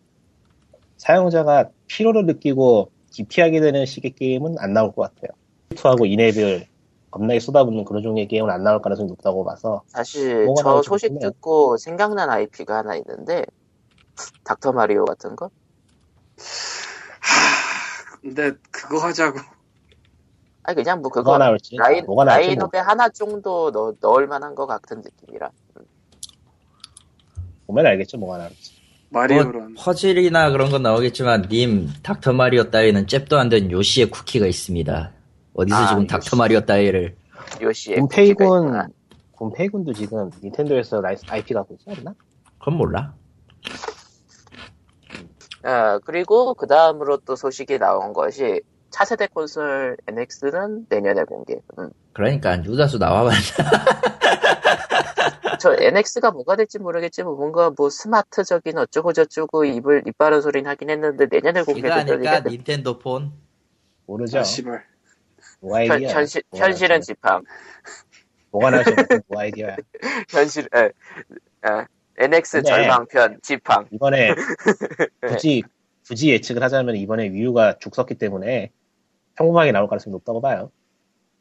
사용자가 피로를 느끼고 기피하게 되는 식의 게임은 안 나올 것 같아요. 투하고 인앱을 겁나게 쏟아붓는 그런 종류의 게임은 안 나올 가능성이 높다고 봐서 사실 뭐가 저 나올지 소식 모르겠네요. 듣고 생각난 IP가 하나 있는데 닥터 마리오 같은 거? 근데 그거 하자고. (laughs) 아니 그냥 뭐 뭐가 그거 나올지 라인 뭐가 나올지 라인업에 하나 정도 넣, 넣을 만한 것 같은 느낌이라. 뭐 보면 알겠죠 뭐가 나올지 마리오런. 뭐 퍼즐이나 그런 건 나오겠지만 님 닥터 마리오 따위는 잽도 안 된 요시의 쿠키가 있습니다. 어디서 아, 지금 요시. 닥터 마리오 따위를 요시의 쿠키가 있구나. 음, 곰페이군 곰페이군도 지금 닌텐도에서 라이스 IP 갖고 있지 않나? 그건 몰라. 아, 그리고 그 다음으로 또 소식이 나온 것이 차세대 콘솔 NX는 내년에 공개. 음. 그러니까 유다수 나와봤자 (laughs) 저 NX가 뭐가 될지 모르겠지만 뭔가 뭐 스마트적인 어쩌고 저쩌고 입을 이빨은 소리는 하긴 했는데 내년에 이거 하니까 공개된다니까 그러니까. 닌텐도 폰 모르죠. 아, 씨발. 뭐가 현, 네 아이디어야? 현실 뭐가 나올지 현실은 지팡. 뭐가 나올지 모르겠어. 뭐 (laughs) 아이디어야. 현실 에, 에, 네. NX 근데- 절망편 지팡. 이번에 네. 굳이 굳이 예측을 하자면 이번에 위유가 죽 섰기 때문에 평범하게 나올 가능성이 높다고 봐요.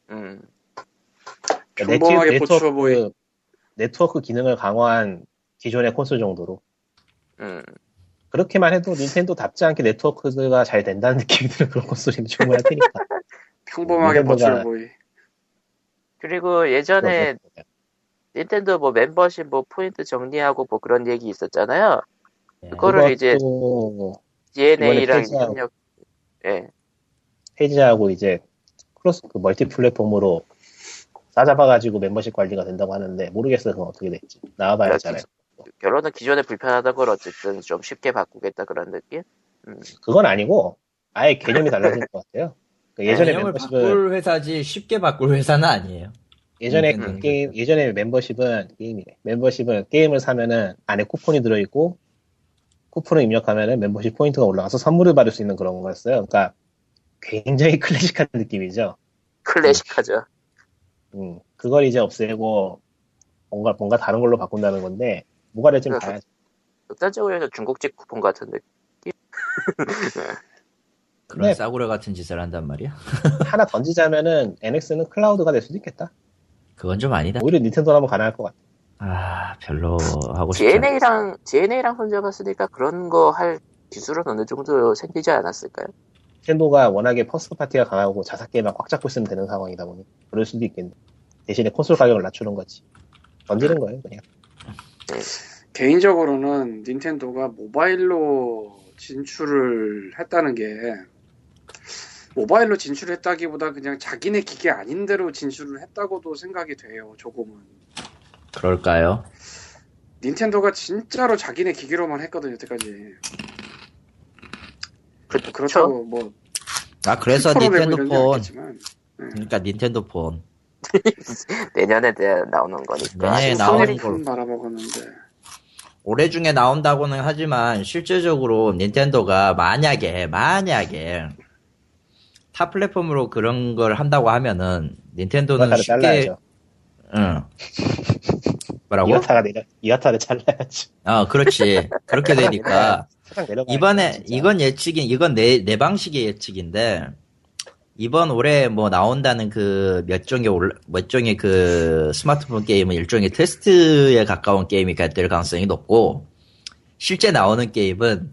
그러니까 음. 네트- 평범하게 포츠로 보이. 네트워크 기능을 강화한 기존의 콘솔 정도로 음. 그렇게만 해도 닌텐도답지 않게 네트워크가 잘 된다는 느낌이 드는 그런 콘솔이면 충분할 (laughs) 테니까. 평범하게 포츠로 닌텐도가- 보이. 그리고 네, 예전에 네, 그렇죠. 닌텐도 뭐 멤버십 뭐 포인트 정리하고 뭐 그런 얘기 있었잖아요. 예. 그거를 이제 그것도 DNA랑 폐지하고. 협력. 예. 페이지하고 이제 크로스 그 멀티 플랫폼으로 싸잡아가지고 멤버십 관리가 된다고 하는데 모르겠어요 그건 어떻게 될지 네, 나와봐야 잖아요 결론은 기존에 불편하던 걸 어쨌든 좀 쉽게 바꾸겠다 그런 느낌? 그건 아니고 아예 개념이 달라질 것 같아요. 그 예전에 개념을 멤버십은 바꿀 회사지 쉽게 바꿀 회사는 아니에요. 예전에 음, 음, 게임 예전에 멤버십은 게임이래. 멤버십은 게임을 사면은 안에 쿠폰이 들어있고 쿠폰을 입력하면은 멤버십 포인트가 올라가서 선물을 받을 수 있는 그런 거였어요. 그러니까 굉장히 (laughs) 클래식한 느낌이죠. 클래식하죠. 네. 음, 그걸 이제 없애고 뭔가 뭔가 다른 걸로 바꾼다는 건데 뭐가 될지 네. 그러니까 봐야죠. 극단적으로 해서 중국집 쿠폰 같은 느낌. (laughs) 그런 네. 싸구려 같은 짓을 한단 말이야. 하나 던지자면은 NX는 클라우드가 될 수도 있겠다. 그건 좀 아니다. 오히려 닌텐도라면 가능할 것 같아. 아 별로 하고 싶지 않아. DNA랑, DNA랑 손잡았으니까 그런 거 할 기술은 어느 정도 생기지 않았을까요? 닌텐도가 워낙에 퍼스트 파티가 강하고 자사 게임만 꽉 잡고 있으면 되는 상황이다 보니 그럴 수도 있겠네. 대신에 콘솔 가격을 낮추는 거지. 던지는 거예요 그냥. 개인적으로는 닌텐도가 모바일로 진출을 했다는 게 모바일로 진출했다기보다 그냥 자기네 기계 아닌 대로 진출을 했다고도 생각이 돼요. 조금은 그럴까요? 닌텐도가 진짜로 자기네 기계로만 했거든 여태까지. 뭐 그렇죠. 그렇다고 뭐 아 그래서 10% 내고 닌텐도 이런 게 폰 아니겠지만 그러니까 닌텐도 폰 내년에 대- 나오는 거니까. 내년에 아직 네, 나오는 손해를- 거. 걸로. 손해폰 말아먹었는데 올해 중에 나온다고는 하지만 실제적으로 닌텐도가 만약에 만약에 타 플랫폼으로 그런 걸 한다고 하면은 닌텐도는 이와타를 쉽게 잘라야죠. 응 뭐라고? 이와타가 내려 이와타를 잘라야지. 아 그렇지 그렇게 되니까 사장 내려가. 이번에 이건 예측인 이건 내 내 방식의 예측인데 이번 올해 뭐 나온다는 그 몇 종의 올라- 몇 종의 그 스마트폰 게임은 일종의 테스트에 가까운 게임이 될 가능성이 높고 실제 나오는 게임은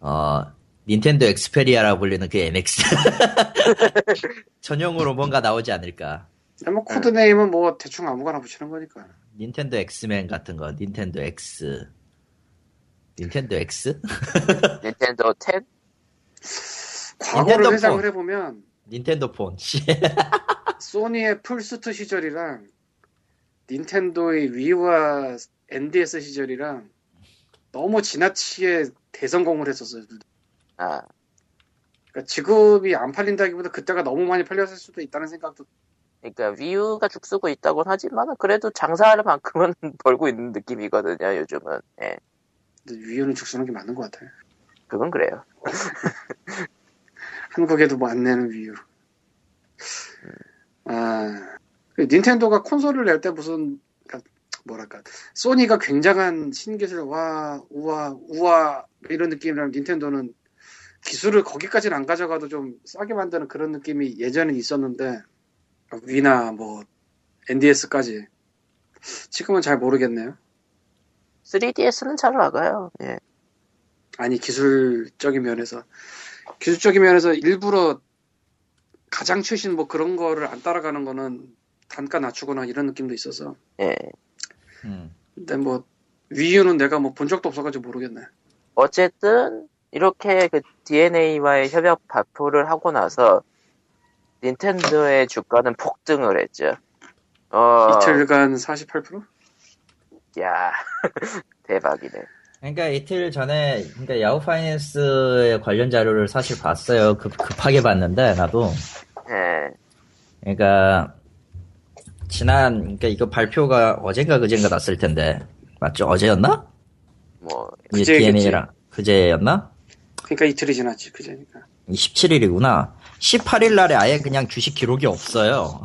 어, 닌텐도 엑스페리아라고 (laughs) 불리는 그 NX. 전용으로 뭔가 나오지 않을까. 뭐 코드네임은 뭐 대충 아무거나 붙이는 거니까. 닌텐도 엑스맨 같은 거, 닌텐도 X. 닌텐도 X? 닌텐도 10? 과거를 폰. 회상을 해보면 닌텐도 폰. 씨. 소니의 풀스트 시절이랑 닌텐도의 위와 NDS 시절이랑 너무 지나치게 대성공을 했었어요. 아, 그러니까 지금이 안 팔린다기보다 그때가 너무 많이 팔렸을 수도 있다는 생각도 그러니까 위유가 죽쓰고 있다곤 하지만 그래도 장사할 만큼은 (laughs) 벌고 있는 느낌이거든요, 요즘은. 예, 위유는 죽수는 게 맞는 것 같아요. 그건 그래요. 한국에도 뭐 안 내는 위유. 아, 그 닌텐도가 콘솔을 낼 때 무슨 그러니까 뭐랄까 소니가 굉장한 신기술 와 우와 우와 뭐 이런 느낌이라면 닌텐도는 기술을 거기까지는 안 가져가도 좀 싸게 만드는 그런 느낌이 예전에 있었는데 위나 뭐 NDS까지 지금은 잘 모르겠네요. 3DS는 잘 나가요. 예. 아니 기술적인 면에서 기술적인 면에서 일부러 가장 최신 뭐 그런 거를 안 따라가는 거는 단가 낮추거나 이런 느낌도 있어서 예. 음. 근데 뭐 위유는 내가 뭐 본 적도 없어가지고 모르겠네 어쨌든 이렇게 그 DNA와의 협약 발표를 하고 나서 닌텐도의 주가는 폭등을 했죠. 어, 이틀간 48%? 야 (laughs) 대박이네. 그러니까 이틀 전에 그러니까 야후 파이낸스의 관련 자료를 사실 봤어요. 그, 급, 급하게 봤는데 나도. 예, 그러니까 지난 그러니까 이거 발표가 어젠가 그젠가 났을 텐데 맞죠? 어제였나? 뭐 이제 그제, DNA랑 그제였나? 그러니까 이틀이 지났지 그제니까 27일이구나. 18일 날에 아예 그냥 주식 기록이 없어요.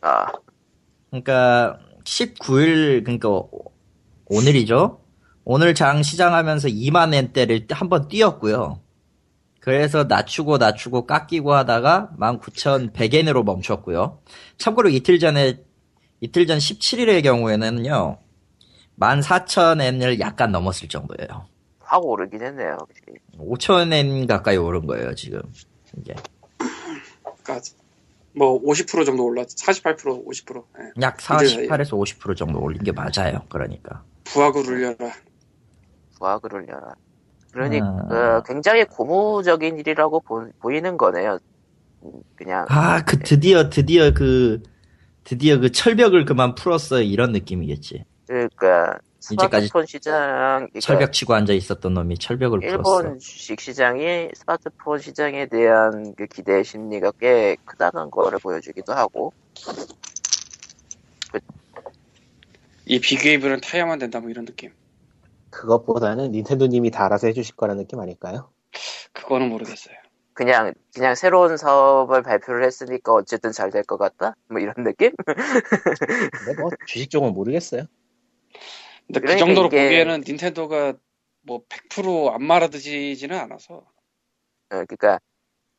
아, 그러니까 19일 그러니까 오- 오늘이죠. 오늘 장 시장하면서 2만 엔대를 한번 뛰었고요. 그래서 낮추고 낮추고 깎이고 하다가 19,100엔으로 멈췄고요. 참고로 이틀 전에 이틀 전 17일의 경우에는요. 14,000엔을 약간 넘었을 정도예요. 확 오르긴 했네요. 확실히. 5,000엔 가까이 오른 거예요, 지금. 이게 그러니까 뭐 50% 정도 올랐지 48% 50% 예. 약 이틀 사이에. 48에서 50% 정도 올린 게 맞아요. 그러니까. 부하고 울려라 부학을 올려라. 뭐 그러니 아. 그 굉장히 고무적인 일이라고 보, 보이는 거네요. 음, 그냥 아, 그 드디어 드디어 그 드디어 그 철벽을 그만 풀었어요. 이런 느낌이겠지. 그러니까 이제까지 스마트폰 시장 그러니까 철벽 치고 앉아 있었던 놈이 철벽을 풀었어. 일본 주식 시장이 스마트폰 시장에 대한 그 기대 심리가 꽤 크다는 거를 보여주기도 하고 이 비교이브는 타야만 된다 뭐 이런 느낌 그것보다는 닌텐도님이 다 알아서 해주실 거라는 느낌 아닐까요? 그거는 모르겠어요 그냥 그냥 새로운 사업을 발표를 했으니까 어쨌든 잘 될 것 같다 뭐 이런 느낌? 근데 뭐 주식 쪽은 모르겠어요. 근데 그 그러니까 정도로 이게- 보기에는 닌텐도가 뭐 100%안 말아드지지는 않아서 어, 그러니까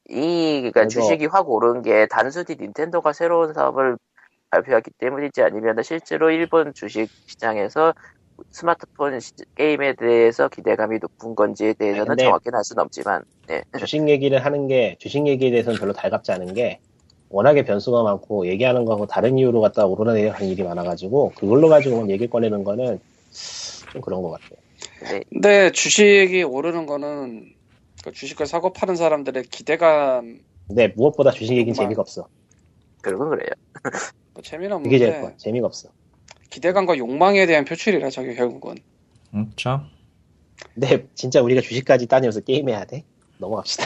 이 그러니까 그래서- 주식이 확 오른 게 단순히 닌텐도가 새로운 사업을 발표했기 때문이지 아니면 실제로 일본 주식 시장에서 스마트폰 시- 게임에 대해서 기대감이 높은 건지에 대해서는 근데- 정확히는 알 수는 없지만 예. 주식 얘기를 하는 게 주식 얘기에 대해서는 별로 달갑지 않은 게 워낙에 변수가 많고 얘기하는 거하고 다른 이유로 갖다 오르내리는 일이 많아가지고 그걸로 가지고는 얘기 꺼내는 거는 좀 그런 것 같아요. 근데 근데 주식이 오르는 거는 그 주식을 사고 파는 사람들의 기대감 근데 무엇보다 주식 얘기는 정말. 재미가 없어. 그건 그래요. 뭐 재미는 그게 제일 없는데 건 재미가 없어. 기대감과 욕망에 대한 표출이라 저게 결국은 응, 참. 근데 진짜 우리가 주식까지 따내면서 게임해야 돼? 넘어갑시다.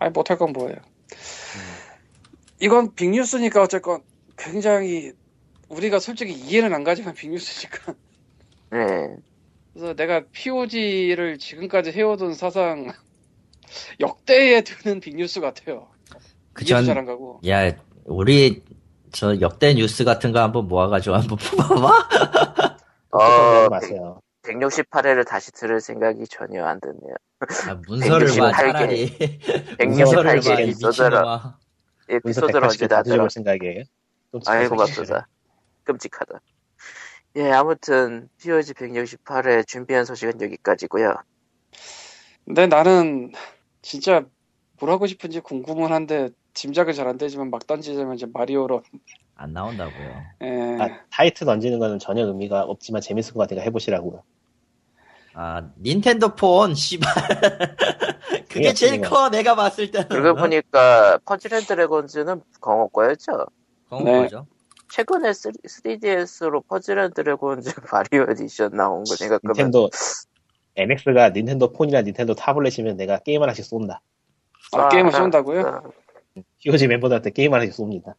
아니 못할 건 뭐예요 음. 이건 빅뉴스니까 어쨌건 굉장히 우리가 솔직히 이해는 안 가지만 빅뉴스니까 (laughs) 네. 그래서 내가 POG를 지금까지 해오던 사상 (laughs) 역대에 드는 빅뉴스 같아요 이해도 잘 그전 안 가고 야, 우리 저 역대 뉴스 같은 거 한번 모아 가지고 한번 뽑아 봐. 그런 어, 거 마세요. 168회를 다시 들을 생각이 전혀 안 드네요. 아, 문서를 봐 168개. 차라리. 문서를 봐 168개 이 에피소드로, 미친놈아. 문서 에피소드로 언제 180개 다 다 뒤져볼 들어. 생각이에요? 좀 아이고, 지켜서 해주세요. 맙소사. 끔찍하다. 예, 아무튼, POG 168회 준비한 소식은 여기까지고요 근데 나는 진짜 뭘 하고 싶은지 궁금은 한데 짐작을 잘 안 되지만 막 던지자면 이제 마리오로 예, 안 나온다고요. 에, 아, 타이트 던지는 거는 전혀 의미가 없지만 재밌을 것 같으니까 해보시라고요. 아 닌텐도 폰 씨발 (laughs) 그게 그게 제일 그거. 커 내가 봤을 때는 그러고 네. 보니까 퍼즐앤 드래곤즈는 광어 거였죠? 그건 네. 거죠. 최근에 3DS로 퍼즐앤 드래곤즈 (laughs) 마리오 에디션 나온 거 생각하면 닌텐도 NX가 닌텐도 폰이나 닌텐도 타블렛이면 내가 게임 하나씩 쏜다. 아, 게임을 쏜다고요? 아, POG 멤버들한테 게임 하나씩 쏩니다.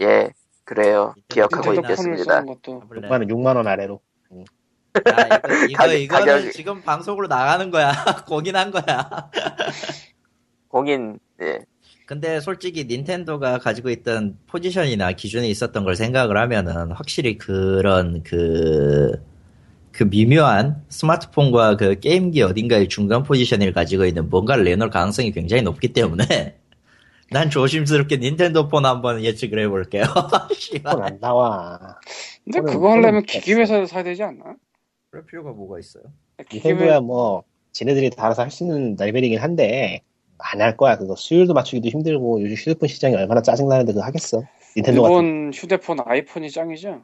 예, 그래요. 기억하고 닌텐도 폰을 폰을 있겠습니다. 쓰는 네. 것도 타블렛. 6만원, 6만원 아래로. 야, (laughs) 이거 이거 가격- 이거는 가격이- 지금 방송으로 나가는 거야. (laughs) 공인한 거야. 공인 예. 근데 솔직히 닌텐도가 가지고 있던 포지션이나 기준이 있었던 걸 생각을 하면은 확실히 그런 그, 그 미묘한 스마트폰과 그 게임기 어딘가의 중간 포지션을 가지고 있는 뭔가를 내놓을 가능성이 굉장히 높기 때문에 (laughs) 난 조심스럽게 닌텐도 폰 한번 예측을 해볼게요. (laughs) 씨발. 폰 안 나와. 근데 폰은- 그거 하려면 폰은 기기회사에서 사야 되지 않나? 그럴 필요가 뭐가 있어요? 닌텐도야 뭐, 지네들이 알아서 할 수 있는 레벨이긴 한데, 안 할 거야. 그거 수율도 맞추기도 힘들고, 요즘 휴대폰 시장이 얼마나 짜증나는데 그거 하겠어. 닌텐도가 일본 휴대폰 아이폰이 짱이죠?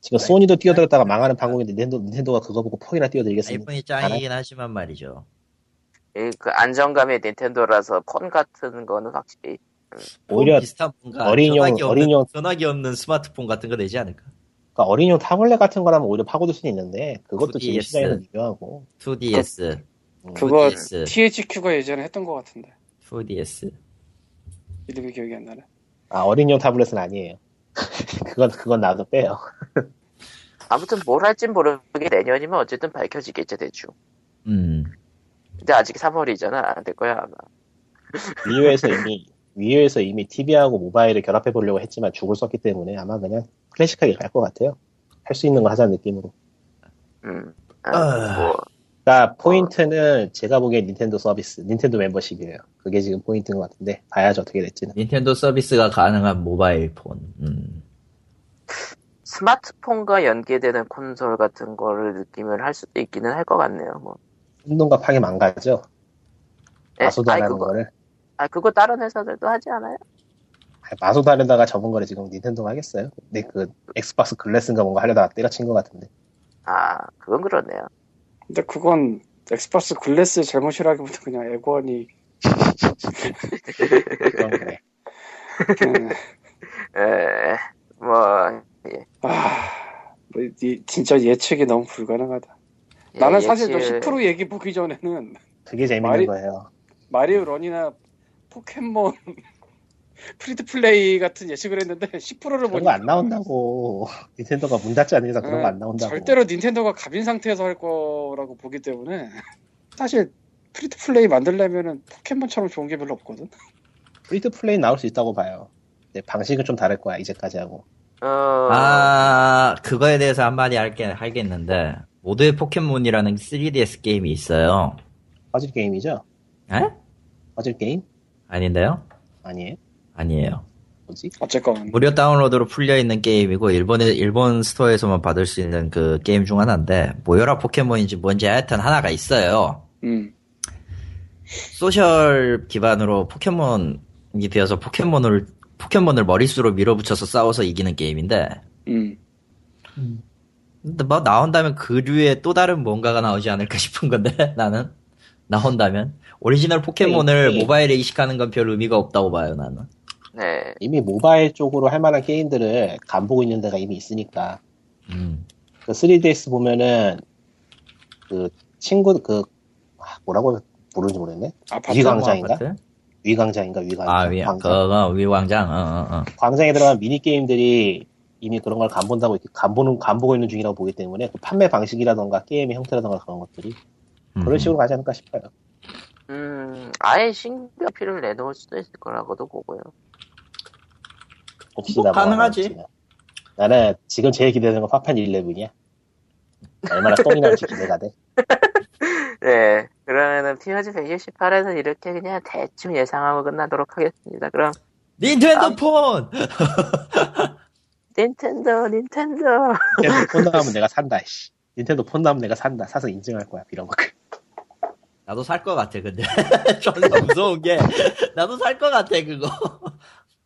지금 소니도 뛰어들었다가 망하는 방송인데 닌텐도, 닌텐도가 그거 보고 폰이나 뛰어들겠습니다. 아이폰이 짱이긴 하지만 말이죠. 예, 그 안정감이 닌텐도라서 폰 같은 거는 확실히 폰 오히려 비슷한 뭔가 어린이용- 전화기 없는, 어린이용- 전화기 없는 스마트폰 같은 거 되지 않을까? 그러니까 어린이용 타블렛 같은 거라면 오히려 파고들 수는 있는데, 그것도 지금 2DS. 시장에서 미묘하고. 2DS, 뭐 그거 2DS. THQ가 예전에 했던 것 같은데 4DS. 이름이 기억이 안 나네. 아, 어린이용 타블렛은 아니에요. (laughs) 그건, 그건 나도 빼요. (laughs) 아무튼 뭘 할진 모르게 내년이면 어쨌든 밝혀지겠죠 대충. 음. 근데 아직 3월이잖아 안 될 거야 아마. 위유에서 이미 위유에서 이미 TV하고 모바일을 결합해 보려고 했지만 죽을 썼기 때문에 아마 그냥 클래식하게 갈 것 같아요. 할 수 있는 걸 하자는 느낌으로. 음. 아. 아, 뭐 그러니까 포인트는 제가 보기엔 닌텐도 서비스, 닌텐도 멤버십이에요. 그게 지금 포인트인 것 같은데 봐야지 어떻게 될지는. 닌텐도 서비스가 가능한 모바일 폰. 음. 스마트폰과 연계되는 콘솔 같은 거를 느끼면 할 수도 있기는 할 것 같네요. 뭐. 운동과 파괴 망가죠. 예, 마소도 안 아이, 하는 그거, 거를. 아 그거 다른 회사들도 하지 않아요? 아, 마소도 하려다가 접은 거를 지금 닌텐도가 하겠어요? 근데 그 엑스박스 글래스인가 뭔가 하려다가 때려친 것 같은데. 아 그건 그렇네요. 근데 그건 엑스박스 글래스의 잘못이라기보다 그냥 에고원이 그런 거네. 그냥 에, 예, 뭐 예. 아, 뭐 이- 진짜 예측이 너무 불가능하다. 예, 나는 사실 너 예측- 10% 얘기 보기 전에는 그게 재밌는 말이- 거예요. 마리오 런이나 포켓몬 (laughs) 프리드 플레이 같은 예측을 했는데 10%를 그런 거 안 나온다고. (laughs) 닌텐도가 문 닫지 않는 이상 그런 거 안 나온다고. 아, 절대로 닌텐도가 갑인 상태에서 할 거라고 보기 때문에 (laughs) 사실 프리드 플레이 만들려면은 포켓몬처럼 좋은 게 별로 없거든. 프리트 플레이 나올 수 있다고 봐요. 근데 방식은 좀 다를 거야 이제까지 하고. 어, 아 그거에 대해서 한마디 할게 할겠는데 모두의 포켓몬이라는 3DS 게임이 있어요. 퍼즐 게임이죠? 에? 퍼즐 게임 아닌데요? 아니에요? 아니에요. 뭐지? 어쨌건 무료 다운로드로 풀려 있는 게임이고 일본에 일본 스토어에서만 받을 수 있는 그 게임 중 하나인데 모여라 포켓몬인지 뭔지 하여튼 하나가 있어요. 음. 소셜 기반으로 포켓몬이 되어서 포켓몬을 포켓몬을 머릿수로 밀어붙여서 싸워서 이기는 게임인데 음. 근데 뭐 나온다면 그류의 또 다른 뭔가가 나오지 않을까 (laughs) 싶은 건데 나는 나온다면 오리지널 포켓몬을 네, 네. 모바일에 이식하는 건 별 의미가 없다고 봐요 나는 네. 이미 모바일 쪽으로 할 만한 게임들을 간 보고 있는 데가 이미 있으니까. 음. 그 3DS 보면은 그 친구 그 아, 뭐라고 부르는지 모르겠네. 아파트 위광장인가? 아파트? 위광장인가 위광장. 아 위, 광장. 그거 위광장 어, 어, 어. 광장에 들어간 미니 게임들이 이미 그런 걸 간 본다고 이렇게 간 보는 간 보고 있는 중이라고 보기 때문에 그 판매 방식이라던가 게임의 형태라던가 그런 것들이 그런 음. 식으로 가지 않을까 싶어요. 음, 아예 신규 피를 내놓을 수도 있을 거라고도 보고요. 봅시다. 뭐 가능하지. 하나 없지만. 나는 지금 제일 기대되는 건 파판 11이야. 얼마나 똥이 나올지 기대가 돼. 네. 그러면은 피어지 168에서 이렇게 그냥 대충 예상하고 끝나도록 하겠습니다. 그럼 닌텐도 폰 닌텐도, 닌텐도. 네. 닌텐도 폰 나오면 내가 산다, 씨. 닌텐도 폰 나오면 내가 산다. 사서 인증할 거야, 이런 거. 나도 살 것 같아, 근데. (laughs) 존나 무서운 게. 나도 살 것 같아, 그거. 닌텐도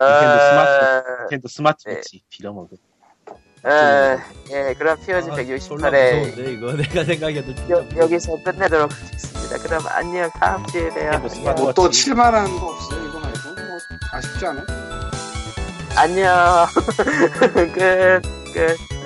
아, 어, 닌텐도 스마트 네. 워치 빌어먹은. 어, 예, 그럼 POG 아, 졸라 168에 무서운데, 이거. 내가 생각해도 진짜. 여, 무서워. 여기서 끝내도록 하겠습니다. 그럼 안녕, 다음 주에 봬요. 네, 닌텐도 스마트 안녕. 워치. 뭐또 칠만한 거 없어요 이거 말고 뭐 아쉽지 않아? (laughs) 안녕. 끝, 끝.